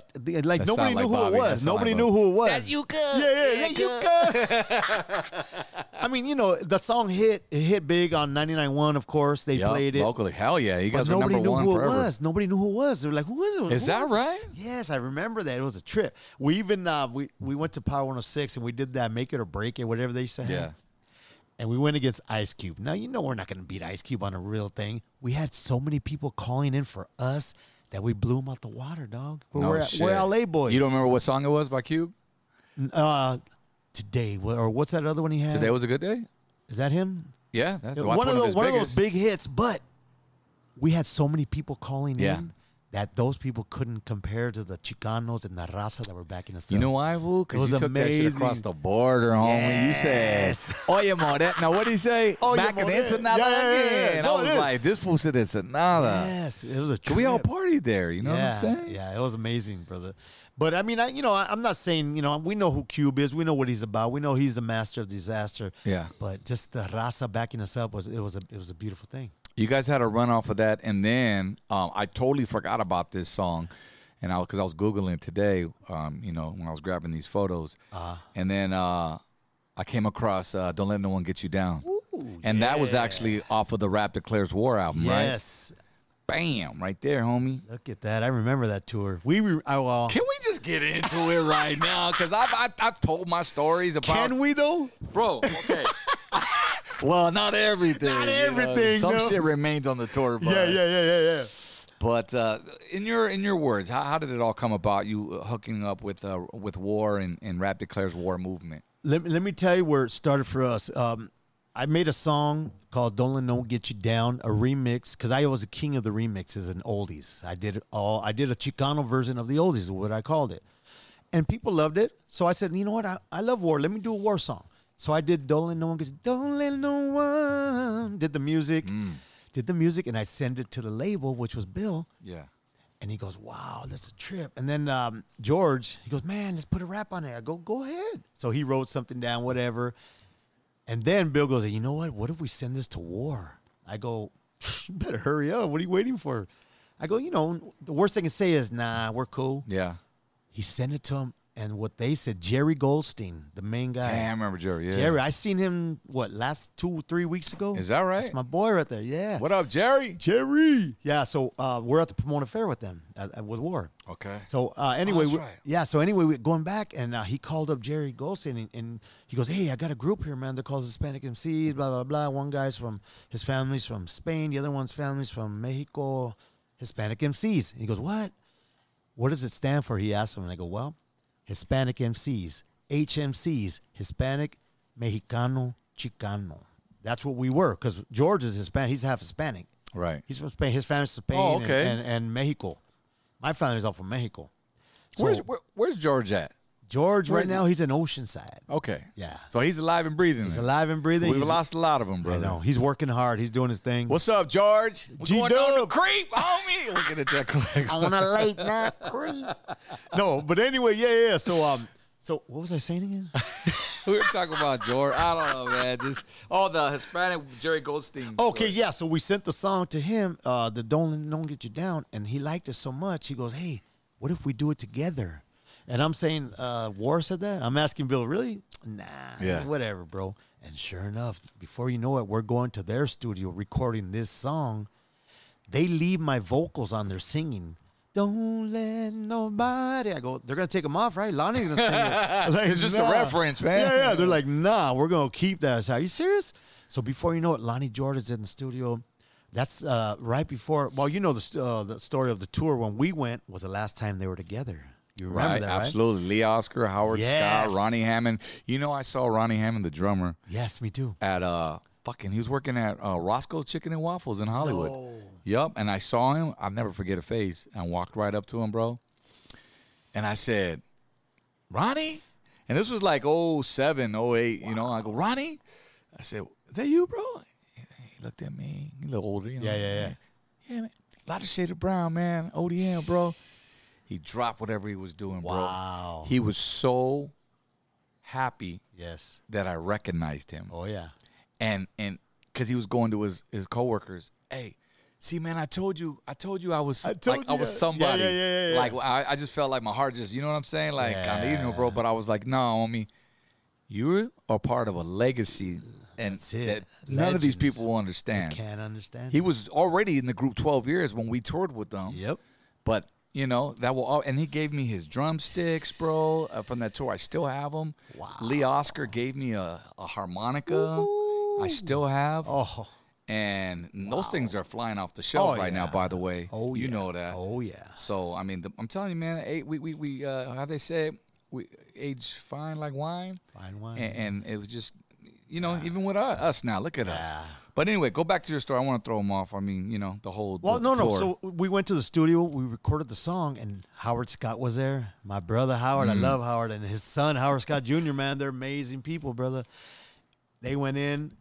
Speaker 6: What? The- Like
Speaker 2: That
Speaker 6: nobody
Speaker 2: sound
Speaker 6: knew
Speaker 2: like
Speaker 6: who
Speaker 2: Bobby.
Speaker 6: it
Speaker 2: That
Speaker 6: was.
Speaker 2: sound
Speaker 6: Nobody
Speaker 2: like
Speaker 6: knew
Speaker 2: Bobby.
Speaker 6: who it was. That's you, cuz. Yeah, yeah, yeah, you, cuz. I mean, you know, the song hit. It hit big on 99.1, of course. They
Speaker 2: Yup,
Speaker 6: played it.
Speaker 2: locally. Hell yeah, you
Speaker 6: But
Speaker 2: guys were
Speaker 6: nobody
Speaker 2: number
Speaker 6: knew
Speaker 2: one
Speaker 6: who
Speaker 2: forever.
Speaker 6: it was. Nobody knew who it was. They were like, "Who is it?
Speaker 2: Is
Speaker 6: Who
Speaker 2: that
Speaker 6: is it?"
Speaker 2: right?
Speaker 6: Yes, I remember that. It was a trip. We even uh, we we went to Power 106 and we did that make it or break it, whatever they said.
Speaker 2: Yeah.
Speaker 6: And we went against Ice Cube. Now you know we're not going to beat Ice Cube on a real thing. We had so many people calling in for us that we blew them out the water, dog. We're,
Speaker 2: No
Speaker 6: we're,
Speaker 2: shit.
Speaker 6: we're LA boys.
Speaker 2: You don't remember what song it was by Cube?
Speaker 6: uh, today wha- or what's that other one he had?
Speaker 2: Today was a good day.
Speaker 6: is that him?
Speaker 2: Yeah, that's
Speaker 6: one, of,
Speaker 2: his
Speaker 6: those, one of those
Speaker 2: biggest.
Speaker 6: big hits, but we had so many people calling
Speaker 2: Yeah.
Speaker 6: in that those people couldn't compare to the Chicanos and the Raza that were backing us
Speaker 2: You
Speaker 6: up.
Speaker 2: know why, Wu?
Speaker 6: It
Speaker 2: Because
Speaker 6: was
Speaker 2: you took that shit
Speaker 6: amazing.
Speaker 2: across the border, homie. You said,
Speaker 6: Yes.
Speaker 2: "Oye, moret." Now, what do you say?
Speaker 6: Oye,
Speaker 2: Back in
Speaker 6: moret.
Speaker 2: Ensenada
Speaker 6: Yeah, yeah, yeah, yeah.
Speaker 2: again.
Speaker 6: No,
Speaker 2: I
Speaker 6: it
Speaker 2: was
Speaker 6: is.
Speaker 2: like, "This fool said Ensenada."
Speaker 6: Yes, it was a trip.
Speaker 2: We all partied there. You know
Speaker 6: yeah,
Speaker 2: what I'm saying?
Speaker 6: Yeah, it was amazing, brother. But I mean, I you know, I, I'm not saying you know we know who Cube is, we know what he's about, we know he's the master of disaster.
Speaker 2: Yeah.
Speaker 6: But just the Raza backing us up was it was a it was a beautiful thing.
Speaker 2: You guys had a run off of that, and then um, I totally forgot about this song, and I because I was googling today, um, you know, when I was grabbing these photos,
Speaker 6: Uh-huh.
Speaker 2: and then uh, I came across uh, "Don't Let No One Get You Down," and that was actually off of the Rap Declares War album,
Speaker 6: Yes,
Speaker 2: right? Bam, right there, homie.
Speaker 6: look at that. I remember that tour. We re- I, well,
Speaker 2: Can we just get into it right now? Because I've, I, I've told my stories about.
Speaker 6: can we though?
Speaker 2: Bro, okay. well, not everything. Not
Speaker 6: everything,
Speaker 2: Some
Speaker 6: no.
Speaker 2: shit remains on the tour bus.
Speaker 6: yeah, yeah, yeah.
Speaker 2: But uh, in your in your words, how, how did it all come about? You uh, hooking up with uh, with war and, and rap declares war movement.
Speaker 6: let, me- let me tell you where it started for us. Um, I made a song called "Don't Let No One Get You Down," a remix because I was a king of the remixes and oldies. I did it all. I did a Chicano version of the oldies, is what I called it, and people loved it. So I said, you know what? I, I love war. Let me do a war song. So I did "Don't Let No One Get You." Don't let no one. Did the music. Did the music, and I sent it to the label, which was Bill.
Speaker 2: Yeah.
Speaker 6: And he goes, "Wow, that's a trip." And then um, George, he goes, "Man, let's put a rap on it." I go, "Go ahead." So he wrote something down, whatever. And then Bill goes, "You know what? What if we send this to war?" I go, "You "Better hurry up! What are you waiting for?" I go, "You know, the worst they can say is, nah, we're cool."
Speaker 2: Yeah.
Speaker 6: He sent it to him, and what they said, Jerry Goldstein, the main guy,
Speaker 2: Damn, I remember Jerry. Yeah.
Speaker 6: Jerry, I seen him what last two, three weeks ago.
Speaker 2: Is that right?
Speaker 6: That's my boy right there. Yeah.
Speaker 2: What up, Jerry? Jerry.
Speaker 6: Yeah, so uh, we're at the Pomona Fair with them at, at- with War.
Speaker 2: Okay. Oh,
Speaker 6: So uh, anyway,
Speaker 2: that's
Speaker 6: we-
Speaker 2: right.
Speaker 6: yeah. So anyway, we going back, and uh, he called up Jerry Goldstein, and, and he goes, "Hey, I got a group here, man. They're called Hispanic MCs. Blah blah blah. One guy's from his family's from Spain. The other one's family's from Mexico. Hispanic MCs." And he goes, "What? What does it stand for?" He asked him, and I go, "Well, Hispanic MCs, HMCs, Hispanic, Mexicano, Chicano. That's what we were, because George is Hispanic. He's half Hispanic.
Speaker 2: Right.
Speaker 6: He's from Spain. His family's from Spain
Speaker 2: Oh,
Speaker 6: and-
Speaker 2: okay.
Speaker 6: and, and, Mexico. My family's all from Mexico. So
Speaker 2: Where's where, Where's George at?
Speaker 6: George
Speaker 2: where-
Speaker 6: right now? He's in Oceanside.
Speaker 2: Okay.
Speaker 6: Yeah.
Speaker 2: So he's alive and breathing.
Speaker 6: He's
Speaker 2: then.
Speaker 6: alive and breathing.
Speaker 2: We've
Speaker 6: He's-
Speaker 2: lost a lot of them,
Speaker 6: I
Speaker 2: brother.
Speaker 6: know. He's working hard. He's doing his thing.
Speaker 2: What's up, George? What's going on the
Speaker 6: G-Dub.
Speaker 2: creep, Oh, homie? We'll get into that quick.
Speaker 6: on a late night creep? No, but anyway, yeah, yeah. So um, so what was I saying again?
Speaker 2: we were talking about George. I don't know, man. Just all the Hispanic Jerry Goldstein.
Speaker 6: Okay,
Speaker 2: story.
Speaker 6: yeah. So we sent the song to him, uh, the Don't Let Don't Get You Down, and he liked it so much. He goes, Hey, what if we do it together? And I'm saying, uh, War said that. I'm asking Bill, really? Nah,
Speaker 2: Yeah.
Speaker 6: whatever, bro. And sure enough, before you know it, we're going to their studio recording this song. They leave my vocals on their singing. Don't let nobody. I go. They're gonna take them off, right? Lonnie's gonna sing it. Like,
Speaker 2: It's just a reference, man.
Speaker 6: Yeah, yeah. They're like, nah, we're gonna keep that. I said, Are you serious? So before you know it, Lonnie Jordan's in the studio. That's uh, right before. Well, you know the st- uh, the story of the tour when we went was the last time they were together. You remember
Speaker 2: right,
Speaker 6: that, right?
Speaker 2: absolutely. Lee Oscar, Howard
Speaker 6: Yes.
Speaker 2: Scott, Ronnie Hammond. You know, I saw Ronnie Hammond, the drummer,
Speaker 6: Yes, me too.
Speaker 2: at uh fucking. He was working at uh, Roscoe Chicken and Waffles in Hollywood. Yup, and I saw him. I'll never forget a face. And walked right up to him, bro. And I said, Ronnie. And this was like oh, 07, 08, You know, I go, Ronnie. I said, Is that you, bro? He looked at me. He looked older. You know,
Speaker 6: Yeah, yeah, yeah.
Speaker 2: Yeah, man. A lot of shade of brown, man. ODM, bro. He dropped whatever he was doing, bro.
Speaker 6: Wow.
Speaker 2: He was so happy
Speaker 6: Yes.
Speaker 2: that I recognized him.
Speaker 6: Oh yeah.
Speaker 2: And and cause he was going to his his coworkers, hey, see man, I told you, I told you I was
Speaker 6: I told
Speaker 2: like
Speaker 6: you
Speaker 2: I was
Speaker 6: that." Yeah,
Speaker 2: somebody.
Speaker 6: yeah, yeah, yeah, yeah.
Speaker 2: Like I, I just felt like my heart just, you know what I'm saying? Like I'm
Speaker 6: Yeah.
Speaker 2: you know, bro, but I was like, no, homie, you are part of a legacy and
Speaker 6: it.
Speaker 2: that none of these
Speaker 6: Legends.
Speaker 2: people will understand.
Speaker 6: Can't understand.
Speaker 2: He
Speaker 6: that.
Speaker 2: was already in the group 12 years when we toured with them.
Speaker 6: Yep.
Speaker 2: But, you know, that will all, and he gave me his drumsticks, bro, uh, from that tour. I still have them. Wow. Lee Oscar gave me a, a harmonica. I still have.
Speaker 6: Oh.
Speaker 2: And those things are flying off the shelf
Speaker 6: Oh,
Speaker 2: right now,
Speaker 6: yeah.
Speaker 2: by the way.
Speaker 6: Oh
Speaker 2: You
Speaker 6: yeah.
Speaker 2: know that.
Speaker 6: Oh yeah.
Speaker 2: So, I mean, the, I'm telling you, man, eh, we, we, we uh, how they say it, we age fine like wine
Speaker 6: Fine wine.
Speaker 2: and, and it was just you know even with us, us now look at us but anyway go back to your story i want to throw them off i mean you know the whole
Speaker 6: Well,
Speaker 2: the
Speaker 6: no, no.
Speaker 2: tour.
Speaker 6: So we went to the studio. We recorded the song, and Howard Scott was there. My brother Howard, I
Speaker 2: Mm.
Speaker 6: love Howard, and his son Howard Scott Jr. Man, they're amazing people, brother. They went in.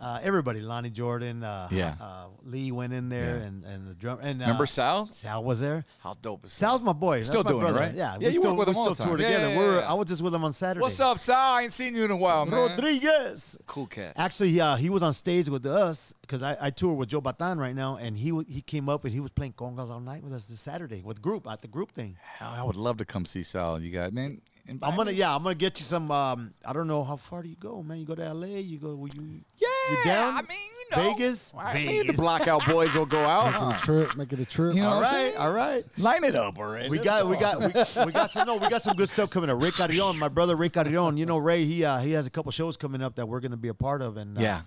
Speaker 6: Uh, everybody, Lonnie Jordan, uh,
Speaker 2: Yeah.
Speaker 6: uh, Lee went in there,
Speaker 2: Yeah.
Speaker 6: and and the drum. And uh,
Speaker 2: remember sal
Speaker 6: Sal was there.
Speaker 2: how dope is
Speaker 6: Sal's my boy. That's
Speaker 2: Still
Speaker 6: my
Speaker 2: doing it,
Speaker 6: brother.
Speaker 2: right?
Speaker 6: Yeah,
Speaker 2: Yeah, you work with
Speaker 6: we
Speaker 2: him all
Speaker 6: still
Speaker 2: the time.
Speaker 6: tour
Speaker 2: Yeah,
Speaker 6: together.
Speaker 2: yeah, yeah,
Speaker 6: We're,
Speaker 2: yeah.
Speaker 6: I was just with him on Saturday.
Speaker 2: what's up sal i ain't seen you in a while man
Speaker 6: Rodriguez?
Speaker 2: cool cat
Speaker 6: Actually, uh, he was on stage with us because I, I tour with Joe Batan right now, and he wa- he came up and he was playing congas all night with us this Saturday with group at the group thing.
Speaker 2: Hell, i would love to come see sal you guys man invite
Speaker 6: I'm gonna
Speaker 2: me.
Speaker 6: yeah, I'm gonna get you some. Um, I don't know how far do you go, man. You go to L.A. You go. Will you?
Speaker 2: yeah
Speaker 6: you down?
Speaker 2: i mean you know
Speaker 6: Vegas?
Speaker 2: I mean, the blackout boys will go out
Speaker 4: Make it a
Speaker 2: huh?
Speaker 4: trip. Make it a trip.
Speaker 2: you know
Speaker 6: All
Speaker 2: what I'm
Speaker 6: right,
Speaker 2: saying?
Speaker 6: all right.
Speaker 2: line it up already
Speaker 6: We
Speaker 2: Let's
Speaker 6: got,
Speaker 2: go.
Speaker 6: we got, we, we got some. No, we got some good stuff coming up. Rick Carrion, my brother Rick Carrion. You know Ray, he uh, he has a couple shows coming up that we're gonna be a part of, and uh,
Speaker 2: yeah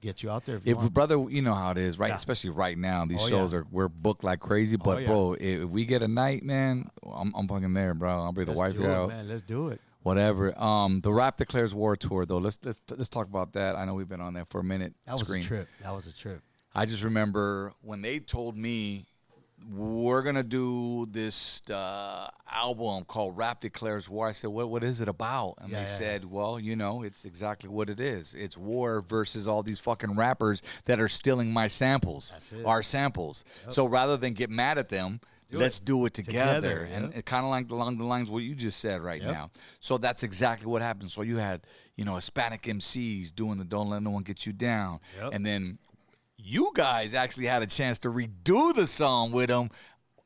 Speaker 6: get you out there if you
Speaker 2: If
Speaker 6: want.
Speaker 2: brother, you know how it is, right? Especially right now, these
Speaker 6: Oh,
Speaker 2: shows
Speaker 6: yeah. Oh,
Speaker 2: are we're booked like crazy. But
Speaker 6: yeah.
Speaker 2: bro, if we get a night, man, I'm, I'm fucking there, bro. I'll bring the wife
Speaker 6: Let's do it,
Speaker 2: out,
Speaker 6: man. Let's do it.
Speaker 2: whatever. Um, the rap declares war tour though. Let's let's let's talk about that. I know we've been on that for a minute.
Speaker 6: That was
Speaker 2: screen.
Speaker 6: a trip. That was a trip.
Speaker 2: I just remember when they told me we're gonna do this uh, album called Rap Declares War. I said, "What? What is it about?" And
Speaker 6: Yeah,
Speaker 2: they
Speaker 6: yeah,
Speaker 2: said, "Well, you know, it's exactly what it is. It's war versus all these fucking rappers that are stealing my samples,
Speaker 6: it.
Speaker 2: our samples. So rather than get mad at them." Let's do it together,
Speaker 6: Together,
Speaker 2: and
Speaker 6: yep.
Speaker 2: it kind of like along the lines of what you just said right now. So that's exactly what happened. So you had, you know, Hispanic MCs doing the "Don't Let No One Get You Down," and then you guys actually had a chance to redo the song with them.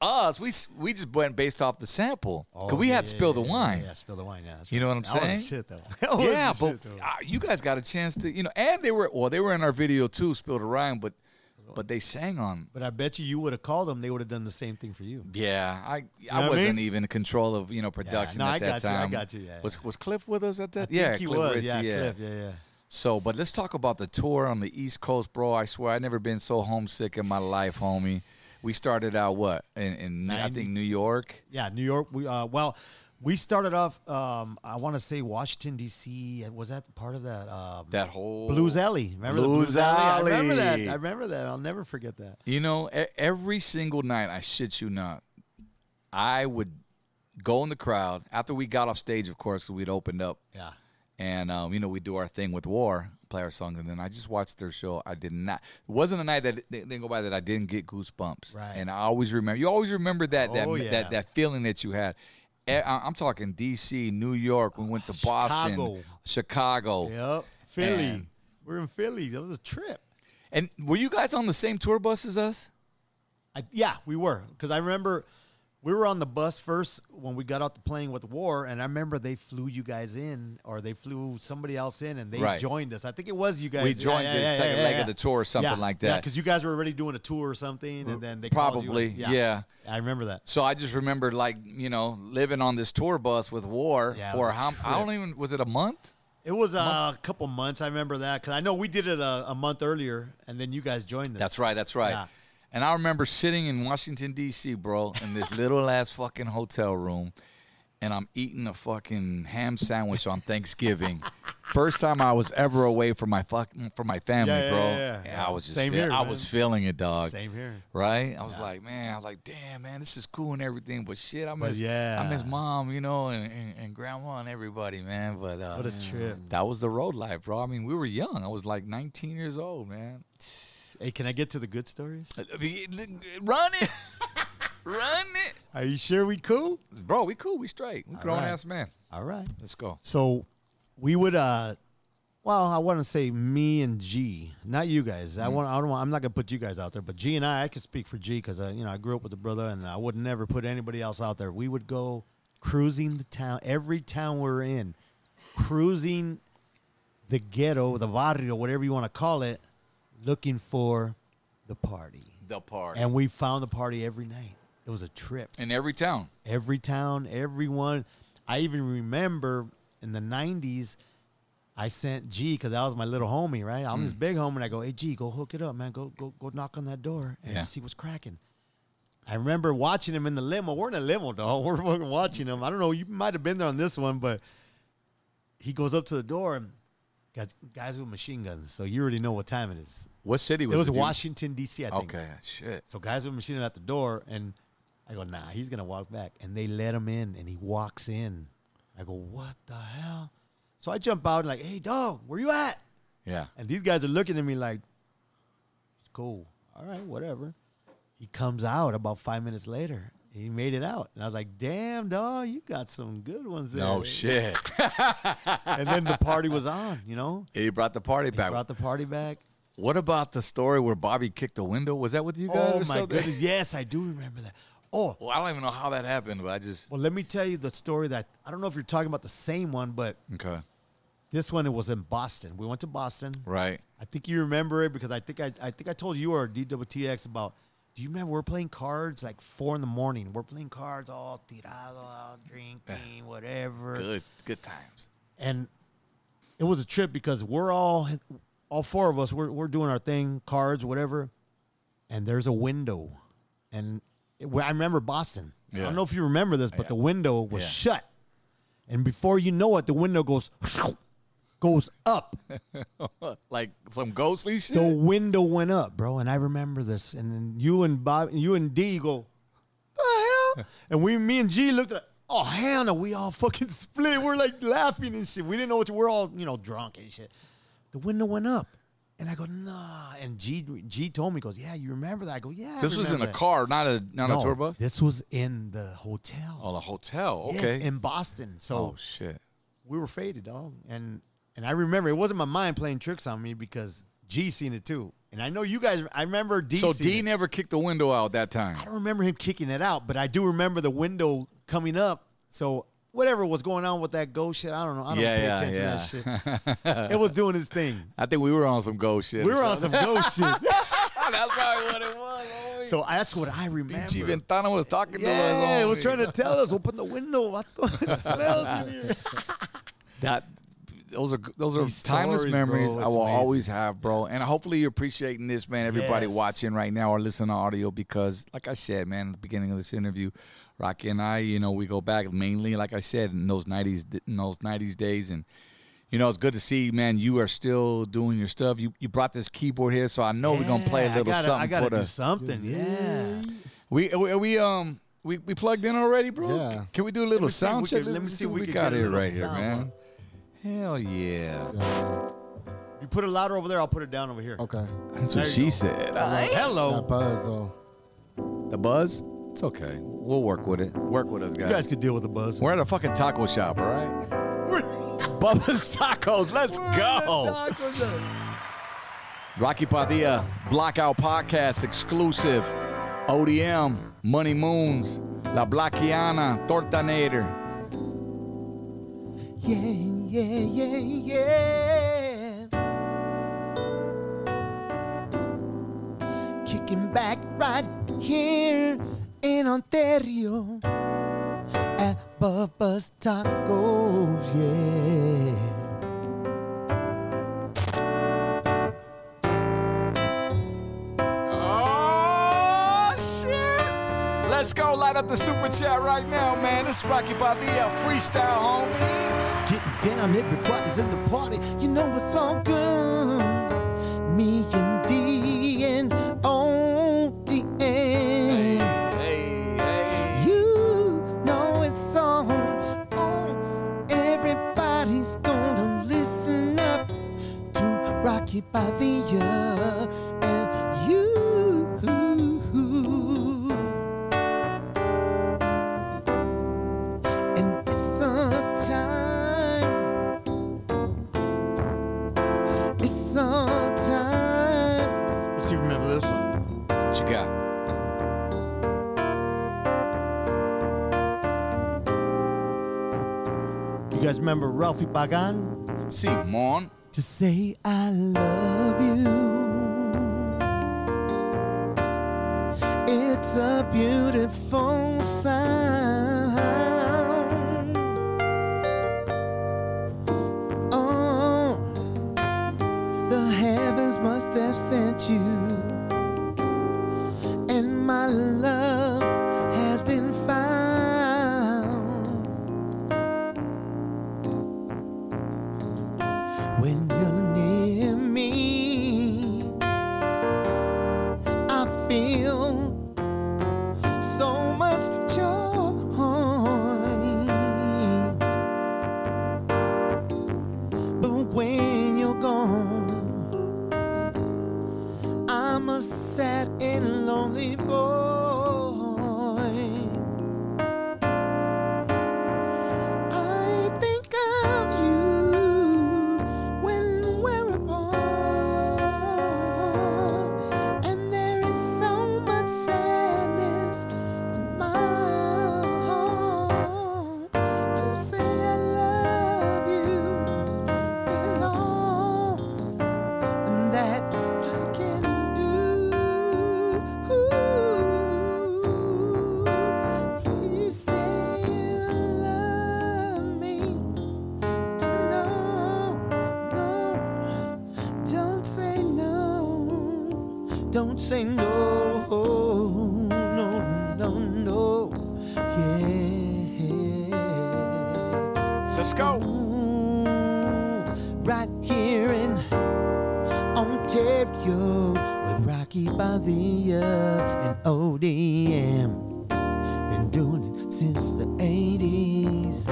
Speaker 2: Us, we s- we just went based off the sample because we had spill the wine.
Speaker 6: Oh, Yeah, spill the wine. Yeah, that's
Speaker 2: You know what I'm
Speaker 6: right. that
Speaker 2: saying?
Speaker 6: Was the shit though. That was
Speaker 2: Yeah,
Speaker 6: the
Speaker 2: but
Speaker 6: shit, though.
Speaker 2: uh, you guys got a chance to you know, and they were well, they were in our video too, spill the wine, but but they sang on.
Speaker 6: But I bet you you would have called them. They would have done the same thing for you.
Speaker 2: Yeah, I
Speaker 6: what
Speaker 2: I
Speaker 6: I
Speaker 2: wasn't
Speaker 6: mean?
Speaker 2: even in control of you know production
Speaker 6: no,
Speaker 2: at
Speaker 6: I
Speaker 2: that
Speaker 6: got you, I
Speaker 2: time.
Speaker 6: got you, yeah,
Speaker 2: Was was Cliff with us at that?
Speaker 6: I
Speaker 2: yeah,
Speaker 6: think he
Speaker 2: Cliff
Speaker 6: was.
Speaker 2: Ritchie,
Speaker 6: yeah,
Speaker 2: yeah.
Speaker 6: Cliff, yeah, yeah.
Speaker 2: So, but let's talk about the tour on the East Coast, bro. I swear I never been so homesick in my life, homie. We started out what in, in I think New York.
Speaker 6: Yeah, New York. We uh, well, we started off. Um, I want to say Washington D.C. and Was that part of that? Um,
Speaker 2: That whole
Speaker 6: Blues Alley. Remember the
Speaker 2: Blues
Speaker 6: Blues Alley? I remember
Speaker 2: Alley.
Speaker 6: that. I remember that. I'll never forget that.
Speaker 2: You know, e- every single night, I shit you not, I would go in the crowd after we got off stage. Of course, we'd opened up,
Speaker 6: Yeah.
Speaker 2: and um, you know we do our thing with War, play our songs, and then I just watched their show. I did not. It wasn't a night that it didn't go by that I didn't get goosebumps.
Speaker 6: Right.
Speaker 2: And I always remember. You always remember that that
Speaker 6: Oh, yeah.
Speaker 2: that, that feeling that you had. E- I- I'm talking D.C., New York. We went to Boston,
Speaker 6: Ah, Chicago.
Speaker 2: Chicago.
Speaker 6: Yep. Philly.
Speaker 2: And-
Speaker 6: We're in Philly. That was a trip.
Speaker 2: And were you guys on the same tour bus as us?
Speaker 6: I, yeah, we were because I remember we were on the bus first when we got out the plane with war, and I remember they flew you guys in or they flew somebody else in and they
Speaker 2: Right.
Speaker 6: joined us. I think it was you guys.
Speaker 2: We joined the second leg of the tour or something like
Speaker 6: Yeah,
Speaker 2: that.
Speaker 6: because you guys were already doing a tour or something, and then they called you
Speaker 2: Probably,
Speaker 6: in.
Speaker 2: yeah.
Speaker 6: I remember that.
Speaker 2: So I just remember like you know living on this tour bus with War
Speaker 6: Yeah, it
Speaker 2: for
Speaker 6: was a
Speaker 2: how I
Speaker 6: trip.
Speaker 2: don't even was it a month?
Speaker 6: It was uh, a couple months. I remember that because I know we did it a, a month earlier, and then you guys joined us.
Speaker 2: That's right. That's right.
Speaker 6: Yeah.
Speaker 2: And I remember sitting in Washington D.C., bro, in this little ass fucking hotel room, and I'm eating a fucking ham sandwich on Thanksgiving. First time I was ever away from my fucking from my family,
Speaker 6: Yeah, yeah,
Speaker 2: bro.
Speaker 6: yeah, yeah.
Speaker 2: And I was just
Speaker 6: Same
Speaker 2: feel-
Speaker 6: here,
Speaker 2: I
Speaker 6: man.
Speaker 2: was feeling it, dog.
Speaker 6: Same here.
Speaker 2: Right? I was like, man, I was like, damn, man, this is cool and everything, but shit, I miss,
Speaker 6: yeah.
Speaker 2: I miss mom, you know, and, and, and grandma and everybody, man. But uh,
Speaker 6: What a trip.
Speaker 2: that was the road life, bro. I mean, we were young. I was like 19 years old, man. Uh,
Speaker 6: Hey, can I get to the good stories?
Speaker 2: I mean, Run it. Run it.
Speaker 6: Are you sure we cool?
Speaker 2: Bro, we cool. We straight. We grown
Speaker 6: right.
Speaker 2: ass man.
Speaker 6: All right.
Speaker 2: Let's go.
Speaker 6: So we would uh well, I want to say me and G, not you guys.
Speaker 2: Mm-hmm.
Speaker 6: I want I don't want, I'm not going to put you guys out there, but G and I I can speak for G cuz I you know, I grew up with the brother and I would never put anybody else out there. We would go cruising the town, every town we're in, cruising the ghetto, the barrio, whatever you want to call it, looking for the party.
Speaker 2: The party.
Speaker 6: And we found the party every night. It was a trip
Speaker 2: In every town.
Speaker 6: every town, everyone. I even remember in the '90s, I sent G because that was my little homie, right? I'm
Speaker 2: Mm.
Speaker 6: his big homie, and I go, "Hey G, go hook it up, man. Go go go knock on that door and
Speaker 2: Yeah.
Speaker 6: see what's cracking." I remember watching him in the limo. We're in a limo, dog. We're fucking watching him. I don't know. You might have been there on this one, but he goes up to the door and guys, guys with machine guns. So you already know what time it is.
Speaker 2: What city
Speaker 6: It
Speaker 2: was
Speaker 6: was
Speaker 2: dude?
Speaker 6: Washington D.C. I think.
Speaker 2: Okay, shit.
Speaker 6: So guys were machining at the door, and I go, nah, he's gonna walk back. And they let him in, and he walks in. I go, what the hell? So I jump out and like, hey dog, where you at?
Speaker 2: Yeah.
Speaker 6: And these guys are looking at me like, it's cool. All right, whatever. He comes out about five minutes later. He made it out. And I was like, damn, dog, you got some good ones there.
Speaker 2: No Oh, shit.
Speaker 6: And then the party was on, you know?
Speaker 2: he brought the party back.
Speaker 6: Brought the party back.
Speaker 2: what about the story where Bobby kicked the window? Was that with you guys?
Speaker 6: oh
Speaker 2: or
Speaker 6: my
Speaker 2: something?
Speaker 6: goodness. Yes, I do remember that. Oh,
Speaker 2: Well, I don't even know how that happened, but I just
Speaker 6: Well, let me tell you the story that I don't know if you're talking about the same one, but
Speaker 2: okay.
Speaker 6: this one it was in Boston. We went to Boston.
Speaker 2: Right.
Speaker 6: I think you remember it because I think I, I think I told you or DWTX about. Do you remember we're playing cards like four in the morning? We're playing cards all tirado, all drinking, whatever.
Speaker 2: Good. Good times.
Speaker 6: And it was a trip because we're all all four of us we're we're doing our thing, cards, whatever. And there's a window, and it, well, I remember Boston. I
Speaker 2: Yeah.
Speaker 6: don't know if you remember this, but the window was
Speaker 2: Yeah.
Speaker 6: shut, and before you know it, the window goes goes up.
Speaker 2: like some ghostly shit.
Speaker 6: The window went up, bro, and I remember this. And then you and Bob, you and D go, the hell? and we, me and G looked at, oh hell no, we all fucking split. We're like laughing and shit. We didn't know what to, we're all you know drunk and shit. The window went up, and I go nah. And G G told me, he goes, yeah, you remember that? I go, yeah. I
Speaker 2: this was in
Speaker 6: remember
Speaker 2: a
Speaker 6: that."
Speaker 2: car, not a not
Speaker 6: No,
Speaker 2: a tour bus.
Speaker 6: This was in the hotel.
Speaker 2: oh, a hotel.
Speaker 6: Yes,
Speaker 2: Okay.
Speaker 6: in Boston. So
Speaker 2: oh shit.
Speaker 6: we were faded, dog. And and I remember it wasn't my mind playing tricks on me because G seen it too. And I know you guys. I remember D.
Speaker 2: So
Speaker 6: seen
Speaker 2: D
Speaker 6: it.
Speaker 2: never kicked the window out that time.
Speaker 6: I don't remember him kicking it out, but I do remember the window coming up. So whatever was going on with that ghost shit, I don't know. I don't
Speaker 2: Yeah,
Speaker 6: pay
Speaker 2: yeah,
Speaker 6: attention to that shit. it was doing its thing.
Speaker 2: I think we were on some ghost shit.
Speaker 6: We were on some ghost shit.
Speaker 2: That's probably what it was. homie.
Speaker 6: So that's what
Speaker 2: Chi
Speaker 6: I remember.
Speaker 2: Ventana was talking to us. Oh,
Speaker 6: Yeah, it was
Speaker 2: homie.
Speaker 6: trying to tell us open the window. What the- it smells in here.
Speaker 2: that. Those are those are
Speaker 6: These
Speaker 2: timeless
Speaker 6: stories,
Speaker 2: memories
Speaker 6: bro,
Speaker 2: I
Speaker 6: it's
Speaker 2: will
Speaker 6: amazing.
Speaker 2: always have, bro. And hopefully you're appreciating this, man. Everybody
Speaker 6: Yes.
Speaker 2: watching right now or listening to audio because, like I said, man, at the beginning of this interview, Rocky and I, you know, we go back mainly, like I said, in those nineties, in those nineties days, and you know, it's good to see, man. You are still doing your stuff. You you brought this keyboard here, so I know we're gonna play a
Speaker 6: Yeah,
Speaker 2: little
Speaker 6: I gotta,
Speaker 2: something
Speaker 6: I gotta
Speaker 2: for
Speaker 6: do
Speaker 2: the
Speaker 6: something. Yeah.
Speaker 2: We we, we um we, we plugged in already, bro.
Speaker 4: Yeah.
Speaker 2: Can we do a little
Speaker 6: see if
Speaker 2: sound
Speaker 6: we
Speaker 2: check?
Speaker 6: can- let me see if we
Speaker 2: what
Speaker 6: can
Speaker 2: got
Speaker 6: get a
Speaker 2: here
Speaker 6: little
Speaker 2: right here,
Speaker 6: sound
Speaker 2: man. Hell yeah.
Speaker 6: You put it louder over there. I'll put it down over here.
Speaker 4: Okay.
Speaker 2: That's
Speaker 6: There
Speaker 2: what
Speaker 6: you
Speaker 2: she
Speaker 6: go.
Speaker 2: said.
Speaker 6: Hello.
Speaker 4: That buzz though.
Speaker 2: The buzz? It's okay. We'll work with it. Work with us, guys.
Speaker 6: You guys could deal with the buzz.
Speaker 2: We're at a fucking taco shop, all right? Bubba's Tacos. Let's go. Rocky Padilla, Blockout Podcast exclusive. ODM, Money Moons, La Blackiana, Tortanator.
Speaker 6: Yeah, yeah, yeah, yeah. Kicking back right here in Ontario at Bubba's Tacos, yeah.
Speaker 2: Oh, Let's go light up the super chat right now, man. It's Rocky Balboa freestyle, homie.
Speaker 7: Getting down, everybody's in the party. You know it's all good. Me and D and on the end.
Speaker 2: Hey, hey.
Speaker 7: You know it's all on. Everybody's gonna listen up to Rocky by the year. And you. And it's a time. It's a time.
Speaker 6: Let's see if you remember this one.
Speaker 2: What you got?
Speaker 6: You guys remember Ralphie Pagan?
Speaker 2: See, Mon.
Speaker 7: to say I love you. It's a beautiful sound. Oh, the heavens must have sent you, and my love has been found. when you're near me. I feel so much joy, but when you're gone, I'm a sad and lonely boy. I think of you when we're apart, and there is so much sadness in my heart. To say I love you is all that I can do. Please say you love me. No, no, don't say no. Don't say no, no, no, no. Yeah.
Speaker 2: Let's go.
Speaker 7: Mm, right here in Ontario with Rocky Badia and ODM. Been doing it since the 80s.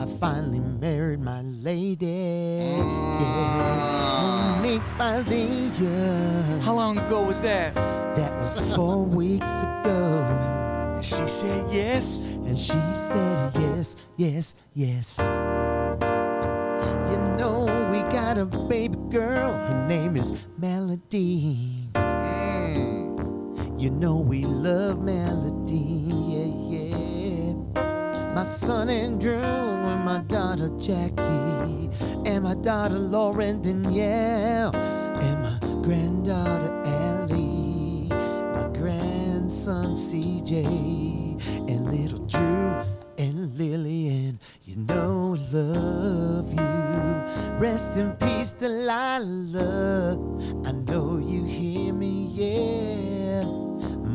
Speaker 7: I finally married my lady. Yeah. Monique Badia.
Speaker 2: Ah. How long ago was that?
Speaker 7: That was four weeks ago.
Speaker 2: She said yes.
Speaker 7: And she said, Yes, yes, yes. You know, we got a baby girl. Her name is Melody.
Speaker 2: Hmm.
Speaker 7: You know, we love Melody. Yeah, yeah. My son Andrew, and my daughter Jackie, and my daughter Lauren Danielle, and my granddaughter Ellie, my grandson CJ, and little Drew and Lillian. You know I love you. Rest in peace, Delilah. I know you hear me, yeah.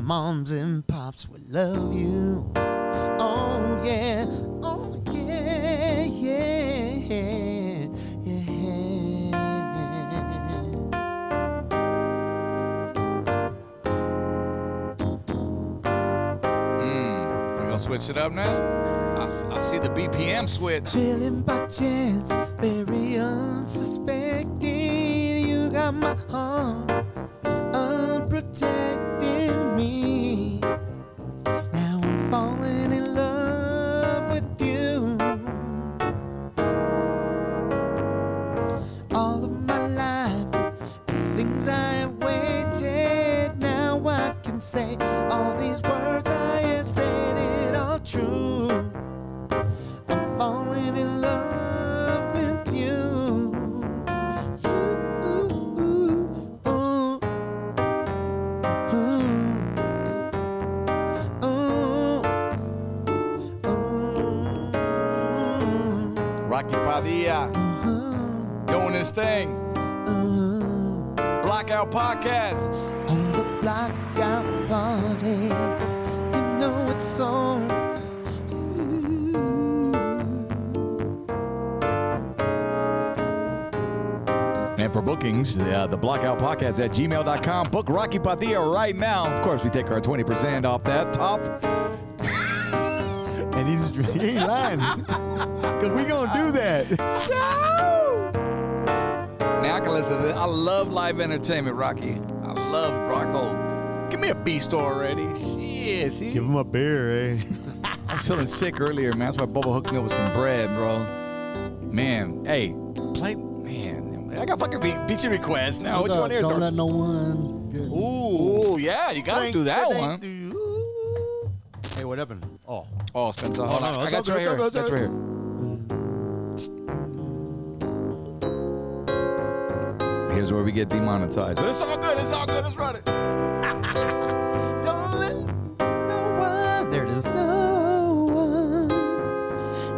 Speaker 7: Moms and pops will love you. Oh yeah, oh yeah, yeah, yeah.
Speaker 2: Mm. We gonna switch it up now? I, I see the BPM switch.
Speaker 7: Feeling by chance, very unsuspecting. You got my heart unprotecting me. Now I'm falling in love with you. all of my life. It seems I have waited. Now I can say all these words I have said it all true. I'm falling in love with you. You, ooh, ooh, ooh, ooh.
Speaker 2: Rocky Padilla
Speaker 7: Uh-huh.
Speaker 2: doing his thing.
Speaker 7: on Uh-huh.
Speaker 2: Blackout Podcast.
Speaker 7: the blackout party
Speaker 2: for bookings, uh, the blockout podcast at gmail.com. Book Rocky Padilla right now. Of course, we take our 20% off that top.
Speaker 6: And he's he ain't lying. Cause we gonna do that.
Speaker 2: Oh, Now I can listen to this. I love live entertainment, Rocky. I love it, Rocco. Give me a beast already. Shit, see?
Speaker 6: Give him a beer, eh?
Speaker 2: I was feeling sick earlier, man. That's why Bubba hooked me up with some bread, bro. Man, hey, play, man. I got fucking beat, beat your request now. Which
Speaker 4: Don't-
Speaker 2: one here?
Speaker 4: Don't
Speaker 2: Thor?
Speaker 4: let no one. Get me.
Speaker 2: Ooh, yeah, you gotta do that one.
Speaker 6: Hey, what happened? Oh,
Speaker 2: Oh, Spencer, hold on.
Speaker 6: no,
Speaker 2: I
Speaker 6: it's
Speaker 2: got you
Speaker 6: okay,
Speaker 2: right here.
Speaker 6: it's okay,
Speaker 2: That's
Speaker 6: it's
Speaker 2: right here. Here's where we get demonetized. But it's all good. It's all good. Let's run it.
Speaker 7: Don't let no one, there it is, no one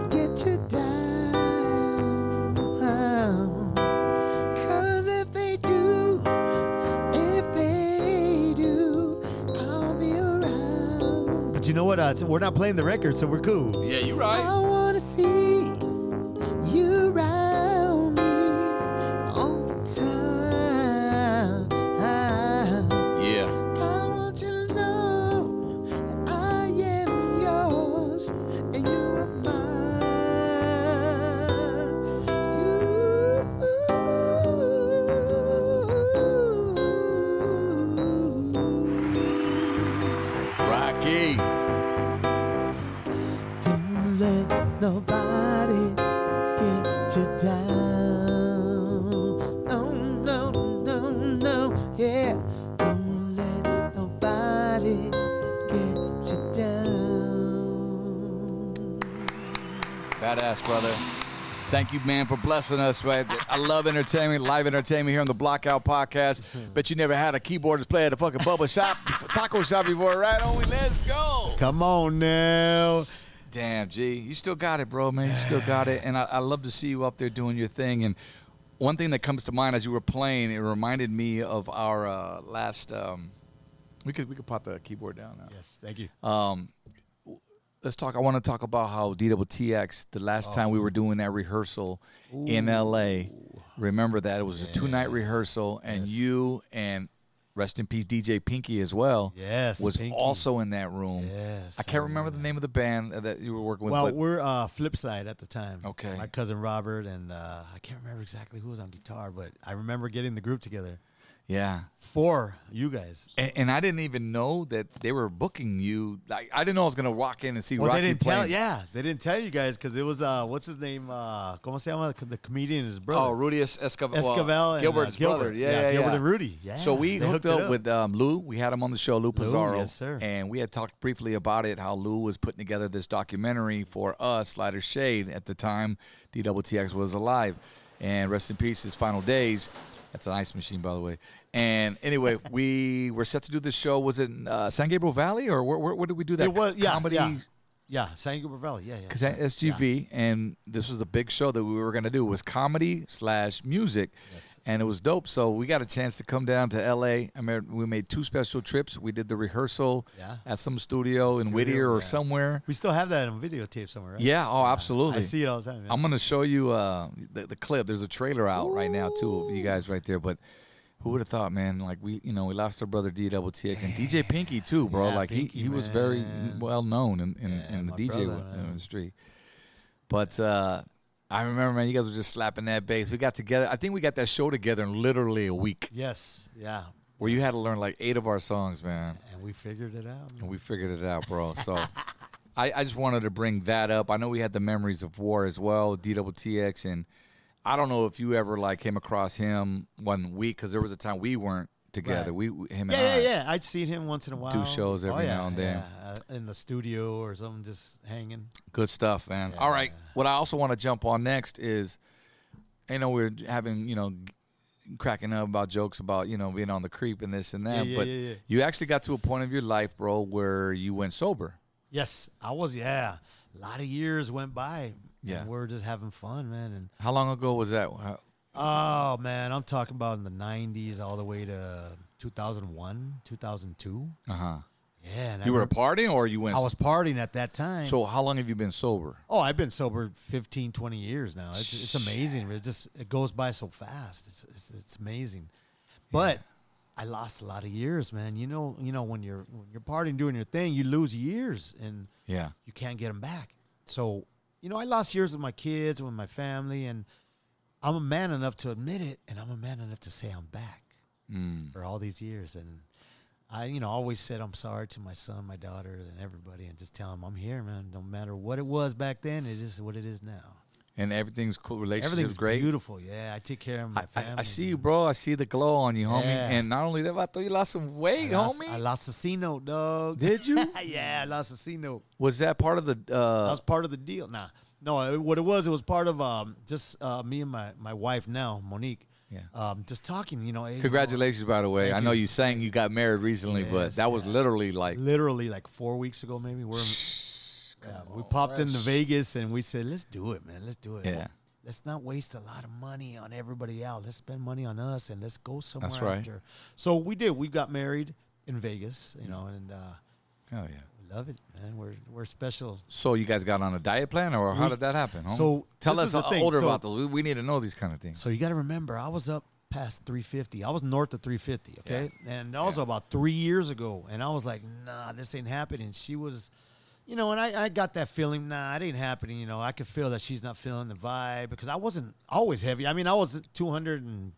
Speaker 7: get you down. Cause if they do, if they do, I'll be around.
Speaker 6: but you know what? Uh, it's- we're not playing the record, so we're cool.
Speaker 2: Yeah, you're right.
Speaker 7: I wanna see you around me all the time.
Speaker 2: Yeah.
Speaker 7: I want you to know that I am yours and you are mine. You
Speaker 2: Rocky.
Speaker 7: don't let nobody get you down. No, no, no, no, yeah. Don't let nobody get you down.
Speaker 2: Badass, brother. Thank you, man, for blessing us. Right, I love entertainment, live entertainment here on the Blockout Podcast. Bet you never had a keyboardist play at a fucking bubble shop, taco shop before, right? On we let's go.
Speaker 6: Come on now.
Speaker 2: Damn, G, you still got it, bro, man. You still got it, and I, I love to see you up there doing your thing. And one thing that comes to mind as you were playing, it reminded me of our uh, last. Um, we could we could pop the keyboard down now.
Speaker 6: Yes, thank you.
Speaker 2: Um, Let's talk. I want to talk about how DWTX. The last time we were
Speaker 6: Oh.
Speaker 2: doing that rehearsal in LA, remember that it was a two night rehearsal, and you and rest in peace DJ Pinky as well.
Speaker 6: Yes,
Speaker 2: was
Speaker 6: Pinky.
Speaker 2: also in that room.
Speaker 6: Yes,
Speaker 2: I can't remember the name of the band that you were working with.
Speaker 6: well,
Speaker 2: but-
Speaker 6: we're uh, Flipside at the time.
Speaker 2: Okay.
Speaker 6: My cousin Robert and uh, I can't remember exactly who was on guitar, but I remember getting the group together
Speaker 2: yeah.
Speaker 6: for you guys.
Speaker 2: And, and I didn't even know that they were booking you. Like I didn't know I was gonna walk in and see
Speaker 6: Well,
Speaker 2: Rocky
Speaker 6: they didn't
Speaker 2: playing.
Speaker 6: tell. Yeah, they didn't tell you guys because it was uh, what's his name? Uh, como se llama the comedian? and His brother.
Speaker 2: Oh, Rudy Es- Escavel.
Speaker 6: Esquivel and,
Speaker 2: Gilbert's
Speaker 6: uh, Gilbert.
Speaker 2: brother. Yeah,
Speaker 6: Yeah,
Speaker 2: yeah,
Speaker 6: Gilbert
Speaker 2: yeah.
Speaker 6: and Rudy. Yeah,
Speaker 2: So we
Speaker 6: they
Speaker 2: hooked,
Speaker 6: hooked
Speaker 2: up,
Speaker 6: it up.
Speaker 2: with um, Lou. We had him on the show, Lou Pizarro.
Speaker 6: yes, sir.
Speaker 2: And we had talked briefly about it, how Lou was putting together this documentary for us, Lighter Shade, at the time DWTX was alive. And rest in peace, his final days. That's an ice machine, by the way. And anyway, we were set to do this show. Was it in, uh, San Gabriel Valley, or where, where, where did we do that?
Speaker 6: it was yeah,
Speaker 2: comedy
Speaker 6: yeah, yeah, San Gabriel Valley. Yeah, yeah.
Speaker 2: because at SGV, and this was a big show that we were going to do was comedy slash music, and it was dope. So we got a chance to come down to LA. I mean, we made two special trips. We did the rehearsal
Speaker 6: Yeah.
Speaker 2: at some studio, in Whittier or
Speaker 6: yeah.
Speaker 2: somewhere.
Speaker 6: We still have that on videotape somewhere. Right?
Speaker 2: Yeah, oh, absolutely.
Speaker 6: I see it all the time. Man.
Speaker 2: I'm gonna show you uh, the, the clip. There's a trailer out right now too of you guys right there. But who would have thought, man? Like we, you know, we lost our brother D Double TX and DJ Pinky too, bro.
Speaker 6: Yeah,
Speaker 2: like
Speaker 6: Pinky,
Speaker 2: he, he was very
Speaker 6: man.
Speaker 2: well known in, in,
Speaker 6: Yeah,
Speaker 2: in the
Speaker 6: my
Speaker 2: DJ
Speaker 6: brother,
Speaker 2: wo-
Speaker 6: man.
Speaker 2: industry. But uh, I remember, man, you guys were just slapping that bass. We got together. I think we got that show together in literally a week,
Speaker 6: Yes, yeah,
Speaker 2: where you had to learn like eight of our songs, man
Speaker 6: and we figured it out. man.
Speaker 2: and we figured it out, bro. So I, I just wanted to bring that up. I know we had the memories of war as well, DWTX, and I don't know if you ever like came across him one week because there was a time we weren't together. We
Speaker 6: Right.
Speaker 2: We him and
Speaker 6: Yeah,
Speaker 2: I.
Speaker 6: yeah, yeah. I'd seen him once in a while. Oh,
Speaker 2: shows every now and then.
Speaker 6: yeah, uh, in the studio or something, just hanging.
Speaker 2: Good stuff, man. All right. What I also want to jump on next is, you know, we're having, you know, g- cracking up about jokes about, you know, being on the creep and this and that.
Speaker 6: yeah,
Speaker 2: but
Speaker 6: yeah, yeah.
Speaker 2: you actually got to a point of your life, bro, where you went sober.
Speaker 6: Yes, I was. Yeah, a lot of years went by.
Speaker 2: Yeah.
Speaker 6: and we are just having fun, man. And
Speaker 2: How long ago was that? How-
Speaker 6: oh man, I'm talking about in the '90s all the way to 2001, 2002.
Speaker 2: Uh huh.
Speaker 6: Yeah. and I
Speaker 2: You were
Speaker 6: remember-
Speaker 2: partying or you went?
Speaker 6: I was partying at that time.
Speaker 2: So how long have you been sober?
Speaker 6: Oh, I've been sober 15, 20 years now. It's, it's amazing. It just it goes by so fast. It's it's, it's amazing. But I lost a lot of years, man. You know, you know when you're when you're partying doing your thing, you lose years and
Speaker 2: Yeah.
Speaker 6: you can't get them back. So, you know, I lost years with my kids, with my family and I'm a man enough to admit it and I'm a man enough to say I'm back
Speaker 2: Hmm.
Speaker 6: for all these years and I, you know, always said I'm sorry to my son, my daughters, and everybody, and just tell them I'm here, man. No matter what it was back then, it is what it is now.
Speaker 2: And everything's cool. Relationship's
Speaker 6: Everything's
Speaker 2: great.
Speaker 6: beautiful. Yeah, I take care of my
Speaker 2: I, I,
Speaker 6: family.
Speaker 2: I see you, bro. I see the glow on you, homie.
Speaker 6: Yeah.
Speaker 2: And not only that, but I thought you lost some
Speaker 6: I
Speaker 2: weight,
Speaker 6: lost,
Speaker 2: homie.
Speaker 6: I lost a C note, dog.
Speaker 2: Did you?
Speaker 6: yeah, I lost a C note.
Speaker 2: was that part of the?
Speaker 6: That
Speaker 2: Uh,
Speaker 6: was part of the deal. Nah, no, it, what it was, it was part of um, just uh, me and my my wife now, Monique.
Speaker 2: Yeah.
Speaker 6: Um, just talking, you know. hey, you know,
Speaker 2: congratulations, by the way.
Speaker 6: Thank
Speaker 2: I know
Speaker 6: you.
Speaker 2: you sang. You got married recently, but
Speaker 6: Yes,
Speaker 2: that was literally like
Speaker 6: literally like four weeks ago, maybe. We're yeah, we popped into Vegas and we said, let's do it, man. Let's do it.
Speaker 2: Yeah.
Speaker 6: Let's not waste a lot of money on everybody else. Let's spend money on us and let's go somewhere
Speaker 2: right.
Speaker 6: after. So we did. We got married in Vegas, you know, and uh,
Speaker 2: Oh yeah.
Speaker 6: we love it, man. We're we're special.
Speaker 2: So you guys got on a diet plan, or how
Speaker 6: We-
Speaker 2: did that happen? homie?
Speaker 6: so
Speaker 2: tell
Speaker 6: this
Speaker 2: us
Speaker 6: is the
Speaker 2: uh,
Speaker 6: thing.
Speaker 2: older
Speaker 6: So-
Speaker 2: about those. We, we need to know these kind of things.
Speaker 6: So you got to remember, I was up past 350. I was north of 350, okay? And that was about three years ago. And I was like, nah, this ain't happening. She was, you know, and I, I got that feeling, nah, it ain't happening. You know, I could feel that she's not feeling the vibe because I wasn't always heavy. I mean, I was 200 and.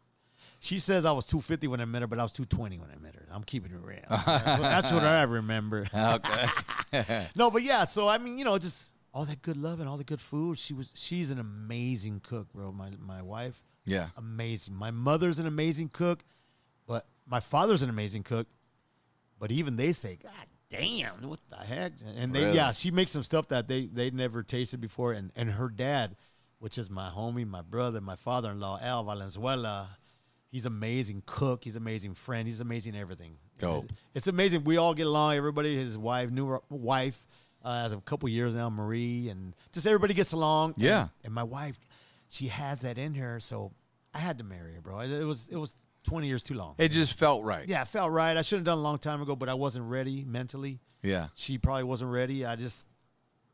Speaker 6: She says I was 250 when I met her, but I was 220 when I met her. I'm keeping it real. That's what I remember.
Speaker 2: Okay.
Speaker 6: No, but yeah. So I mean, you know, just all that good love and all the good food. She was, she's an amazing cook, bro. My my wife,
Speaker 2: Yeah.
Speaker 6: amazing. My mother's an amazing cook, but my father's an amazing cook. But even they say, God damn, what the heck? And they,
Speaker 2: Really?
Speaker 6: yeah, she makes some stuff that they they never tasted before. And and her dad, which is my homie, my brother, my father-in-law, Al Valenzuela. He's amazing cook. He's amazing friend. He's amazing everything.
Speaker 2: Dope.
Speaker 6: It's, it's amazing. We all get along. Everybody, his wife, new wife, uh, has a couple years now, Marie, and just everybody gets along. And-
Speaker 2: Yeah.
Speaker 6: and my wife, she has that in her, so I had to marry her, bro. It it was it was twenty years too long.
Speaker 2: It just felt right.
Speaker 6: yeah, it felt right. I should have done it a long time ago, but I wasn't ready mentally.
Speaker 2: Yeah.
Speaker 6: She probably wasn't ready. I just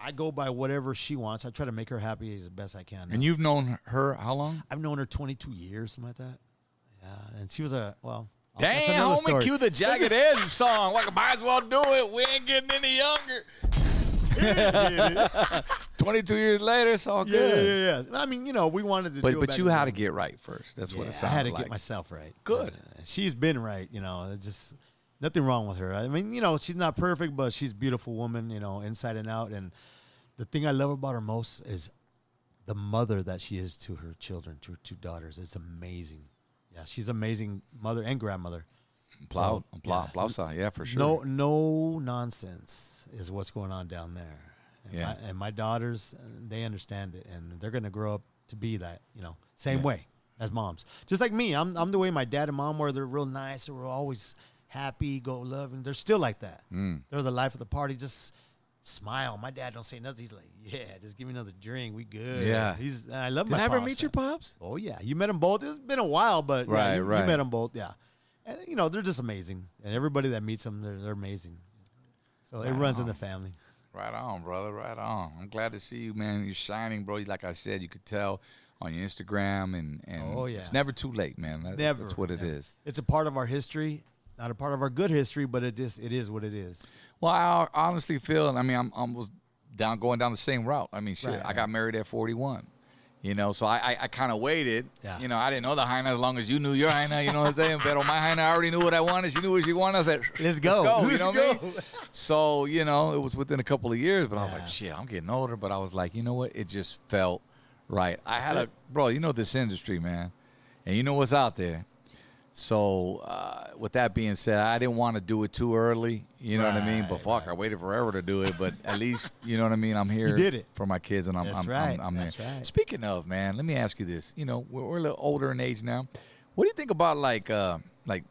Speaker 6: I go by whatever she wants. I try to make her happy as best I can.
Speaker 2: And you've known her how long?
Speaker 6: I've known her twenty two years, something like that. Yeah, and she was a well. Oh, that's
Speaker 2: Damn,
Speaker 6: another
Speaker 2: homie,
Speaker 6: story.
Speaker 2: cue the Jagged Edge song. We might as well do it. We ain't getting any younger. 22 years later, it's all
Speaker 6: Yeah,
Speaker 2: good.
Speaker 6: yeah, yeah. I mean, you know, we wanted to. do
Speaker 2: But
Speaker 6: it
Speaker 2: but
Speaker 6: back
Speaker 2: you
Speaker 6: in the
Speaker 2: had
Speaker 6: day.
Speaker 2: to get right first. That's what it
Speaker 6: I
Speaker 2: sounded
Speaker 6: had to
Speaker 2: like.
Speaker 6: get myself right.
Speaker 2: Good.
Speaker 6: Uh, she's been right. You know, it's just nothing wrong with her. I mean, you know, she's not perfect, but she's a beautiful woman. You know, inside and out. And the thing I love about her most is the mother that she is to her children, to her two daughters. It's amazing. Yeah, she's amazing mother and grandmother.
Speaker 2: Plow,
Speaker 6: So,
Speaker 2: plow,
Speaker 6: yeah.
Speaker 2: plow song, yeah, for sure.
Speaker 6: No, no nonsense is what's going on down there. And
Speaker 2: Yeah.
Speaker 6: my, and my daughters, uh, they understand it, and they're gonna grow up to be that, you know, same way as moms. Just like me, I'm I'm the way my dad and mom were. They're real nice. They were always happy, go loving. They're still like that.
Speaker 2: Mm.
Speaker 6: They're the life of the party. Just smile. My dad don't say nothing. He's like, yeah, just give me another drink. We good.
Speaker 2: Yeah.
Speaker 6: uh, He's. I love
Speaker 2: Did
Speaker 6: my.
Speaker 2: I ever
Speaker 6: pops.
Speaker 2: meet your pops?
Speaker 6: Oh yeah, you met them both. It's been a while, but yeah,
Speaker 2: Right,
Speaker 6: you, you
Speaker 2: right.
Speaker 6: met them both. Yeah, and you know they're just amazing, and everybody that meets them, they're, they're amazing. So it runs in the family.
Speaker 2: Right on, brother. Right on. I'm glad to see you, man. You're shining, bro. Like I said, you could tell on your Instagram, and and
Speaker 6: Oh, yeah.
Speaker 2: it's never too late, man. That-
Speaker 6: Never.
Speaker 2: That's what it is.
Speaker 6: never. It's a part of our history, not a part of our good history, but it just it is what it is.
Speaker 2: Well, I honestly feel, and I mean, I'm almost down going down the same route. I mean, shit,
Speaker 6: Right,
Speaker 2: I got married at 41. You know, so I I, I kind of waited.
Speaker 6: Yeah.
Speaker 2: You know, I didn't know the hyena as long as you knew your hyena. You know what I'm saying? But on my hyena, I already knew what I wanted. She knew what she wanted. I said,
Speaker 6: Let's go.
Speaker 2: you know
Speaker 6: Let's
Speaker 2: what I mean? So you know, it was within a couple of years, but I was like, shit, I'm getting older. But I was like, you know what? It just felt right. I had
Speaker 6: it.
Speaker 2: a bro. You know this industry, man, and you know what's out there. So, uh, with that being said, I didn't want to do it too early. You know what I mean? But fuck, I waited forever to do it. But at least, you know what I mean? I'm here
Speaker 6: did it.
Speaker 2: for my kids, and I'm,
Speaker 6: That's
Speaker 2: I'm,
Speaker 6: right.
Speaker 2: I'm, I'm
Speaker 6: That's
Speaker 2: there.
Speaker 6: right.
Speaker 2: Speaking of, man, let me ask you this. You know, we're, we're a little older in age now. What do you think about like, uh, like,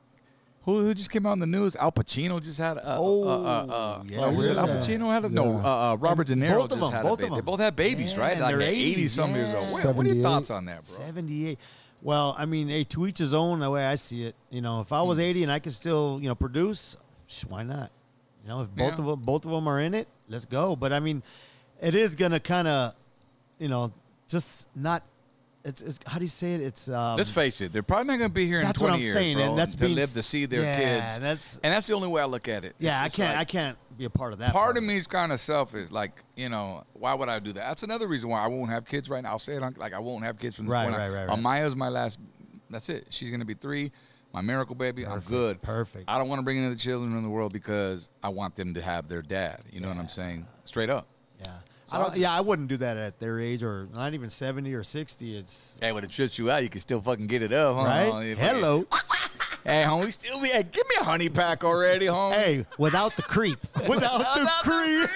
Speaker 2: who, who just came out in the news? Al Pacino just had a.
Speaker 6: Oh,
Speaker 2: uh, uh, uh,
Speaker 6: yeah,
Speaker 2: uh, was it
Speaker 4: yeah.
Speaker 2: Al Pacino had a no?
Speaker 4: Yeah.
Speaker 2: Uh, uh, Robert De Niro
Speaker 6: both of
Speaker 2: just
Speaker 6: them,
Speaker 2: had
Speaker 6: both
Speaker 2: a
Speaker 6: of
Speaker 2: baby. They
Speaker 6: them.
Speaker 2: both had babies,
Speaker 6: Yeah,
Speaker 2: right?
Speaker 6: and
Speaker 2: Like
Speaker 6: they're
Speaker 2: 80
Speaker 6: 80s,
Speaker 2: some years old.
Speaker 6: yeah.
Speaker 2: What, what are your
Speaker 4: 78.
Speaker 2: thoughts on that, bro?
Speaker 6: Seventy-eight. Well, I mean, hey, to each his
Speaker 2: Hmm.
Speaker 6: own. The way I see it, you know, if I was eighty and I could still, you know, produce, sh- why not? You You know, if both of them, both of them are in it, let's go. But I mean, it is gonna kind of, you know, just not. It's, it's how do you say it? It's um,
Speaker 2: Let's face it; they're probably not going to be here in
Speaker 6: That's what
Speaker 2: 20
Speaker 6: I'm
Speaker 2: years,
Speaker 6: saying,
Speaker 2: bro,
Speaker 6: and that's
Speaker 2: to
Speaker 6: being
Speaker 2: live
Speaker 6: s-
Speaker 2: to see their
Speaker 6: yeah,
Speaker 2: kids.
Speaker 6: that's-
Speaker 2: and that's the only way I look at it.
Speaker 6: yeah. I
Speaker 2: It's just
Speaker 6: can't
Speaker 2: like-
Speaker 6: I can't be a part of that.
Speaker 2: Part of me is kind of selfish. Like, you know, why would I do that? That's another reason why I won't have kids right now. I'll say it on, like I won't have kids from this
Speaker 6: Right,
Speaker 2: point on.
Speaker 6: right, right,
Speaker 2: Uh,
Speaker 6: right.
Speaker 2: Maya's my last. That's it. She's gonna be three. My miracle baby. I'm good.
Speaker 6: perfect.
Speaker 2: I don't want to bring any other children in the world because I want them to have their dad. You know what I'm saying? Straight up.
Speaker 6: Yeah. I don't, yeah, I wouldn't do that at their age, or not even seventy or sixty. It's
Speaker 2: Hey, when it trips you out, you can still fucking get it up, huh?
Speaker 6: right.
Speaker 2: If-
Speaker 6: Hello.
Speaker 2: Hey, homie, still be. Hey, give me a honey pack already, homie.
Speaker 6: hey, without the creep, without the creep.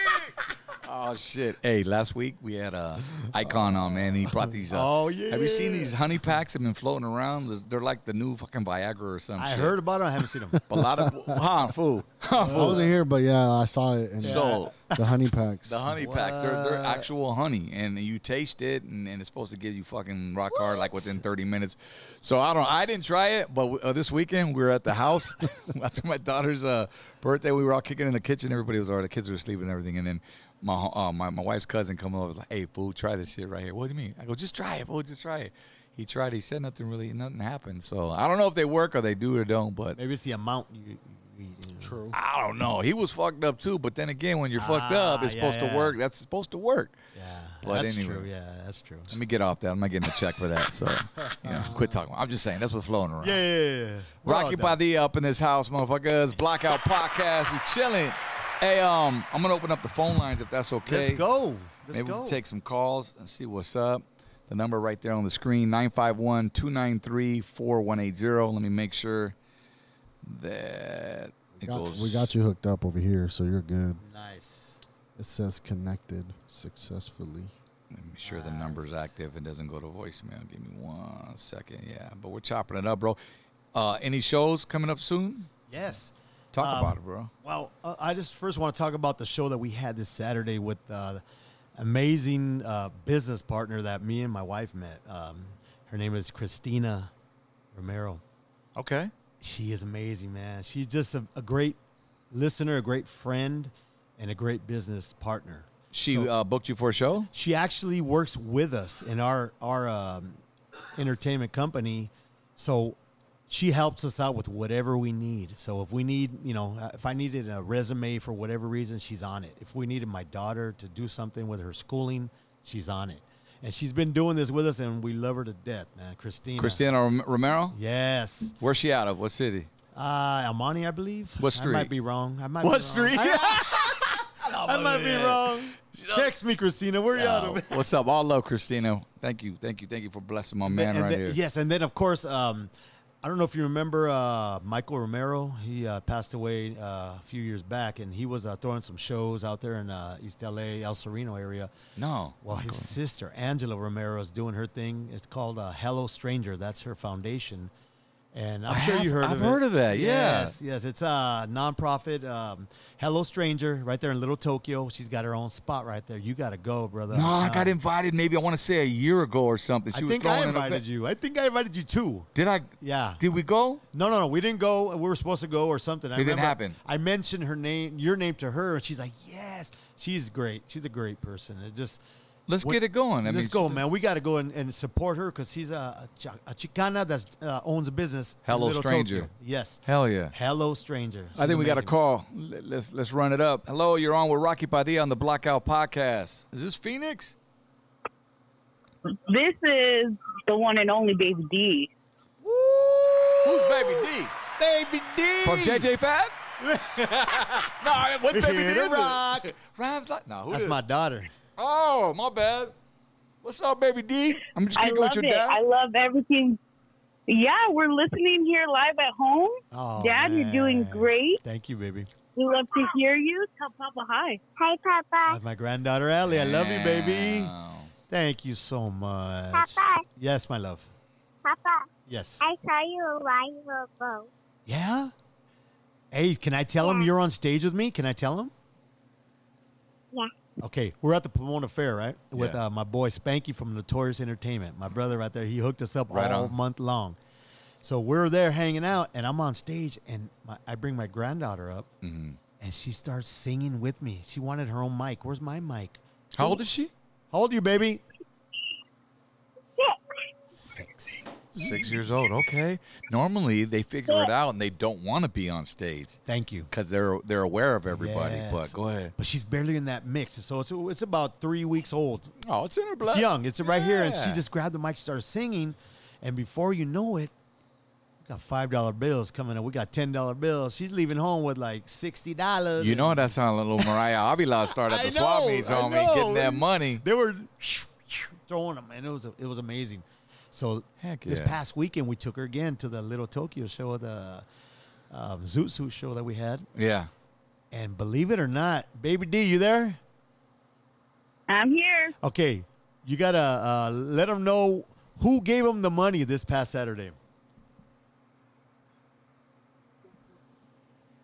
Speaker 2: Oh shit! Hey, last week we had a icon on, man. He brought these. Uh,
Speaker 6: Oh, yeah.
Speaker 2: Have you seen these honey packs? Have been floating around. There's- They're like the new fucking Viagra or some
Speaker 6: I
Speaker 2: shit.
Speaker 6: heard about it. I haven't seen them.
Speaker 2: a lot of huh, fool. Huh,
Speaker 4: I wasn't here, but yeah, I saw it. And
Speaker 2: Oh. So-
Speaker 4: the honey packs.
Speaker 2: the honey packs. They're they're actual honey, and you taste it, and, and it's supposed to give you fucking rock hard like within 30 minutes. So I don't. I didn't try it, but uh, this weekend we were at the house after my daughter's uh, birthday. We were all kicking in the kitchen. Everybody was already. The kids were sleeping and everything, and then. My, uh, my my wife's cousin come over was like, hey fool, try this shit right here. What do you mean? I go, just try it, fool, just try it. He tried. He said nothing really, nothing happened. So I don't know if they work or they do or don't. But
Speaker 6: Maybe it's the amount you, you eat. you know.
Speaker 2: I don't know. Oh, He was fucked up too, but then again, when you're fucked up,
Speaker 6: Ah,
Speaker 2: it's
Speaker 6: yeah,
Speaker 2: supposed to
Speaker 6: yeah.
Speaker 2: work. That's supposed to work.
Speaker 6: Yeah,
Speaker 2: But
Speaker 6: that's
Speaker 2: anyway.
Speaker 6: true. Yeah, that's true.
Speaker 2: Let me get off that. I'm not getting a check for that. So, you know, quit talking. I'm just saying that's what's flowing around.
Speaker 6: yeah.
Speaker 2: Rocky by the up in this house, motherfuckers. Blackout podcast. We chilling. Hey, um, I'm gonna open up the phone lines if that's okay.
Speaker 6: Let's go. Let's
Speaker 2: Maybe
Speaker 6: go.
Speaker 2: we take some calls and see what's up. The number right there on the screen 951 293 4180. Let me make sure that it
Speaker 4: Got-
Speaker 2: goes.
Speaker 4: we got you hooked up over here, so you're good.
Speaker 6: nice.
Speaker 4: It says connected successfully.
Speaker 2: Let me make sure the
Speaker 6: Uh,
Speaker 2: number's active and doesn't go to voicemail. Give me one second. Yeah, but we're chopping it up, bro. Uh, any shows coming up soon?
Speaker 6: Yes.
Speaker 2: Talk
Speaker 6: Um,
Speaker 2: about it, bro.
Speaker 6: Well, uh, I just first want to talk about the show that we had this Saturday with uh, amazing uh, business partner that me and my wife met. Um, her name is Christina Romero.
Speaker 2: Okay.
Speaker 6: She is amazing, man. She's just a, a great listener, a great friend, and a great business partner.
Speaker 2: She
Speaker 6: So-
Speaker 2: uh, booked you for a show.
Speaker 6: she actually works with us in our our um, entertainment company, so she helps us out with whatever we need. So if we need, you know, uh, if I needed a resume for whatever reason, she's on it. If we needed my daughter to do something with her schooling, she's on it. And she's been doing this with us, and we love her to death, man. Christina.
Speaker 2: Christina Rom- Romero.
Speaker 6: Yes.
Speaker 2: Where's she out of? What city?
Speaker 6: Uh, Almani, I believe.
Speaker 2: What
Speaker 6: I
Speaker 2: street?
Speaker 6: might be wrong. I might be wrong. I might be wrong. Text me, Christina. Where you out of?
Speaker 2: Uh, what's up? All love, Christina. Thank you, thank you, thank you for blessing my man
Speaker 6: and
Speaker 2: right
Speaker 6: then-
Speaker 2: here.
Speaker 6: Yes, and then of course, um, I don't know if you remember uh, Michael Romero. He uh, passed away uh, a few years back, and he was uh, throwing some shows out there in uh, East LA, El Sereno area.
Speaker 2: No.
Speaker 6: Well, his sister Angela Romero is doing her thing. It's called uh, Hello Stranger. That's her foundation, and I'm
Speaker 2: I
Speaker 6: sure
Speaker 2: have-
Speaker 6: you heard
Speaker 2: I've
Speaker 6: of it.
Speaker 2: heard of that, yeah.
Speaker 6: Yes, yes. It's a nonprofit. Um, Hello Stranger, right there in Little Tokyo. She's got her own spot right there. You gotta go, brother. uh,
Speaker 2: No,
Speaker 6: I'm
Speaker 2: I got
Speaker 6: telling you.
Speaker 2: invited. Maybe I want to say a year ago or something. She
Speaker 6: I
Speaker 2: was
Speaker 6: think
Speaker 2: throwing
Speaker 6: I
Speaker 2: an
Speaker 6: invited
Speaker 2: event.
Speaker 6: you. I think I invited you too.
Speaker 2: Did I?
Speaker 6: Yeah.
Speaker 2: Did we go?
Speaker 6: No, no, no. We didn't go. We were supposed to go or something. I
Speaker 2: It didn't
Speaker 6: remember
Speaker 2: happen.
Speaker 6: I mentioned her name, your name to her, and she's like, "Yes, she's great. She's a great person." It just
Speaker 2: Let's
Speaker 6: What-
Speaker 2: get it going. I
Speaker 6: let's
Speaker 2: mean,
Speaker 6: go,
Speaker 2: she-
Speaker 6: man. We got to go and, and support her because she's a, a Chi- a Chicana that uh, owns a business. in
Speaker 2: Hello,
Speaker 6: Little
Speaker 2: stranger.
Speaker 6: Tokyo. Yes.
Speaker 2: Hell yeah.
Speaker 6: Hello, stranger.
Speaker 2: I think we got a
Speaker 6: She's
Speaker 2: call. Let- Let's let's run it up. Hello, you're on with Rocky Padilla on the Blackout Podcast. Is this Phoenix?
Speaker 9: This is the one and only Baby D.
Speaker 2: Who's Baby D?
Speaker 6: amazing. Baby D.
Speaker 2: From JJ Fad? no, what Baby
Speaker 6: Here
Speaker 2: D
Speaker 6: to
Speaker 2: is
Speaker 6: rock.
Speaker 2: it? Rhymes like no. Who
Speaker 6: That's
Speaker 2: is-
Speaker 6: my daughter.
Speaker 2: Oh, my bad. What's up, Baby D? I'm just
Speaker 9: I
Speaker 2: kicking
Speaker 9: love
Speaker 2: with your
Speaker 9: it.
Speaker 2: dad.
Speaker 9: I love everything. Yeah, we're listening here live at home.
Speaker 6: Oh,
Speaker 9: Dad, you're doing
Speaker 6: man.
Speaker 9: great.
Speaker 6: Thank you, baby.
Speaker 9: We love to hear you. Tell Papa hi.
Speaker 5: Hey, Papa.
Speaker 6: That's my granddaughter, Allie. I love you, baby.
Speaker 2: Wow.
Speaker 6: Thank you so much.
Speaker 5: Papa.
Speaker 6: Yes, my love.
Speaker 5: Papa,
Speaker 6: Yes.
Speaker 5: I saw you a while ago.
Speaker 6: Yeah. Hey, can I tell him
Speaker 5: Yeah.
Speaker 6: you're on stage with me? Can I tell him?
Speaker 5: Yeah.
Speaker 6: Okay, we're at the Pomona Fair, right? With
Speaker 2: Yeah.
Speaker 6: uh, my boy Spanky from Notorious Entertainment. My brother right there. He hooked us up
Speaker 2: Right
Speaker 6: all
Speaker 2: on.
Speaker 6: month long.
Speaker 2: Mm-hmm.
Speaker 6: So we're there hanging out, and I'm on stage, and my, I bring my granddaughter up, and she starts singing with me. She wanted her own mic. Where's my mic?
Speaker 2: How old is she?
Speaker 6: How old are you, baby?
Speaker 7: Six.
Speaker 2: Six years old. Okay. Normally they figure it out and they don't want to be on stage
Speaker 6: Thank you.
Speaker 2: because they're they're aware of everybody.
Speaker 6: Yes.
Speaker 2: But go ahead.
Speaker 6: But she's barely in that mix, so it's it's about three weeks old.
Speaker 2: Oh, it's in her blood.
Speaker 6: It's young. It's right here, and she
Speaker 2: Yeah.
Speaker 6: just grabbed the mic, started singing, and before you know it, we got five dollar bills coming up. We got ten dollar bills. She's leaving home with like sixty dollars.
Speaker 2: You know that sound a little Mariah Avila started at
Speaker 6: I
Speaker 2: the swap
Speaker 6: know,
Speaker 2: meets,
Speaker 6: I
Speaker 2: homie, getting
Speaker 6: know.
Speaker 2: that money.
Speaker 6: they were throwing them, and it was it was amazing. So
Speaker 2: Heck
Speaker 6: this
Speaker 2: yeah.
Speaker 6: past weekend, we took her again to the Little Tokyo show, the um, Zoot Suit show that we had,
Speaker 2: Yeah.
Speaker 6: and believe it or not, Baby D, you there?
Speaker 9: I'm here.
Speaker 6: Okay, you gotta uh, let them know who gave them the money this past Saturday.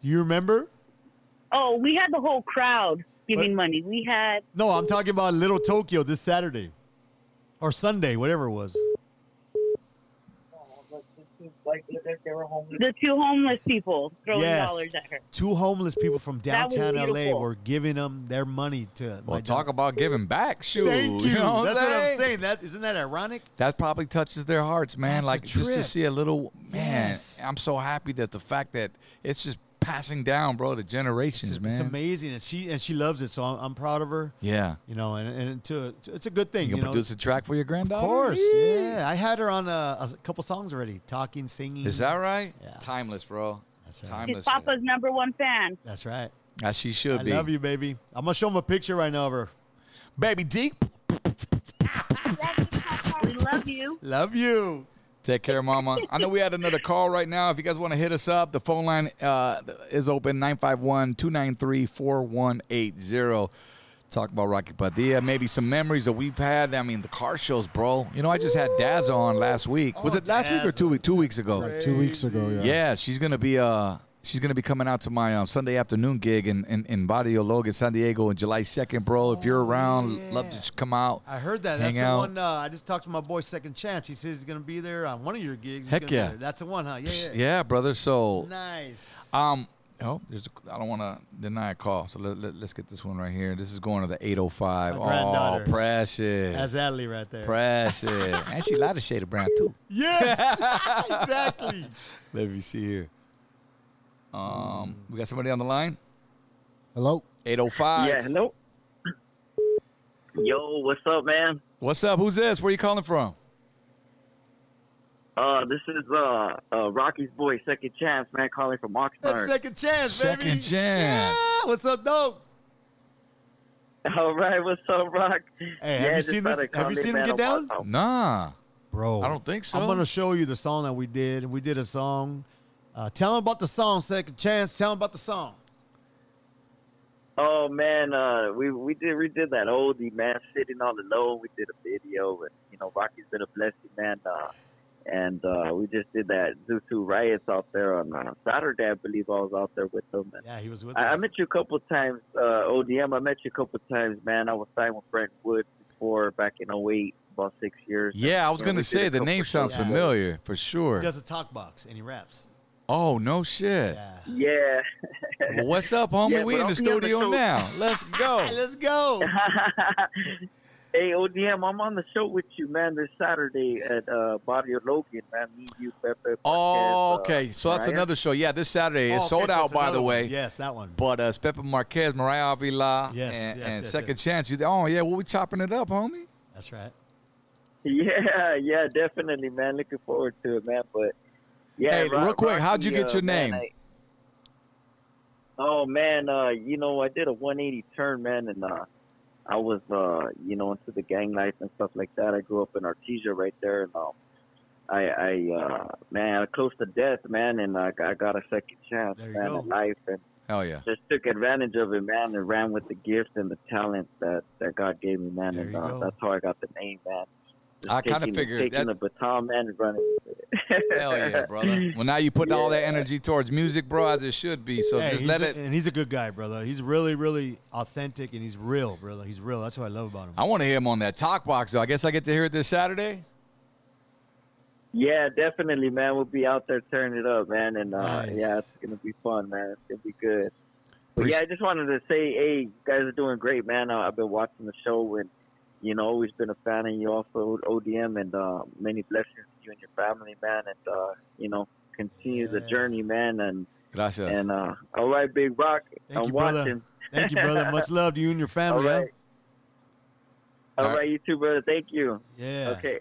Speaker 6: Do you remember?
Speaker 9: Oh, we had the whole crowd giving
Speaker 6: What?
Speaker 9: money. We had
Speaker 6: No, I'm talking about Little Tokyo this Saturday or Sunday, whatever it was.
Speaker 9: the two homeless people throwing
Speaker 6: Yes.
Speaker 9: dollars at her.
Speaker 6: Two homeless people from
Speaker 9: That was
Speaker 6: downtown LA
Speaker 9: beautiful.
Speaker 6: were giving them their money to.
Speaker 2: Well,
Speaker 6: my
Speaker 2: talk
Speaker 6: down-
Speaker 2: about giving back. Shoot.
Speaker 6: Thank you.
Speaker 2: know
Speaker 6: That's what I'm saying. That isn't that ironic?
Speaker 2: That probably touches their hearts, man.
Speaker 6: That's a
Speaker 2: like just to
Speaker 6: trip.
Speaker 2: see a little man.
Speaker 6: Yes.
Speaker 2: I'm so happy that the fact that it's just passing down, bro, to generations,
Speaker 6: It's,
Speaker 2: man.
Speaker 6: it's amazing, and she and she loves it. So I'm, I'm proud of her.
Speaker 2: Yeah.
Speaker 6: You know, and, and to, it's a good thing.
Speaker 2: You
Speaker 6: You,
Speaker 2: can
Speaker 6: know,
Speaker 2: produce a track for your granddaughter?
Speaker 6: Of course,
Speaker 2: Yee.
Speaker 6: yeah. I had her on a, a couple songs already, talking, singing.
Speaker 2: Is that right?
Speaker 6: Yeah.
Speaker 2: Timeless, bro.
Speaker 6: That's right.
Speaker 9: She's
Speaker 2: Timeless.
Speaker 9: Papa's number one fan.
Speaker 6: That's right.
Speaker 2: As she should
Speaker 6: I
Speaker 2: be.
Speaker 6: love you, baby. I'm gonna show him a picture right now of her.
Speaker 2: Baby Deep.
Speaker 9: We love you.
Speaker 6: Love you.
Speaker 2: Take care, mama. I know we had another call right now. If you guys want to hit us up, the phone line uh, is open 951 293 4180. Talk about Rocky Padilla. Maybe some memories that we've had. I mean, the car shows, bro. You know, I just had Dazza on last week. Was it last week or two, week, two weeks ago?
Speaker 4: Like two weeks ago,
Speaker 6: Oh,
Speaker 4: yeah.
Speaker 2: Yeah, she's gonna be uh she's gonna be coming out to my um, Sunday afternoon gig in in, in Barrio Logan, San Diego, on July second, bro. If you're around, love to just come out.
Speaker 6: Oh, I heard that.
Speaker 2: Hang
Speaker 6: That's
Speaker 2: out.
Speaker 6: the one. Uh, I just talked to my boy Second Chance. He says he's gonna be there on one of your gigs. He's
Speaker 2: Heck
Speaker 6: gonna be
Speaker 2: yeah.
Speaker 6: there. That's the one, huh? Yeah, yeah.
Speaker 2: Yeah, brother. So
Speaker 6: Nice.
Speaker 2: um oh, there's a, I don't want to deny a call. So let, let, us get this one right here. This is going to the eight oh five.
Speaker 6: My
Speaker 2: Oh,
Speaker 6: granddaughter.
Speaker 2: precious.
Speaker 6: That's Adley right there.
Speaker 2: Precious. and she lied to Shade of Brown too.
Speaker 6: yes. exactly.
Speaker 2: Let me see here. Um, we got somebody on the line.
Speaker 4: Hello.
Speaker 2: Eight oh five.
Speaker 10: hello. Yo, what's up, man?
Speaker 2: What's up? Who's this? Where you calling from?
Speaker 10: Uh, this is uh, uh Rocky's boy, Second Chance, man, calling from
Speaker 6: That's
Speaker 10: Oxnard.
Speaker 6: Second Chance, baby.
Speaker 2: Second Chance.
Speaker 6: Yeah. Ah, What's up, dope?
Speaker 10: All right, what's up, Rock?
Speaker 6: Hey, have you
Speaker 10: just
Speaker 6: seen this-
Speaker 10: thought I'd
Speaker 6: have
Speaker 10: call
Speaker 6: you
Speaker 10: in,
Speaker 6: seen him
Speaker 10: man.
Speaker 6: get
Speaker 10: I
Speaker 6: down?
Speaker 10: want-
Speaker 2: Nah.
Speaker 6: Bro,
Speaker 2: I don't think so.
Speaker 6: I'm gonna show you the song that we did. We did a song. Uh, tell him about the song, Second Chance. Tell him about the song.
Speaker 10: Oh man, uh, we we did we did that oldie man, sitting all alone. We did a video, and you know, Rocky's been a blessing, man. Uh, and uh, we just did that Zutu riots out there on uh, Saturday, I believe. I was out there with them. And
Speaker 6: Yeah, he was with
Speaker 10: I, I
Speaker 6: us.
Speaker 10: met you a couple times, uh, ODM. I met you a couple times, man. I was signed with Brent Wood before back in 08, about six years.
Speaker 2: Yeah, I was
Speaker 10: When
Speaker 2: gonna
Speaker 10: we did
Speaker 2: say
Speaker 10: a
Speaker 2: the
Speaker 10: couple
Speaker 2: name sounds
Speaker 10: shows.
Speaker 2: familiar for sure.
Speaker 6: He does a talk box and he raps.
Speaker 2: Oh no shit.
Speaker 6: Yeah.
Speaker 10: Yeah.
Speaker 2: Well, what's up, homie?
Speaker 10: Yeah,
Speaker 2: we
Speaker 10: but
Speaker 2: in the
Speaker 10: I'll be on the
Speaker 2: studio
Speaker 10: show.
Speaker 2: now. Let's go.
Speaker 6: Hey, Ah, let's go.
Speaker 10: hey, ODM, I'm on the show with you, man, this Saturday at uh, Barrio Logan, man. Me, you, Pepe.
Speaker 2: Oh,
Speaker 10: Marquez, uh,
Speaker 2: okay. So that's
Speaker 10: Ryan.
Speaker 2: another show. Yeah, this Saturday.
Speaker 6: Oh,
Speaker 2: It's
Speaker 6: okay,
Speaker 2: sold
Speaker 6: so
Speaker 2: out,
Speaker 6: it's
Speaker 2: by
Speaker 6: another
Speaker 2: the
Speaker 6: one.
Speaker 2: way.
Speaker 6: Yes, that one.
Speaker 2: But uh, it's Pepe Marquez, Mariah Avila,
Speaker 6: Yes,
Speaker 2: and,
Speaker 6: yes,
Speaker 2: and
Speaker 6: yes,
Speaker 2: Second
Speaker 6: yes.
Speaker 2: Chance. You, oh yeah, well we chopping it up, homie.
Speaker 6: That's right.
Speaker 10: Yeah, yeah, definitely, man. Looking forward to it, man. But yeah,
Speaker 2: Hey,
Speaker 10: Ro-
Speaker 2: real quick, how'd you
Speaker 10: Rocky,
Speaker 2: get
Speaker 10: uh,
Speaker 2: your
Speaker 10: man,
Speaker 2: name?
Speaker 10: I- oh man, uh, you know, I did a 180 turn, man, and uh, I was, uh, you know, into the gang life and stuff like that. I grew up in Artesia right there, and um, I, I, uh, man, close to death, man, and uh, I, got- I got a second chance,
Speaker 6: There you
Speaker 10: man,
Speaker 6: go.
Speaker 10: in life, and
Speaker 2: Hell yeah.
Speaker 10: just took advantage of it, man, and ran with the gift and the talent that, that God gave me, man.
Speaker 6: There
Speaker 10: and
Speaker 6: you
Speaker 10: uh,
Speaker 6: go.
Speaker 10: that's how I got the name, man. Just
Speaker 2: I kinda
Speaker 10: taking-
Speaker 2: figured
Speaker 10: taking
Speaker 2: that-
Speaker 10: the baton, man, and running. with it.
Speaker 2: Hell yeah, brother. Well, now you put all that energy towards music, bro, as it should be. So
Speaker 6: Hey,
Speaker 2: just
Speaker 6: he's
Speaker 2: let
Speaker 6: a-
Speaker 2: it.
Speaker 6: And he's a good guy, brother. He's really, really authentic and he's real, brother. He's real. That's what I love about him.
Speaker 2: I want to hear him on that talk box. Though. I guess I get to hear it this Saturday.
Speaker 10: yeah, definitely, man. We'll be out there tearing it up, man, and uh,
Speaker 6: Nice.
Speaker 10: yeah, it's gonna be fun, man. It's gonna be good. But yeah, I just wanted to say, hey, you guys are doing great, man. Uh, I've been watching the show and, you know, always been a fan of you all for ODM and uh, many blessings to you and your family, man. And, uh, you know, continue the journey, man. And,
Speaker 2: Gracias.
Speaker 10: and uh, all right, Big Rock,
Speaker 6: Thank
Speaker 10: I'm
Speaker 6: you, brother.
Speaker 10: watching.
Speaker 6: Thank you, brother. Much love to you and your family.
Speaker 10: All right.
Speaker 2: All
Speaker 10: all
Speaker 2: right.
Speaker 10: right, you too, brother. Thank you.
Speaker 6: Yeah.
Speaker 10: Okay.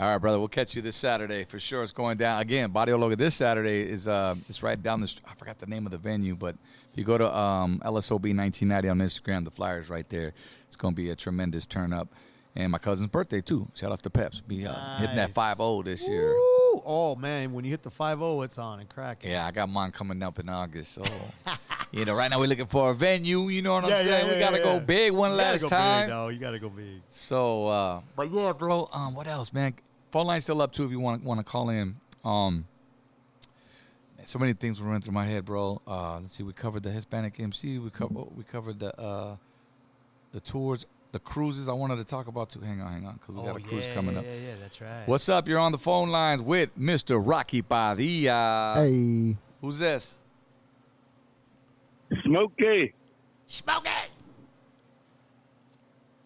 Speaker 2: All right, brother. We'll catch you this Saturday for sure. It's going down again. Barrio Loca this Saturday is uh, it's right down the. St- I forgot the name of the venue, but if you go to um, LSOB 1990 on Instagram, the flyers right there. It's going to be a tremendous turn up, and my cousin's birthday too. Shout outs to Peps. Be uh, hitting that
Speaker 6: Nice.
Speaker 2: five zero this year.
Speaker 6: Woo! Oh man, when you hit the five zero, it's on and cracking.
Speaker 2: Yeah, I got mine coming up in August. So, you know, right now we're looking for a venue. You know what I'm
Speaker 6: Yeah, yeah,
Speaker 2: saying? we
Speaker 6: yeah,
Speaker 2: got to
Speaker 6: yeah.
Speaker 2: go big one
Speaker 6: You gotta
Speaker 2: last
Speaker 6: go big,
Speaker 2: time.
Speaker 6: dawg. you gotta go big.
Speaker 2: So, uh, but yeah, bro. Um, what else, man? Phone line's still up too. If you want want to call in, um, so many things were running through my head, bro. Uh, let's see. We covered the Hispanic MC. We covered
Speaker 6: Mm-hmm.
Speaker 2: we covered the uh, the tours, the cruises. I wanted to talk about too. Hang on, hang on, because we got a cruise coming up.
Speaker 6: Oh, Yeah, yeah, that's right.
Speaker 2: What's up? You're on the phone lines with Mr. Rocky Padilla.
Speaker 4: Hey.
Speaker 2: Who's this?
Speaker 11: Smokey.
Speaker 2: Smokey.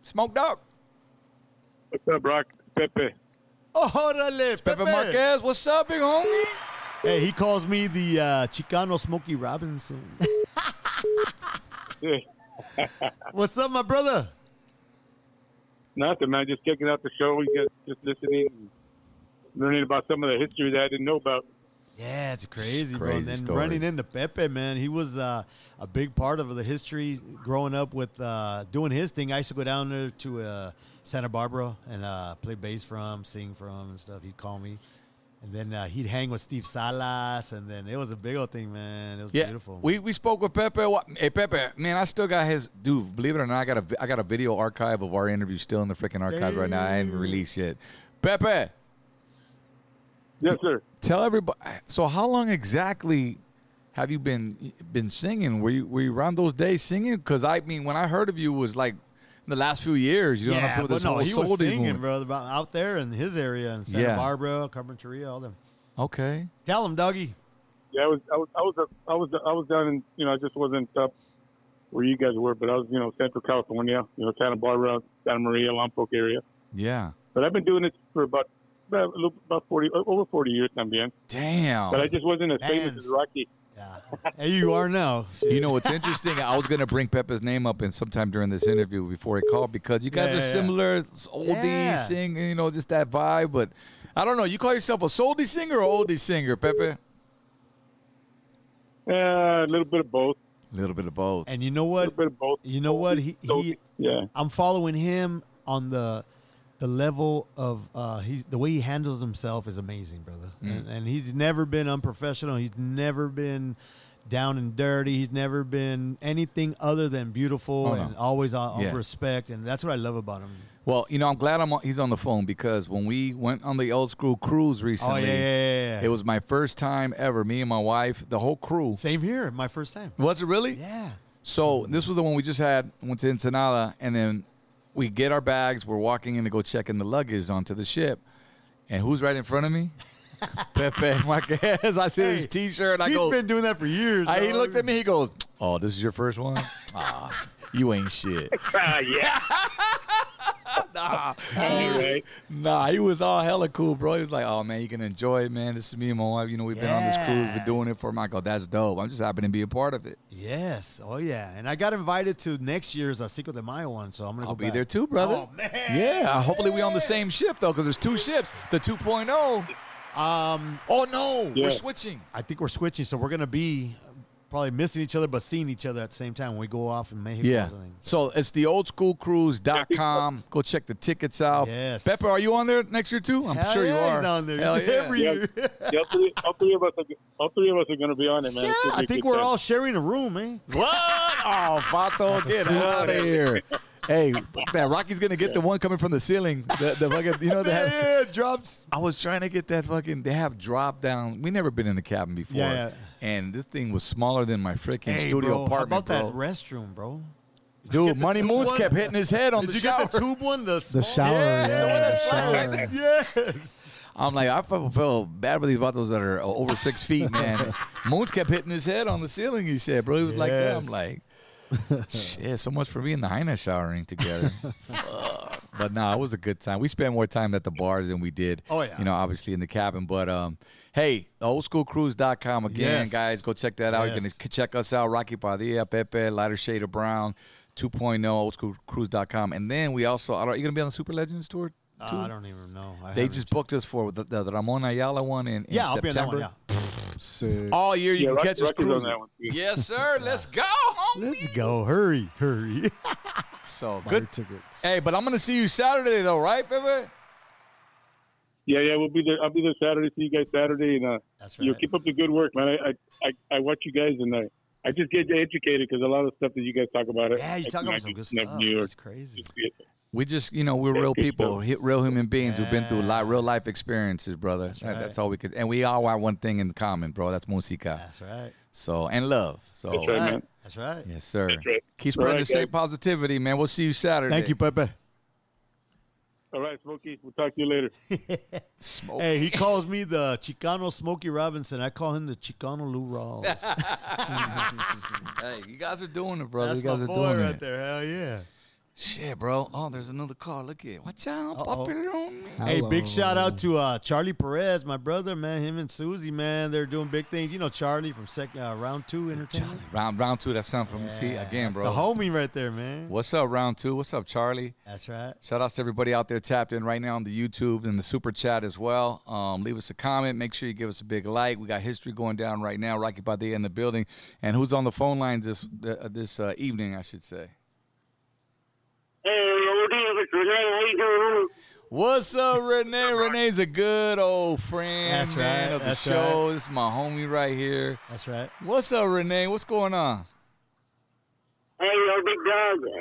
Speaker 2: Smoke dog.
Speaker 11: What's up, Rock? Pepe.
Speaker 6: Órale,
Speaker 2: Pepe Marquez, what's up, big homie?
Speaker 6: Hey, he calls me the uh, Chicano Smokey Robinson. what's up, my brother?
Speaker 11: Nothing, man. Just checking out the show. We just just listening, and learning about some of the history that I didn't know about.
Speaker 6: Yeah, it's crazy, bro. And
Speaker 11: crazy
Speaker 6: then
Speaker 11: story.
Speaker 6: running into Pepe, man, he was uh, a big part of the history growing up with uh, doing his thing. I used to go down there to uh, Santa Barbara and uh, play bass for him, sing for him, and stuff. He'd call me. And then uh, he'd hang with Steve Salas, and then it was a big old thing, man. It was
Speaker 2: Yeah,
Speaker 6: beautiful.
Speaker 2: we we spoke with Pepe. Wa- Hey Pepe, man, I still got his dude. Believe it or not, I got a vi- I got a video archive of our interview still in the freaking archives right now. I ain't released yet. Pepe.
Speaker 11: Yes, sir.
Speaker 2: Tell everybody. So, how long exactly have you been been singing? Were you were you around those days singing? Because I mean, when I heard of you was like in the last few years. You know what I'm saying? With
Speaker 6: but
Speaker 2: this
Speaker 6: no,
Speaker 2: whole
Speaker 6: he
Speaker 2: soul
Speaker 6: was
Speaker 2: digging
Speaker 6: singing,
Speaker 2: movement.
Speaker 6: brother, about out there in his area in Santa
Speaker 2: Yeah.
Speaker 6: Barbara, Carpinteria, all them.
Speaker 2: Okay.
Speaker 6: Tell him, doggy.
Speaker 11: Yeah, I was I was I was up- I was I was down in you know I just wasn't up where you guys were, but I was you know Central California, you know Santa Barbara, Santa Maria, Lompoc area.
Speaker 2: Yeah.
Speaker 11: But I've been doing it for about about a little- about forty over forty years también.
Speaker 2: Damn.
Speaker 11: But I just wasn't as famous
Speaker 6: Bands.
Speaker 11: as Rocky.
Speaker 6: Hey, you are now.
Speaker 2: You know what's interesting? I was gonna bring Pepe's name up in sometime during this interview before he called because you guys
Speaker 6: Yeah,
Speaker 2: are
Speaker 6: yeah, yeah.
Speaker 2: similar, it's oldies
Speaker 6: Yeah.
Speaker 2: singing, you know, just that vibe. But I don't know. You call yourself a soldie singer or oldie singer, Pepe?
Speaker 11: Yeah, a little bit of both.
Speaker 2: A little bit of both.
Speaker 6: And you know what? You know what? He, he
Speaker 11: yeah.
Speaker 6: I'm following him on the the level of uh he's the way he handles himself is amazing, brother.
Speaker 2: Mm.
Speaker 6: And, and he's never been unprofessional. He's never been down and dirty. He's never been anything other than beautiful
Speaker 2: Oh, no.
Speaker 6: and always on, on
Speaker 2: Yeah.
Speaker 6: respect. And that's what I love about him.
Speaker 2: Well, you know, I'm glad I'm on, he's on the phone because when we went on the old school cruise recently,
Speaker 6: Oh, yeah, yeah, yeah, yeah.
Speaker 2: it was my first time ever. Me and my wife, the whole crew.
Speaker 6: Same here, my first time.
Speaker 2: Was it really?
Speaker 6: Yeah.
Speaker 2: So this was the one we just had. Went to Ensenada, and then we get our bags. We're walking in to go check in the luggage onto the ship, and who's right in front of me? Pepe Marquez. I see his T-shirt. I
Speaker 6: He's
Speaker 2: go.
Speaker 6: been doing that for years.
Speaker 2: I- he
Speaker 6: dog.
Speaker 2: looked at me. He goes, "Oh, this is your first one? Ah, you ain't shit."
Speaker 10: Oh,
Speaker 11: yeah.
Speaker 2: nah. Nah, he was all hella cool, bro. He was like, "Oh man, you can enjoy it, man. This is me and my wife. You know, we've been on this cruise. We're doing it for Michael. That's dope. I'm just happy to be a part of it.
Speaker 6: Yes. Oh yeah. And I got invited to next year's uh, Cinco de Mayo one, so I'm gonna
Speaker 2: I'll
Speaker 6: go
Speaker 2: be
Speaker 6: back.
Speaker 2: there too, brother.
Speaker 6: Oh, man.
Speaker 2: Yeah. Hopefully, we on the same ship though, because there's two ships. The 2.0.
Speaker 6: Um.
Speaker 2: Oh no,
Speaker 6: Yeah.
Speaker 2: we're switching.
Speaker 6: I think we're switching, so we're gonna be uh, probably missing each other, but seeing each other at the same time when we go off in Mexico.
Speaker 2: Yeah. So it's the oldschoolcruise.com. Go check the tickets out.
Speaker 6: Yes.
Speaker 2: Pepper, are you on there next year too? I'm
Speaker 6: Hell
Speaker 2: sure you
Speaker 6: yeah,
Speaker 2: are.
Speaker 6: he's on there.
Speaker 2: Hell yeah.
Speaker 6: Every
Speaker 11: Yeah.
Speaker 6: year.
Speaker 11: Yeah, all three, all three of us are, all three of us are going to be on it, man.
Speaker 6: Yeah,
Speaker 11: It's gonna be
Speaker 6: I
Speaker 11: a
Speaker 6: think
Speaker 11: good
Speaker 6: we're
Speaker 11: time.
Speaker 6: all sharing a room, man.
Speaker 2: What? Oh, Fato, get out of here. Hey, fuck that Rocky's gonna get the one coming from the ceiling. The, the fucking, you know, they have
Speaker 6: drops.
Speaker 2: I was trying to get that fucking. They have drop down. We never been in the cabin before.
Speaker 6: Yeah, yeah.
Speaker 2: And this thing was smaller than my freaking
Speaker 6: Hey,
Speaker 2: studio
Speaker 6: bro,
Speaker 2: apartment,
Speaker 6: How
Speaker 2: bro.
Speaker 6: about that restroom, bro?
Speaker 2: Dude, Money Moons
Speaker 6: One-
Speaker 2: kept hitting his head on
Speaker 6: Did
Speaker 2: the
Speaker 6: you
Speaker 2: shower.
Speaker 6: get the tube one? The,
Speaker 4: The
Speaker 6: small-
Speaker 4: shower.
Speaker 2: Oh, Yeah,
Speaker 4: Yeah,
Speaker 2: the one
Speaker 4: the
Speaker 2: that slides.
Speaker 4: shower.
Speaker 6: Yes.
Speaker 2: I'm like, I felt, felt bad for these vatos that are uh, over six feet, man. Moons kept hitting his head on the ceiling, he said, bro. He was like that. I'm
Speaker 6: Yes.
Speaker 2: like, shit, so much for me and the Heine showering together. Fuck. but nah, it was a good time. We spent more time at the bars than we did.
Speaker 6: Oh, yeah.
Speaker 2: You know, obviously in the cabin. But um, hey, oldschoolcruise.com again,
Speaker 6: Yes.
Speaker 2: guys. Go check that out. You
Speaker 6: Yes.
Speaker 2: can check us out. Rocky Padilla, Pepe, Lighter Shade of Brown, oh, 2.0, oldschoolcruise.com. And then we also, I don't, you going to be on the Super Legends tour? Too?
Speaker 6: Uh, I don't even know. I
Speaker 2: They
Speaker 6: haven't-
Speaker 2: just booked us for the, the, Ramon Ayala one in, in
Speaker 6: yeah, I'll be on that
Speaker 2: September.
Speaker 6: one. Yeah.
Speaker 2: All year you
Speaker 6: Yeah,
Speaker 2: can
Speaker 6: Rocky-
Speaker 2: catch us
Speaker 6: Rocky's on
Speaker 2: cruising.
Speaker 6: that one, too.
Speaker 2: yes, sir. Let's go, homie.
Speaker 6: Let's go. Hurry, hurry.
Speaker 2: So
Speaker 6: Buy your
Speaker 2: good Hey, but I'm gonna see you Saturday though, right, baby?
Speaker 11: Yeah, yeah, we'll be there. I'll be there Saturday. See you guys Saturday, and uh, you know, keep up the good work, man. I, I, I, I watch you guys, and I, I just get educated because a lot of stuff that you guys talk about. Yeah, you
Speaker 6: talk about some good stuff.
Speaker 11: That's
Speaker 6: crazy.
Speaker 2: We just, you know, we're real people, hi- real human beings who've been through a lot, real life experiences, brother. That- That's, all we could, and we all want one thing in common, bro. That's musica. That's
Speaker 6: right.
Speaker 2: So and love. So
Speaker 6: That's right, man. That's right.
Speaker 2: Yes, sir.
Speaker 6: That's right.
Speaker 2: Keep spreading
Speaker 6: All right,
Speaker 2: the same
Speaker 6: guys.
Speaker 2: positivity, man. We'll see you Saturday.
Speaker 6: Thank you, Pepe.
Speaker 11: All right, Smokey. We'll talk to you later.
Speaker 2: Smoke.
Speaker 6: Hey, he calls me the Chicano Smokey Robinson. I call him the Chicano Lou Rawls.
Speaker 2: hey, you guys are doing it, brother.
Speaker 6: That's
Speaker 2: you guys
Speaker 6: my
Speaker 2: are
Speaker 6: boy
Speaker 2: doing
Speaker 6: right
Speaker 2: it.
Speaker 6: there. Hell yeah.
Speaker 2: Shit, bro. Oh, there's another car. Look at it. Watch out, popular on me.
Speaker 6: Hey, big shout out to uh, Charlie Perez, my brother, man. Him and Susie, man, they're doing big things. You know Charlie from sec- uh, Round Two Entertainment.
Speaker 2: Round round two. That's something from see again, bro.
Speaker 6: The homie right there, man.
Speaker 2: What's up, round two? What's up, Charlie?
Speaker 6: That's right.
Speaker 2: Shout outs to everybody out there tapped in right now on the YouTube and the super chat as well. Um, leave us a comment. Make sure you give us a big like. We got history going down right now. Rocky Padilla in the building. And who's on the phone lines this uh, this uh, evening, I should say?
Speaker 12: Hey, what is it? Renee, how you doing?
Speaker 2: What's up, Renee? Renee's a good old friend
Speaker 6: That's
Speaker 2: man,
Speaker 6: right,
Speaker 2: of the
Speaker 6: that's
Speaker 2: show.
Speaker 6: right.
Speaker 2: This is my homie right here.
Speaker 6: That's right.
Speaker 2: What's up, Renee? What's going on?
Speaker 12: Hey, yo, big dog. Uh,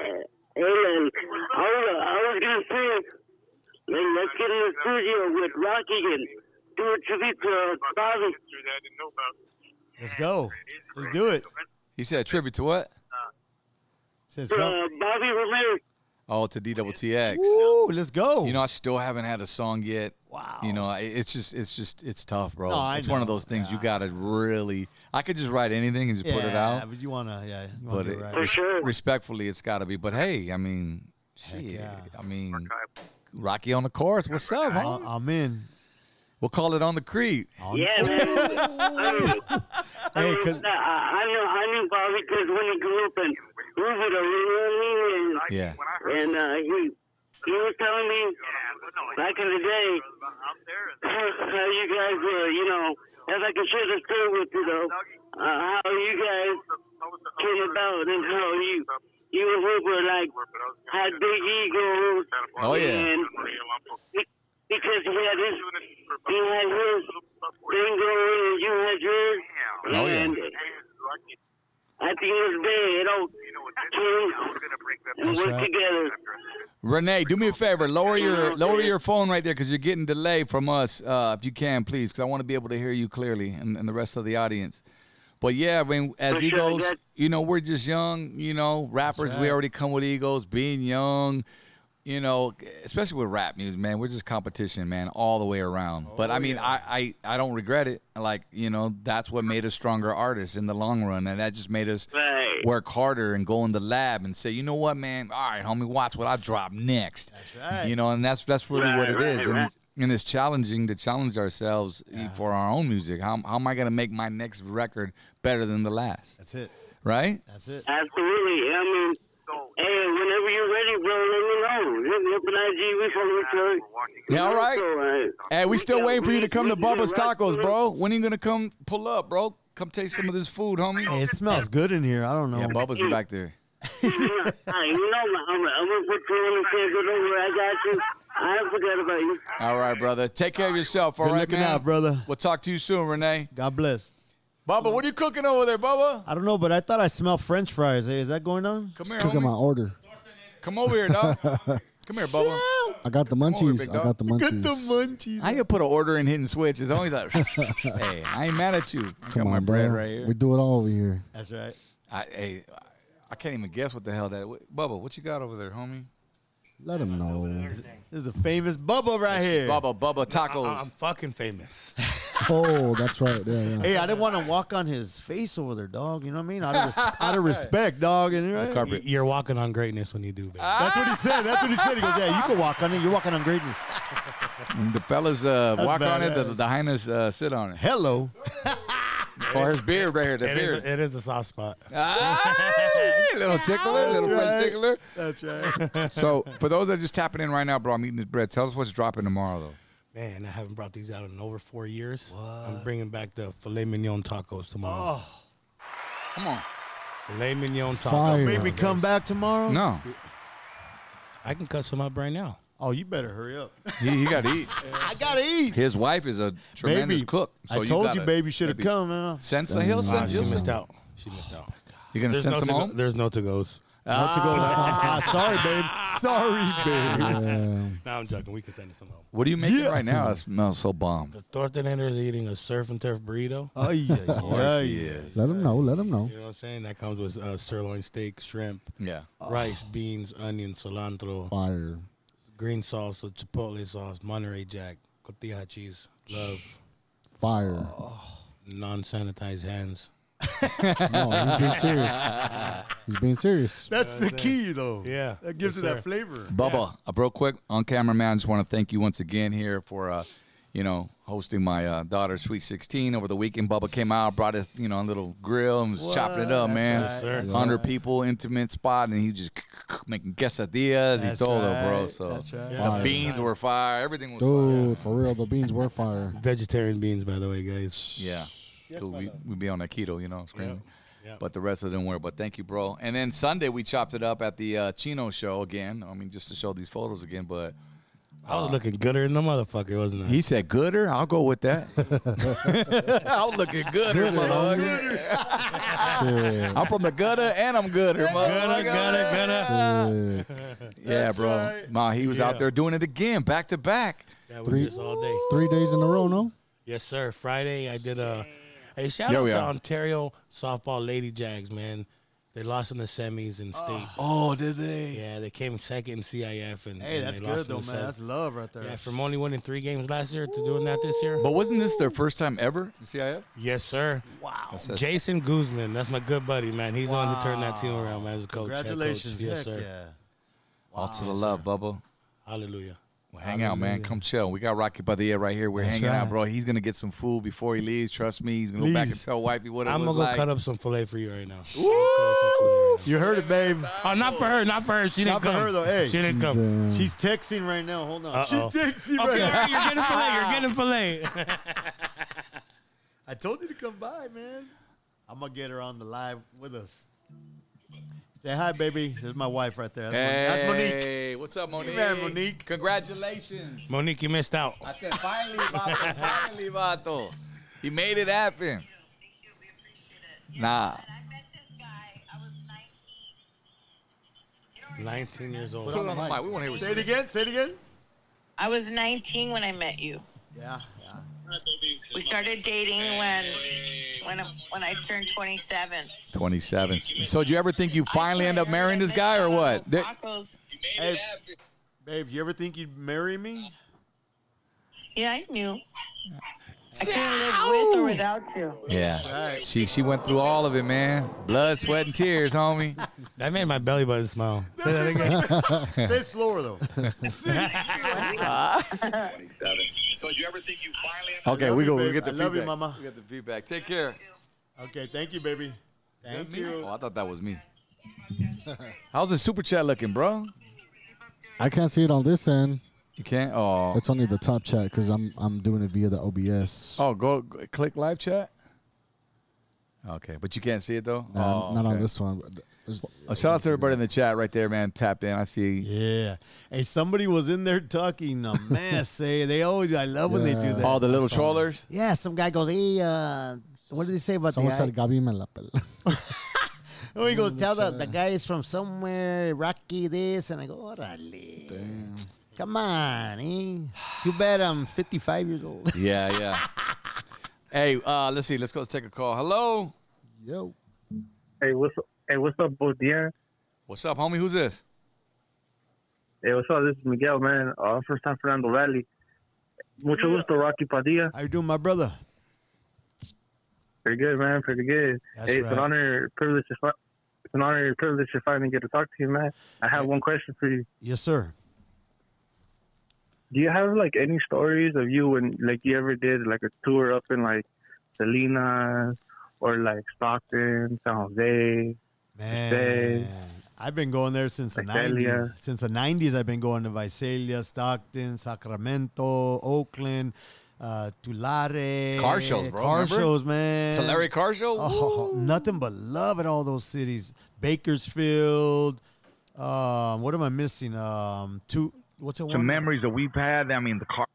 Speaker 12: Hey, man. I was, I was going to say, man, let's get in the studio with Rocky and do a tribute to uh, Bobby.
Speaker 6: Let's go. Let's do it.
Speaker 2: He said a tribute to what?
Speaker 6: Said
Speaker 12: Uh,
Speaker 6: some-
Speaker 12: Bobby Ramirez.
Speaker 2: Oh, to DWTX.
Speaker 6: Woo, let's go.
Speaker 2: You know, I still haven't had a song yet. Wow. You know, I- it's just, it's just, it's tough, bro.
Speaker 6: No, I
Speaker 2: it's one of
Speaker 6: know.
Speaker 2: those things you gotta really. I could just write anything and just
Speaker 6: yeah,
Speaker 2: put it out,
Speaker 6: But you wanna, yeah, you wanna
Speaker 2: but
Speaker 6: do
Speaker 2: it,
Speaker 6: it right.
Speaker 2: res- respectfully, it's gotta be. But hey, I mean, shit. I mean, Rocky on the chorus. What's up, huh?
Speaker 6: I'm in.
Speaker 2: We'll call it on the creek.
Speaker 12: Yeah, man. I knew,
Speaker 6: Hey,
Speaker 12: I,
Speaker 6: cause,
Speaker 12: knew, I knew I knew Bobby because when he grew up in Louisville, you know what I mean? And,
Speaker 2: Yeah.
Speaker 12: and uh, he, he was telling me back in the day how you guys were, you know, as I can share the story with you, though, uh, how you guys came about and how you, you and Hoop were like, had big egos.
Speaker 2: Oh, yeah.
Speaker 12: And because he had his, he had his thing going and you had yours.
Speaker 2: Oh, yeah.
Speaker 12: And at the end of the day, it all came and
Speaker 2: That's
Speaker 12: worked
Speaker 2: right.
Speaker 12: together.
Speaker 2: Renee, do me a favor. Lower your lower your phone right there because you're getting delayed from us. Uh, if you can, please, because I want to be able to hear you clearly and, and the rest of the audience. But yeah, I mean, as
Speaker 12: For sure,
Speaker 2: egos,
Speaker 12: that-
Speaker 2: you know, we're just young. You know, rappers, we
Speaker 12: right.
Speaker 2: already come with egos. Being young, you know, especially with rap music, man, we're just competition, man, all the way around. but I mean, I, I I don't regret it. Like you know, that's what made us stronger artists in the long run, and that just made us
Speaker 12: Right.
Speaker 2: work harder and go in the lab and say, you know what, man, all right, homie, watch what I drop next.
Speaker 6: right.
Speaker 2: You know, and that's that's really what it
Speaker 12: Right,
Speaker 2: is,
Speaker 12: right,
Speaker 2: and
Speaker 12: right.
Speaker 2: and it's challenging to challenge ourselves e, for our own music. How how am I gonna make my next record better than the last?
Speaker 6: That's it.
Speaker 2: Right?
Speaker 6: That's it.
Speaker 12: Absolutely. I mean, hey, whenever you're ready, bro, let me know. Hit me up on IG. We follow each other.
Speaker 2: Yeah, all right. Hey, we still
Speaker 12: got-
Speaker 2: waiting for you
Speaker 12: we-
Speaker 2: to come to
Speaker 12: we got
Speaker 2: Bubba's
Speaker 12: Rocky
Speaker 2: Tacos,
Speaker 12: Road.
Speaker 2: bro. When you gonna come pull up, bro? Come taste some of this food, homie.
Speaker 6: Hey, it smells good in here. I don't know.
Speaker 2: Yeah, Bubba's is back there.
Speaker 12: Hey, you know, I'm, I'm going to put you on the schedule. Don't worry, I got you. I forgot about you.
Speaker 2: All right, brother. Take care of yourself. All
Speaker 6: Good
Speaker 2: right,
Speaker 6: looking
Speaker 2: man.
Speaker 6: out, brother.
Speaker 2: We'll talk to you soon, Renee.
Speaker 6: God bless.
Speaker 2: Bubba, what are you cooking over there, Bubba?
Speaker 6: I don't know, but I thought I smelled French fries. Hey, is that going on?
Speaker 2: Come
Speaker 4: Just cooking my order.
Speaker 2: Come over here, dog. Come here, Bubba.
Speaker 4: I got the munchies. I got the munchies.
Speaker 6: munchies.
Speaker 2: I could put an order in hidden switch. It's always like, hey, I ain't mad at you. I got
Speaker 4: Come
Speaker 2: my
Speaker 4: on,
Speaker 2: bread
Speaker 4: bro.
Speaker 2: right here.
Speaker 4: We do it all over here.
Speaker 6: That's right.
Speaker 2: I, hey, I- I can't even guess what the hell that. Bubba, what you got over there, homie?
Speaker 4: Let him know.
Speaker 6: This is a famous Bubba right here.
Speaker 2: Bubba, Bubba
Speaker 6: Tacos.
Speaker 13: I'm fucking famous.
Speaker 4: Oh, that's right. Yeah, yeah.
Speaker 6: Hey, I didn't want to walk on his face over there, dog. You know what I mean? Out of, res- out of respect, dog. And right?
Speaker 13: Y- You're walking on greatness when you do, baby.
Speaker 6: That's what he said. That's what he said. He goes, "Yeah, you can walk on it. You're walking on greatness."
Speaker 2: The fellas uh,
Speaker 6: That's
Speaker 2: walk on it. The,
Speaker 6: badass.
Speaker 2: the hyenas uh, sit on it.
Speaker 6: Hello.
Speaker 2: or his beard right here. The
Speaker 13: It is,
Speaker 2: beard. Ah,
Speaker 13: a, it is a soft spot.
Speaker 2: Hey, little tickler,
Speaker 13: That's
Speaker 2: little French
Speaker 13: right.
Speaker 2: tickler.
Speaker 6: That's right.
Speaker 2: So, for those that are just tapping in right now, bro, I'm eating this bread. Tell us what's dropping tomorrow, though.
Speaker 13: Man, I haven't brought these out in over four years. I'm bringing back the filet mignon tacos tomorrow.
Speaker 6: Oh.
Speaker 2: Come on.
Speaker 13: Filet mignon tacos.
Speaker 4: Fire.
Speaker 6: Make me come back tomorrow.
Speaker 2: No.
Speaker 13: I can cut some up right now.
Speaker 6: Oh, you better hurry up.
Speaker 2: He, he got to eat.
Speaker 6: I gotta eat.
Speaker 2: His wife is a tremendous
Speaker 6: Baby,
Speaker 2: cook.
Speaker 6: I told you,
Speaker 2: gotta-
Speaker 6: baby, should have
Speaker 2: maybe
Speaker 6: come, man.
Speaker 2: Sense the hill,
Speaker 13: Ah,
Speaker 2: sense
Speaker 13: she
Speaker 2: you'll
Speaker 13: missed
Speaker 2: sense-
Speaker 13: out. She missed out.
Speaker 2: You gonna
Speaker 13: There's
Speaker 2: send
Speaker 13: no
Speaker 2: some
Speaker 13: to-go-
Speaker 2: home?
Speaker 13: There's no to goes.
Speaker 6: Not to go. Ah, sorry, babe. Sorry, babe.
Speaker 13: No, I'm joking. We can send it some home.
Speaker 2: What are you making right now? It smells so bomb.
Speaker 13: The Thornton is eating a surf and turf burrito.
Speaker 6: Oh yeah, yeah.
Speaker 4: Let him know. Let him know.
Speaker 13: You know what I'm saying? That comes with uh, sirloin steak, shrimp,
Speaker 2: Yeah.
Speaker 13: rice, beans, onion, cilantro,
Speaker 4: Fire.
Speaker 13: green sauce, with chipotle sauce, Monterey Jack, cotija cheese, love,
Speaker 4: Fire.
Speaker 2: Oh.
Speaker 13: non-sanitized hands.
Speaker 4: No, he's being serious. He's being serious.
Speaker 6: That's the key, though.
Speaker 13: Yeah,
Speaker 6: that gives
Speaker 13: yes,
Speaker 6: it
Speaker 13: sir.
Speaker 6: that flavor.
Speaker 2: Bubba, uh, real quick on camera, man. Just want to thank you once again here for, uh, you know, hosting my uh, daughter's sweet sixteen over the weekend. Bubba came out, brought us, you know, a little grill and was chopping it up,
Speaker 6: That's
Speaker 2: man.
Speaker 6: right, that's
Speaker 2: Hundred
Speaker 6: right.
Speaker 2: people, intimate spot, and he just making quesadillas. He
Speaker 6: That's
Speaker 2: told bro.
Speaker 6: right,
Speaker 2: So
Speaker 6: that's right.
Speaker 2: the
Speaker 4: Fire.
Speaker 2: beans were fire. Everything was fire.
Speaker 4: Dude, for real, the beans were fire.
Speaker 13: Vegetarian beans, by the way, guys.
Speaker 2: Yeah.
Speaker 6: Yes,
Speaker 2: So
Speaker 6: my
Speaker 2: we
Speaker 6: love.
Speaker 2: we be on that keto, you know, screaming.
Speaker 13: Yep.
Speaker 2: But the rest of them were. But thank you, bro. And then Sunday we chopped it up at the uh, Chino show again. I mean, just to show these photos again. But
Speaker 13: I was looking gooder than the motherfucker, wasn't I?
Speaker 2: he said, "Gooder." I'll go with that. I'm looking gooder, motherfucker.
Speaker 4: Shit.
Speaker 2: I'm from the gutter and I'm gooder, motherfucker.
Speaker 4: Shit.
Speaker 2: Yeah, bro. Ma, he was out there doing it again, back to back.
Speaker 13: That
Speaker 4: Three-
Speaker 13: was just all day.
Speaker 4: Three days in a row, no?
Speaker 13: Yes, sir. Friday, I did a. Hey, shout
Speaker 2: Yo,
Speaker 13: out
Speaker 2: yeah.
Speaker 13: to Ontario softball Lady Jags, man. They lost in the semis in state.
Speaker 2: Oh, did they?
Speaker 13: Yeah, they came second in CIF, and
Speaker 6: Hey,
Speaker 13: and
Speaker 6: that's
Speaker 13: they lost
Speaker 6: good
Speaker 13: in
Speaker 6: though,
Speaker 13: the
Speaker 6: man.
Speaker 13: semis.
Speaker 6: That's love right there.
Speaker 13: yeah, from only winning three games last year to doing that this year.
Speaker 2: But wasn't this their first time ever in CIF?
Speaker 13: Yes, sir.
Speaker 6: wow.
Speaker 2: That's- that's-
Speaker 13: Jason Guzman, that's my good buddy, man. He's on to turn that team around, man. As a coach, head coach.
Speaker 6: Congratulations.
Speaker 13: Yes,
Speaker 6: Heck
Speaker 13: sir.
Speaker 6: Yeah.
Speaker 2: All to the love, Bubba.
Speaker 13: Hallelujah.
Speaker 2: Well, hang out, man. Come chill. We got Rocky by the air right here. We're
Speaker 6: That's
Speaker 2: hanging out,
Speaker 6: right.
Speaker 2: bro. He's gonna get some food before he leaves. Trust me. He's gonna go back and
Speaker 6: Please.
Speaker 2: tell wifey what it
Speaker 13: I'm
Speaker 2: was
Speaker 13: gonna go
Speaker 2: like.
Speaker 13: cut up some fillet for you right now. Ooh.
Speaker 6: You heard it, babe.
Speaker 13: Oh, not for her, not for her. She didn't
Speaker 6: Not for
Speaker 13: come.
Speaker 6: her, though. Hey.
Speaker 13: she didn't come.
Speaker 4: Damn.
Speaker 6: She's texting right now. Hold on.
Speaker 13: Uh-oh.
Speaker 6: She's texting right
Speaker 13: Okay, all
Speaker 6: now.
Speaker 13: right, you're getting fillet. You're getting fillet.
Speaker 6: I told you to come by, man. I'm gonna get her on the live with us. Say hi, baby. There's my wife right there. That's, Mon- that's Monique.
Speaker 2: Hey, what's up, Monique?
Speaker 6: man, Monique.
Speaker 2: Congratulations.
Speaker 13: Monique, you missed out.
Speaker 2: I said, finally, Vato, finally, Vato. He made it happen. Nah.
Speaker 13: 19 years old.
Speaker 2: Put it on the mic. We want to hear what
Speaker 6: Say
Speaker 2: you
Speaker 6: it
Speaker 2: say.
Speaker 6: again. Say it again.
Speaker 14: I was 19 when I met you.
Speaker 6: Yeah. yeah.
Speaker 14: We started dating when when I- when I turned 27.
Speaker 2: 27. So, did you ever think you finally end up marrying this guy or what? That-
Speaker 14: Tacos.
Speaker 6: Hey, babe, you ever think you'd marry me?
Speaker 14: Yeah, I knew. I couldn't live with or without you.
Speaker 2: yeah. She she went through all of it, man. Blood, sweat, and tears, homie.
Speaker 13: That made my belly button smile. Say that again.
Speaker 6: Say it slower though.
Speaker 2: Okay,
Speaker 6: Love
Speaker 2: we
Speaker 6: you,
Speaker 2: go. We
Speaker 6: babe.
Speaker 2: get the
Speaker 6: I
Speaker 2: feedback.
Speaker 6: love you, mama.
Speaker 2: We get the feedback. Take care.
Speaker 6: Okay, thank you, baby. Thank
Speaker 2: Oh,
Speaker 6: you.
Speaker 2: I thought that was me. How's the super chat looking, bro?
Speaker 4: I can't see it on this end.
Speaker 2: You can't. Oh,
Speaker 4: It's only the top chat because I'm I'm doing it via the OBS.
Speaker 2: oh, go, go click live chat. Okay, but you can't see it though.
Speaker 4: Nah,
Speaker 2: oh,
Speaker 4: not on
Speaker 2: okay.
Speaker 4: this one. It's-
Speaker 2: Oh, shout out to everybody in the chat right there, man. Tapped in. I see.
Speaker 6: Yeah. Hey, somebody was in there talking a mess. Say they always. I love when they do
Speaker 4: Yeah.
Speaker 6: that.
Speaker 2: All the little trollers.
Speaker 6: Yeah, some guy goes, hey, uh, what did he say about
Speaker 4: Someone
Speaker 6: the
Speaker 4: said Gabi me la pela.
Speaker 6: Oh, he goes, tell the, the guy is from somewhere, Rocky this, and I go, orale. Come on, eh? Too bad I'm 55 years old.
Speaker 2: Yeah, yeah. hey, uh, let's see. Let's go take a call. Hello.
Speaker 4: Yo.
Speaker 15: Hey, what's hey, what's up, Bodier?
Speaker 2: What's up, homie? Who's this?
Speaker 15: Hey, what's up? This is Miguel, man. Uh, first time Fernando Valley. Mucho gusto, Rocky Padilla.
Speaker 6: How you doing, my brother?
Speaker 15: Pretty good, man. Pretty good.
Speaker 6: That's
Speaker 15: hey, it's an
Speaker 6: right.
Speaker 15: honor, privilege to fi- it's an honor and privilege to finally get to talk to you, man. I have one question for you.
Speaker 6: Yes, sir.
Speaker 15: Do you have like any stories of you when like you ever did like a tour up in like Salinas or like Stockton, San Jose,
Speaker 6: Man,
Speaker 15: Jose?
Speaker 6: I've been going there since the
Speaker 15: Visalia.
Speaker 6: nineties. Since the nineties, I've been going to Visalia, Stockton, Sacramento, Oakland, uh, Tulare,
Speaker 2: Car shows, bro,
Speaker 6: car
Speaker 2: remember?
Speaker 6: shows, man.
Speaker 2: Tulare car show?
Speaker 6: Oh, nothing but love in all those cities. Bakersfield. Um, what am I missing? Um, two. What's that
Speaker 16: Some
Speaker 6: one?
Speaker 16: memories that we've had. I mean, the car.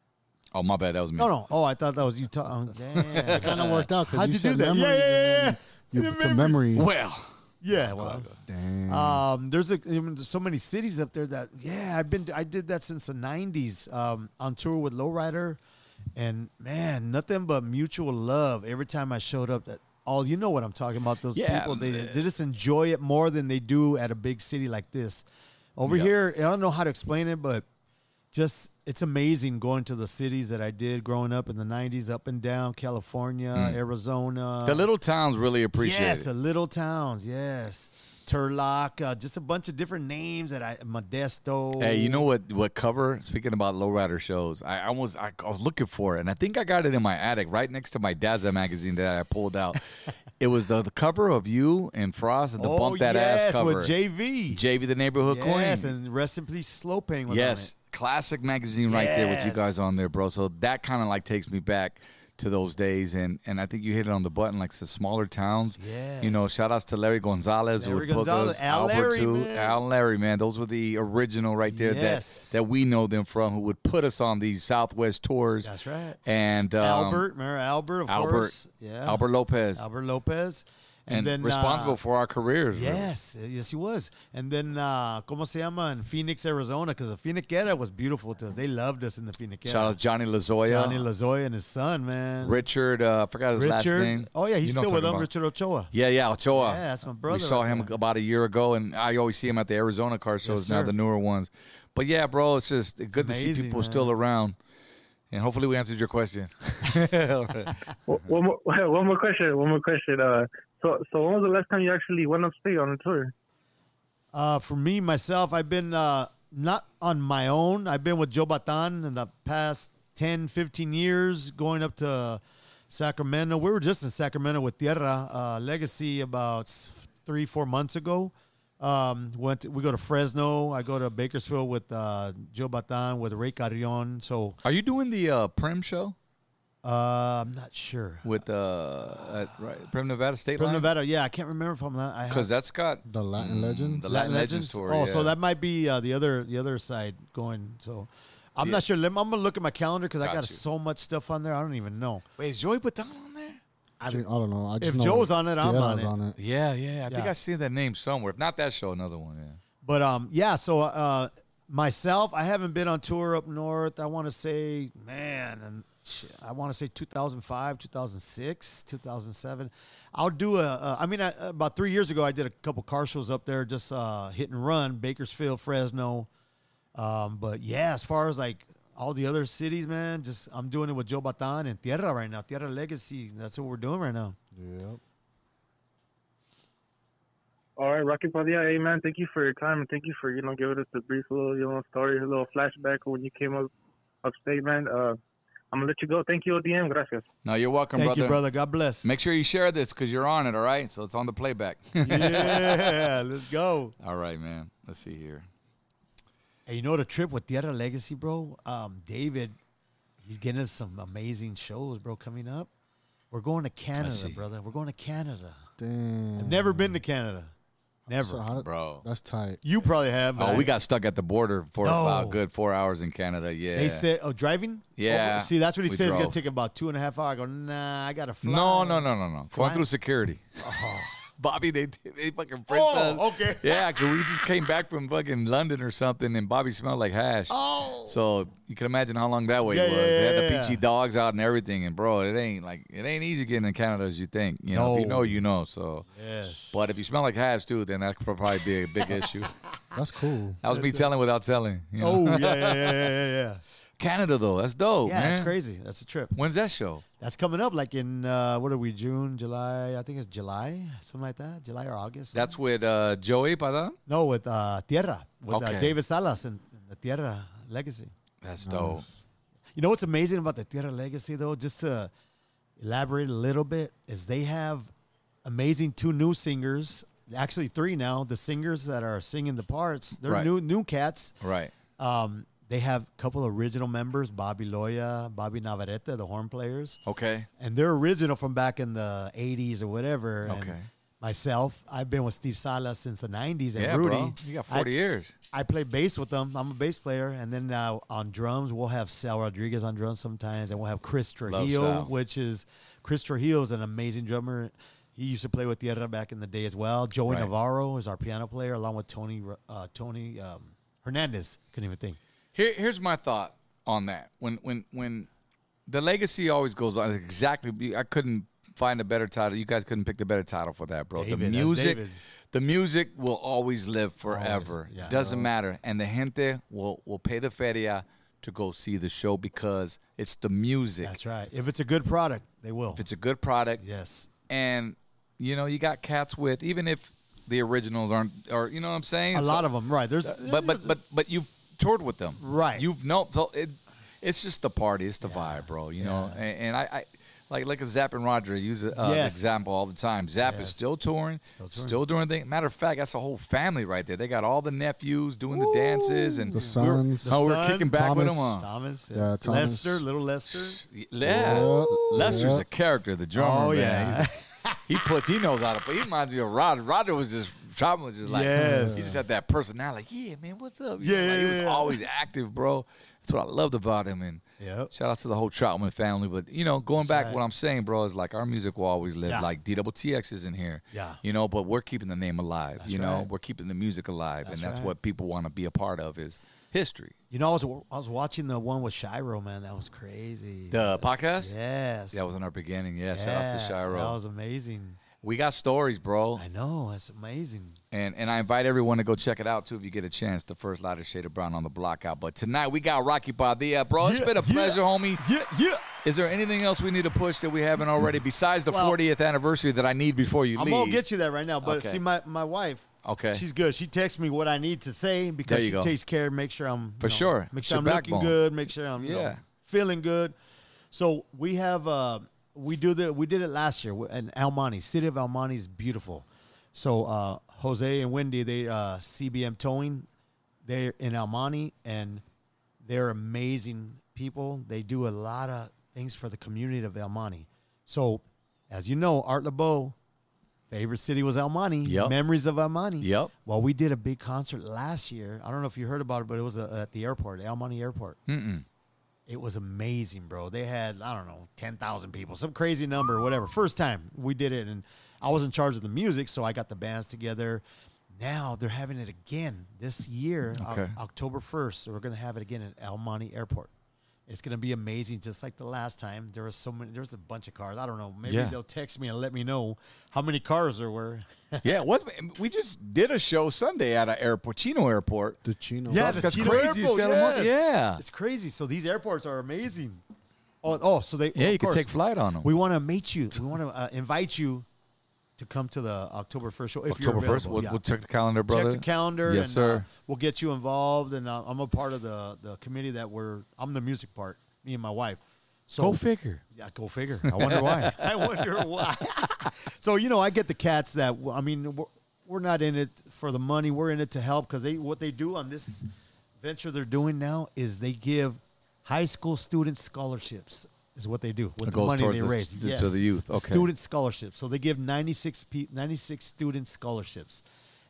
Speaker 2: Oh, my bad. That was me.
Speaker 6: No, no. Oh, I thought that was you. Ta- oh, damn,
Speaker 4: It kinda worked out 'cause
Speaker 6: How'd
Speaker 4: you
Speaker 6: you, do
Speaker 4: said
Speaker 6: that? Yeah,
Speaker 4: memories
Speaker 6: yeah, yeah.
Speaker 4: You,
Speaker 6: yeah.
Speaker 4: to memories.
Speaker 6: Well, yeah.
Speaker 2: Oh,
Speaker 6: Well, um, there's a I mean, there's so many cities up there that yeah, I've been I did that since the '90s um, on tour with Lowrider, and man, nothing but mutual love every time I showed up. That all you know what I'm talking about. Those
Speaker 2: Yeah,
Speaker 6: people they, they just enjoy it more than they do at a big city like this. Over
Speaker 2: Yep.
Speaker 6: here, I don't know how to explain it, but just it's amazing going to the cities that I did growing up in the '90s, up and down California,
Speaker 2: Mm.
Speaker 6: Arizona,
Speaker 2: the little towns really appreciate
Speaker 6: yes,
Speaker 2: it.
Speaker 6: the little towns. Yes, Turlock, uh, just a bunch of different names that I Modesto.
Speaker 2: Hey, you know what? What cover? Speaking about lowrider shows, I almost I, I was looking for it, and I think I got it in my attic, right next to my Daza magazine that I pulled out. it was the, the cover of you and Frost and the
Speaker 6: Oh,
Speaker 2: bump that ass
Speaker 6: yes,
Speaker 2: cover
Speaker 6: with JV.
Speaker 2: JV the neighborhood
Speaker 6: yes,
Speaker 2: queen.
Speaker 6: and rest in peace, Slow Pain. Was
Speaker 2: yes, classic magazine right there with you
Speaker 6: Yes.
Speaker 2: guys on there, bro. So that kind of like takes me back to those days, and and I think you hit it on the button, like the smaller towns. You know, shout outs to Larry Gonzalez
Speaker 6: Larry
Speaker 2: with Pucas,
Speaker 6: Gonzalez, Al
Speaker 2: Albert
Speaker 6: Larry,
Speaker 2: too,
Speaker 6: man.
Speaker 2: Al Larry, man. Those were the original right there
Speaker 6: Yes.
Speaker 2: that that we know them from, who would put us on these Southwest tours.
Speaker 6: That's right.
Speaker 2: And
Speaker 6: On
Speaker 2: um,
Speaker 6: it. Albert, remember Albert? Of
Speaker 2: Albert,
Speaker 6: course, yeah,
Speaker 2: Albert Lopez,
Speaker 6: Albert Lopez,
Speaker 2: and,
Speaker 6: then uh,
Speaker 2: responsible for our careers. really.
Speaker 6: Yes, yes, he was. And then, uh, como se llama in Phoenix, Arizona? Because the Phoenix era was beautiful to us. They loved us in the Phoenix era.
Speaker 2: Shout out to Johnny Lazoya,
Speaker 6: Johnny Lazoya and his son, man.
Speaker 2: Richard. Uh, I forgot his last
Speaker 6: Richard.
Speaker 2: name.
Speaker 6: Oh, yeah, he's
Speaker 2: You know
Speaker 6: still
Speaker 2: what I'm
Speaker 6: with
Speaker 2: talking
Speaker 6: them,
Speaker 2: about.
Speaker 6: Richard Ochoa.
Speaker 2: Yeah, yeah, Ochoa.
Speaker 6: Yeah, that's my brother
Speaker 2: We saw
Speaker 6: right
Speaker 2: him about a year ago, and I always see him at the Arizona car shows now,
Speaker 6: sir.
Speaker 2: the newer ones. But yeah, bro, it's just good to see
Speaker 6: amazing,
Speaker 2: people
Speaker 6: man.
Speaker 2: still around. And hopefully we answered your question.
Speaker 15: one more, one more question. One more question. Uh, so, so when was the last time you actually went upstate on a tour?
Speaker 6: Uh, for me, myself, I've been uh, not on my own. I've been with Joe Batan in the past 10, 15 years, going up to Sacramento. We were just in Sacramento with Tierra uh, Legacy about s- three, four months ago. Um, went we go to Fresno. I go to Bakersfield with uh, Joe Batan, with Ray Carrion. So
Speaker 2: Are you doing the uh, Prem show
Speaker 6: uh, I'm not sure.
Speaker 2: with uh, at, right, Prem Nevada State
Speaker 6: From Nevada, yeah, I can't remember if I'm not. I have-
Speaker 2: Because that's got Mm,
Speaker 4: the Latin Legends?
Speaker 2: The Latin, Legends tour.
Speaker 6: Oh,
Speaker 2: yeah.
Speaker 6: so that might be uh, the other the other side going. So I'm
Speaker 2: Yeah.
Speaker 6: not sure. Let me- I'm gonna look at my calendar because I
Speaker 2: Got
Speaker 6: got
Speaker 2: you.
Speaker 6: so much stuff on there. I don't even know.
Speaker 2: Wait, is Joey Baton on there?
Speaker 4: I, don't- I don't know. I just
Speaker 6: If
Speaker 4: know
Speaker 6: Joe's on it, I'm on
Speaker 4: Tierra's
Speaker 6: it.
Speaker 4: on it.
Speaker 2: Yeah, yeah. I think
Speaker 6: Yeah.
Speaker 2: I seen that name somewhere. If not that show, another one. Yeah.
Speaker 6: But um, yeah. So uh, myself, I haven't been on tour up north. I want to say, man, and shit, I want to say 2005, 2006, 2007. I'll do a. a- I mean, I, about three years ago, I did a couple car shows up there, just uh, hit and run, Bakersfield, Fresno. Um, but yeah, as far as like all the other cities, man, just I'm doing it with Joe Batan and Tierra right now. Tierra Legacy. That's what we're doing right now.
Speaker 4: Yep.
Speaker 15: All right, Rocky Padilla, hey man, thank you for your time and thank you for you know giving us a brief little you know story, a little flashback of when you came up upstate, man. Uh, I'm gonna let you go. Thank you, ODM. Gracias.
Speaker 2: No, you're welcome,
Speaker 6: Thank
Speaker 2: brother.
Speaker 6: you, brother. God bless.
Speaker 2: Make sure you share this because you're on it, all right? So it's on the playback.
Speaker 6: yeah, let's go.
Speaker 2: All right, man. Let's see here.
Speaker 6: Hey, you know the trip with Tierra Legacy, bro? Um, David, he's getting us some amazing shows, bro, coming up. We're going to Canada,
Speaker 4: see.
Speaker 6: brother. We're going to Canada.
Speaker 4: Damn.
Speaker 6: I've never been to Canada. Never.
Speaker 4: So how-
Speaker 2: Bro.
Speaker 4: That's tight.
Speaker 6: you probably have. but
Speaker 2: Oh, we got stuck at the border for
Speaker 6: No.
Speaker 2: about a good four hours in Canada. Yeah.
Speaker 6: They said, oh, driving?
Speaker 2: Yeah,
Speaker 6: Oh, see, that's what he
Speaker 2: we
Speaker 6: says. It's going
Speaker 2: drove.
Speaker 6: to take about two and a half hours. I go, nah, I got to fly. Oh.
Speaker 2: no, no, no, no, no. Going through security. Bobby, they they fucking frisked us.
Speaker 17: Oh, okay.
Speaker 2: Yeah, because we just came back from fucking London or something, and Bobby smelled like hash.
Speaker 17: Oh.
Speaker 2: So you can imagine how long that wait
Speaker 17: Yeah,
Speaker 2: was.
Speaker 17: yeah,
Speaker 2: they had
Speaker 17: yeah,
Speaker 2: the
Speaker 17: yeah.
Speaker 2: peachy dogs out and everything, and bro, it ain't like it ain't easy getting in Canada as you think. You know, if you
Speaker 17: No.
Speaker 2: know, you know. So.
Speaker 17: Yes.
Speaker 2: But if you smell like hash too, then that could probably be a big issue.
Speaker 4: That's cool.
Speaker 2: That was me telling without telling. you know?
Speaker 6: Oh, yeah, yeah, yeah, yeah, yeah.
Speaker 2: Canada though, that's dope.
Speaker 6: yeah, that's
Speaker 2: man.
Speaker 6: crazy. That's a trip.
Speaker 2: When's that show?
Speaker 6: That's coming up like in, uh, what are we, June, July? I think it's July, something like that. July or August.
Speaker 2: That's with uh, Joey Padan.
Speaker 6: No, with uh, Tierra, with
Speaker 2: Okay.
Speaker 6: uh, David Salas and, and the Tierra Legacy.
Speaker 2: That's
Speaker 6: Nice.
Speaker 2: dope.
Speaker 6: You know what's amazing about the Tierra Legacy, though, just to elaborate a little bit, is they have amazing two new singers, actually three now. The singers that are singing the parts, they're
Speaker 2: Right.
Speaker 6: new new cats.
Speaker 2: Right.
Speaker 6: Um, they have a couple original members, Bobby Loya, Bobby Navarrete, the horn players.
Speaker 2: Okay.
Speaker 6: And they're original from back in the 80s or whatever. and
Speaker 2: Okay.
Speaker 6: myself, I've been with Steve Salas since the 90s and
Speaker 2: Yeah,
Speaker 6: Rudy.
Speaker 2: bro. You got
Speaker 6: I-
Speaker 2: 40 years.
Speaker 6: I play bass with them. I'm a bass player. And then uh, on drums, we'll have Sal Rodriguez on drums sometimes. And we'll have Chris Trujillo,
Speaker 2: Sal.
Speaker 6: which is Chris Trujillo is an amazing drummer. He used to play with Tierra back in the day as well. Joey
Speaker 2: Right.
Speaker 6: Navarro is our piano player, along with Tony uh, Tony um, Hernandez. Couldn't even think.
Speaker 2: Here, here's my thought on that. When when when the legacy always goes on. Exactly. I couldn't find a better title. You guys couldn't pick the better title for that, bro.
Speaker 6: David,
Speaker 2: the
Speaker 6: that's
Speaker 2: music,
Speaker 6: David.
Speaker 2: the music will always live forever.
Speaker 6: yeah.
Speaker 2: Doesn't matter. And the gente will will pay the feria to go see the show because it's the music.
Speaker 6: That's right. If it's a good product, they will.
Speaker 2: If it's a good product,
Speaker 6: yes.
Speaker 2: And you know, you got cats with even if the originals aren't, or you know what I'm saying.
Speaker 6: A lot of 'em, right. There's-
Speaker 2: but but but but you've toured with them,
Speaker 6: Right.
Speaker 2: You've known, so it, it's just the party, it's the vibe, bro. You know, and, and I, I like like a Zapp and Roger use a, uh, an
Speaker 17: Yes.
Speaker 2: example all the time. Zapp is still touring, still, doing things. Matter of fact, that's a whole family right there. They got all the nephews doing the dances and
Speaker 4: The
Speaker 2: we were-
Speaker 4: sons.
Speaker 2: oh, we we're
Speaker 4: The
Speaker 2: kicking
Speaker 4: son,
Speaker 2: back with them,
Speaker 4: Thomas.
Speaker 2: huh?
Speaker 6: Thomas,
Speaker 4: Yeah,
Speaker 6: yeah,
Speaker 4: Thomas.
Speaker 6: Lester, little Lester.
Speaker 2: Yeah. Lester's a character, the drummer.
Speaker 6: Oh,
Speaker 2: man.
Speaker 6: yeah.
Speaker 2: He's- he puts, he knows how to play. He reminds me of Roger. Roger was just, Chapman was just like,
Speaker 17: Yes.
Speaker 2: he just had that personality. Like, yeah, man, what's up? You
Speaker 17: Yeah,
Speaker 2: know, like,
Speaker 17: yeah,
Speaker 2: He was
Speaker 17: yeah.
Speaker 2: always active, bro. That's what I loved about him. And shout out to the whole Troutman family. But, you know, going back,
Speaker 17: right.
Speaker 2: what I'm saying, bro, is like our music will always live.
Speaker 17: Yeah.
Speaker 2: Like DWTX is in here.
Speaker 17: Yeah.
Speaker 2: You know, but we're keeping the name alive. you know,
Speaker 6: right.
Speaker 2: we're keeping the music alive.
Speaker 6: That's
Speaker 2: and that's
Speaker 6: right.
Speaker 2: what people want to be a part of is history.
Speaker 6: You know, I was I was watching the one with Shiro, man. That was crazy.
Speaker 2: The podcast?
Speaker 6: Yes.
Speaker 2: That was in our beginning. Yeah. Shout out to
Speaker 6: Yeah,
Speaker 2: Shiro.
Speaker 6: That was amazing.
Speaker 2: We got stories, bro.
Speaker 6: I know. Oh, That's amazing.
Speaker 2: And and I invite everyone to go check it out too if you get a chance. The first lighter shade of brown on the block out. But tonight we got Rocky Padilla, bro. It's
Speaker 17: Yeah,
Speaker 2: been a
Speaker 17: yeah.
Speaker 2: pleasure, homie. Yeah, yeah. Is there anything else we need to push that we haven't already besides the
Speaker 6: Well-
Speaker 2: 40th anniversary that I need before you
Speaker 6: I'm
Speaker 2: leave?
Speaker 6: gonna get you that right now. But
Speaker 2: Okay.
Speaker 6: see, my, my wife,
Speaker 2: Okay.
Speaker 6: she's good. She texts me what I need to say
Speaker 2: There
Speaker 6: because
Speaker 2: you
Speaker 6: she
Speaker 2: go.
Speaker 6: takes care, make sure I'm
Speaker 2: For
Speaker 6: you know,
Speaker 2: sure.
Speaker 6: make
Speaker 2: It's
Speaker 6: sure
Speaker 2: your
Speaker 6: I'm
Speaker 2: backbone.
Speaker 6: looking good, make sure I'm you know,
Speaker 2: Yeah.
Speaker 6: feeling good. So we have uh we do the we did it last year w- in Almani, city of Almani is beautiful. So uh Jose and Wendy, they uh CBM Towing, they're in Almani and they're amazing people. They do a lot of things for the community of Almani. So, as you know, Art LeBeau, favorite city was Almani.
Speaker 2: Yep.
Speaker 6: Memories of Almani.
Speaker 2: Yep.
Speaker 6: Well, we did a big concert last year. I don't know if you heard about it, but it was uh, at the airport, Almani Airport.
Speaker 2: Mm-mm.
Speaker 6: It was amazing, bro. They had, I don't know, 10,000 people, some crazy number, whatever. First time we did it. And I was in charge of the music, so I got the bands together. Now they're having it again this year, Oc-
Speaker 2: Okay.
Speaker 6: October 1st. So we're going to have it again at Almani Airport. It's going to be amazing, just like the last time. There was so many, there was a bunch of cars. I don't know. Maybe
Speaker 2: Yeah.
Speaker 6: they'll text me and let me know how many cars there were.
Speaker 2: yeah, what we just did a show Sunday at an airport, Chino Airport.
Speaker 4: The Chino.
Speaker 6: Yeah,
Speaker 2: that's
Speaker 6: the
Speaker 2: that's
Speaker 6: Chino
Speaker 2: crazy. You
Speaker 6: Airport,
Speaker 2: sell 'em up.
Speaker 6: yes.
Speaker 2: Yeah.
Speaker 6: It's crazy. So these airports are amazing. Oh, oh so they
Speaker 2: Yeah,
Speaker 6: of
Speaker 2: you can
Speaker 6: course.
Speaker 2: take flight on 'em.
Speaker 6: We want to meet you. We want to uh, invite you to come to the October first show. If
Speaker 2: October
Speaker 6: you're
Speaker 2: 1st.
Speaker 6: available,
Speaker 2: We'll,
Speaker 6: yeah.
Speaker 2: we'll check the calendar, brother.
Speaker 6: Check the calendar.
Speaker 2: Yes,
Speaker 6: and,
Speaker 2: sir.
Speaker 6: uh, we'll get you involved, and uh, I'm a part of the the committee that we're. I'm the music part. Me and my wife. So
Speaker 2: Go figure.
Speaker 6: Yeah, go figure. I wonder why. I wonder why. so you know, I get the cats that I mean, we're, we're not in it for the money. We're in it to help because they what they do on this venture they're doing now is they give high school students scholarships. Is what they do with
Speaker 2: It
Speaker 6: the
Speaker 2: goes
Speaker 6: money
Speaker 2: towards
Speaker 6: they
Speaker 2: the
Speaker 6: raise
Speaker 2: stu- to the youth. Okay.
Speaker 6: student scholarships. So they give 96, pe- 96 student scholarships,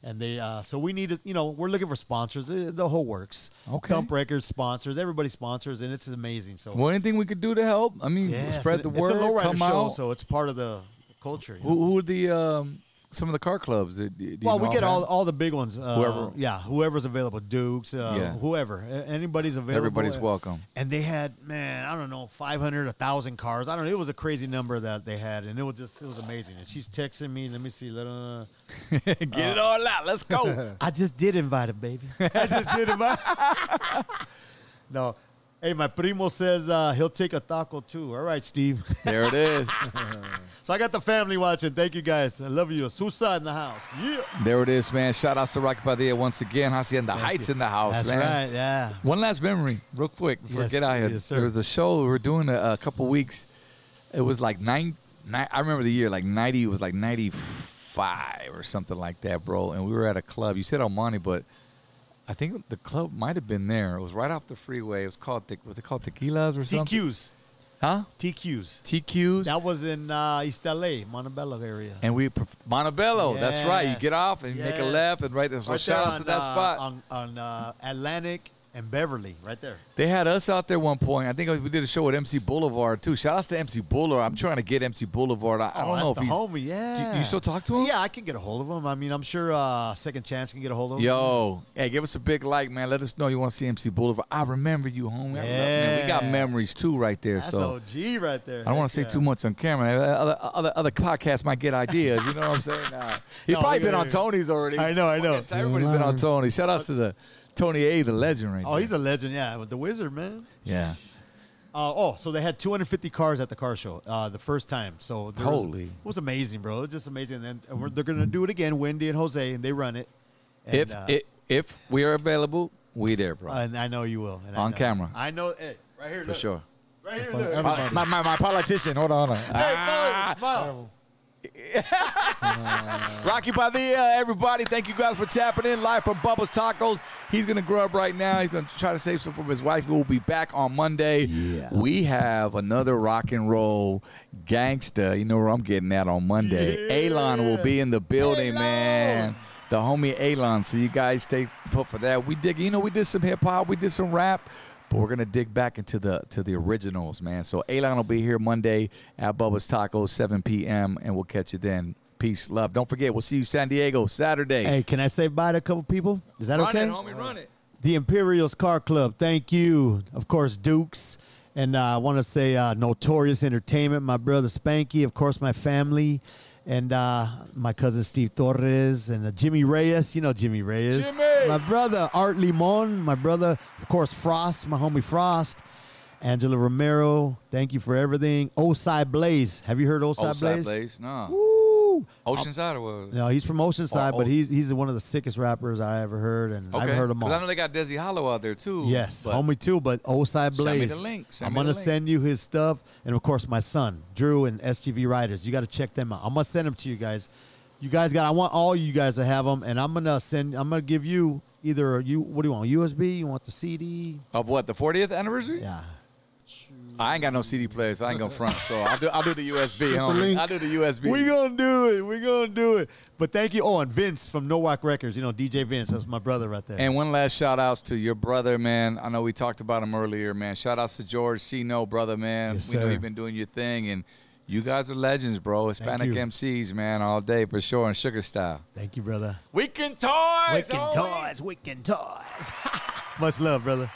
Speaker 6: and they uh, so we need to, you know we're looking for sponsors. The, the whole works.
Speaker 2: Okay.
Speaker 6: Dump records sponsors. Everybody sponsors, and it's amazing. So
Speaker 2: Well, anything we could do to help? I mean,
Speaker 6: Yes,
Speaker 2: spread
Speaker 6: and
Speaker 2: the
Speaker 6: it's a
Speaker 2: word.
Speaker 6: lowrider
Speaker 2: come
Speaker 6: show,
Speaker 2: out.
Speaker 6: so it's part of the culture. you know?
Speaker 2: Who, who are the um, some of the car clubs? Do- do you
Speaker 6: well, we
Speaker 2: know
Speaker 6: get all
Speaker 2: offhand?
Speaker 6: all the big ones. Uh,
Speaker 2: Whoever.
Speaker 6: yeah, whoever's available, Dukes, uh,
Speaker 2: Yeah.
Speaker 6: whoever, A- anybody's available.
Speaker 2: Everybody's welcome.
Speaker 6: And they had, man, I don't know, 500, 1,000 cars. I don't know. It was a crazy number that they had, and it was just, it was amazing. And she's texting me, let me see. Let, uh, Get
Speaker 2: it all out. Let's go.
Speaker 6: I just did invite him, baby. I just did invite No. Hey, my primo says uh, he'll take a taco too. All right, Steve.
Speaker 2: There it is.
Speaker 6: so I got the family watching. Thank you guys. I love you. Susa in the house. Yeah.
Speaker 2: There it is, man. Shout out to Rocky Padilla once again. Hacienda the Heights in the house,
Speaker 6: That's
Speaker 2: man.
Speaker 6: right, yeah.
Speaker 2: One last memory, real quick, before
Speaker 6: Yes,
Speaker 2: we get out of here.
Speaker 6: yes, sir.
Speaker 2: there was a show we were doing a, a couple weeks. It was like nine, nine. I remember the year, like ninety. It was like ninety five or something like that, bro. And we were at a club. You said Almani, but I think the club might have been there. It was right off the freeway. It was called Te- was it called Tequilas or something?
Speaker 6: TQs.
Speaker 2: Huh?
Speaker 6: TQs.
Speaker 2: TQs.
Speaker 6: That was in uh, East LA, Montebello area.
Speaker 2: And we perf- Montebello. That's right. You
Speaker 6: Yes.
Speaker 2: get off and you make a
Speaker 6: Yes.
Speaker 2: left and right there. So
Speaker 6: Right
Speaker 2: shout
Speaker 6: there
Speaker 2: out to
Speaker 6: on,
Speaker 2: that
Speaker 6: uh,
Speaker 2: spot.
Speaker 6: on, on uh, Atlantic and Beverly, right there.
Speaker 2: They had us out there one point. I think we did a show at MC Boulevard too. Shout outs to MC Boulevard. I'm trying to get MC Boulevard. I, I don't
Speaker 6: Oh, that's
Speaker 2: know if
Speaker 6: the
Speaker 2: he's
Speaker 6: homie. Yeah.
Speaker 2: you still talk to him?
Speaker 6: Yeah, I can get a hold of him. I mean, I'm sure uh, Second Chance can get a hold of him.
Speaker 2: Yo, hey, give us a big like, man. Let us know you want to see MC Boulevard. I remember you, homie. I love- man, we got
Speaker 6: Yeah.
Speaker 2: memories too right there.
Speaker 6: That's
Speaker 2: so
Speaker 6: OG right there.
Speaker 2: I don't want to say
Speaker 6: Heck
Speaker 2: too much on camera. Uh, Other, other other podcasts might get ideas. You know what I'm saying? Uh, he's
Speaker 6: No,
Speaker 2: probably
Speaker 6: look at
Speaker 2: been on
Speaker 6: him.
Speaker 2: Tony's already.
Speaker 6: I know, I know.
Speaker 2: Fucking- Everybody's been on Tony. Shout outs to the Tony A, the legend right
Speaker 6: yeah. Oh,
Speaker 2: there.
Speaker 6: he's a legend. Yeah, with the Wizard, man.
Speaker 2: yeah.
Speaker 6: Uh, oh, so they had 250 cars at the car show uh, the first time. So there was-
Speaker 2: Holy.
Speaker 6: it was amazing, bro. It was just amazing. And then and we're, they're gonna do it again. Wendy and Jose, and they run it. And,
Speaker 2: if
Speaker 6: uh,
Speaker 2: i if we are available, we there, bro.
Speaker 6: and I know you will. And I
Speaker 2: On
Speaker 6: know.
Speaker 2: camera.
Speaker 6: I know. Hey, right here.
Speaker 2: for
Speaker 6: look.
Speaker 2: sure.
Speaker 6: Right here. Look.
Speaker 2: My, my, my, my politician. Hold on. Hold on.
Speaker 6: Hey,
Speaker 2: Ah,
Speaker 6: fellas, smile.
Speaker 2: Rocky Padilla, everybody. Thank you guys for tapping in live from Bubba's Tacos. He's going to grub right now. He's going to try to save some for his wife. We'll be back on Monday. We have another rock and roll gangsta. You know where I'm getting at on Monday. Alon will be in the building, man. The homie Alon. So you guys stay put for that. We dig, you know, we did some hip hop, we did some rap. But we're gonna dig back into the to the originals, man. So Alon will be here Monday at Bubba's Tacos, 7 p.m. and we'll catch you then. Peace, love. Don't forget, we'll see you San Diego Saturday.
Speaker 6: Hey, can I say bye to a couple people? Is that
Speaker 2: run
Speaker 6: okay?
Speaker 2: it, homie, run it.
Speaker 6: The Imperials Car Club. Thank you. Of course, Dukes. And uh, I want to say uh, Notorious Entertainment, my brother Spanky, of course, my family, and uh, my cousin Steve Torres, and uh, Jimmy Reyes. You know Jimmy Reyes. Jimmy! My brother Art Limon, my brother, of course, Frost, my homie Frost. Angela Romero, thank you for everything. Osai Blaze. Have you heard Osai,
Speaker 2: Outside place, nah.
Speaker 6: Woo!
Speaker 2: Oceanside or what?
Speaker 6: No, he's from Oceanside,
Speaker 2: Oh,
Speaker 6: but
Speaker 2: oh.
Speaker 6: he's he's one of the sickest rappers I ever heard, and I've heard him
Speaker 2: 'Cause I
Speaker 6: all.
Speaker 2: know they got Desi Hollow out there too.
Speaker 6: Yes,
Speaker 2: but-
Speaker 6: homie too, but Osai
Speaker 2: Send me the
Speaker 6: Blaze.
Speaker 2: link. Send
Speaker 6: I'm
Speaker 2: me the
Speaker 6: gonna
Speaker 2: link.
Speaker 6: send you his stuff, and of course my son Drew and STV Riders. You got to check them out. I'm gonna send them to you guys. You guys got. I want all you guys to have them, and I'm gonna send. I'm gonna give you either you. What do you want? USB? You want the CD?
Speaker 2: Of what? The 40th anniversary?
Speaker 6: Yeah.
Speaker 2: I ain't got no CD players. I ain't gonna front. So I'll do, I'll do the USB,
Speaker 6: Get the
Speaker 2: homie.
Speaker 6: link.
Speaker 2: I'll do the USB.
Speaker 6: We gonna do it. We gonna do it. But thank you. Oh, and Vince from Nowak Records. You know DJ Vince. That's my brother right there.
Speaker 2: And one last shout outs to your brother, man. I know we talked about him earlier, man. Shout outs to George Sino, brother, man.
Speaker 6: Yes,
Speaker 2: we know
Speaker 6: sir.
Speaker 2: you've been doing your thing and you guys are legends, bro. Hispanic
Speaker 6: you.
Speaker 2: MCs, man, all day for sure and sugar style.
Speaker 6: thank you, brother.
Speaker 2: Weekend Toys.
Speaker 6: Wicking
Speaker 2: homie.
Speaker 6: toys. Wicking toys. Much love, brother.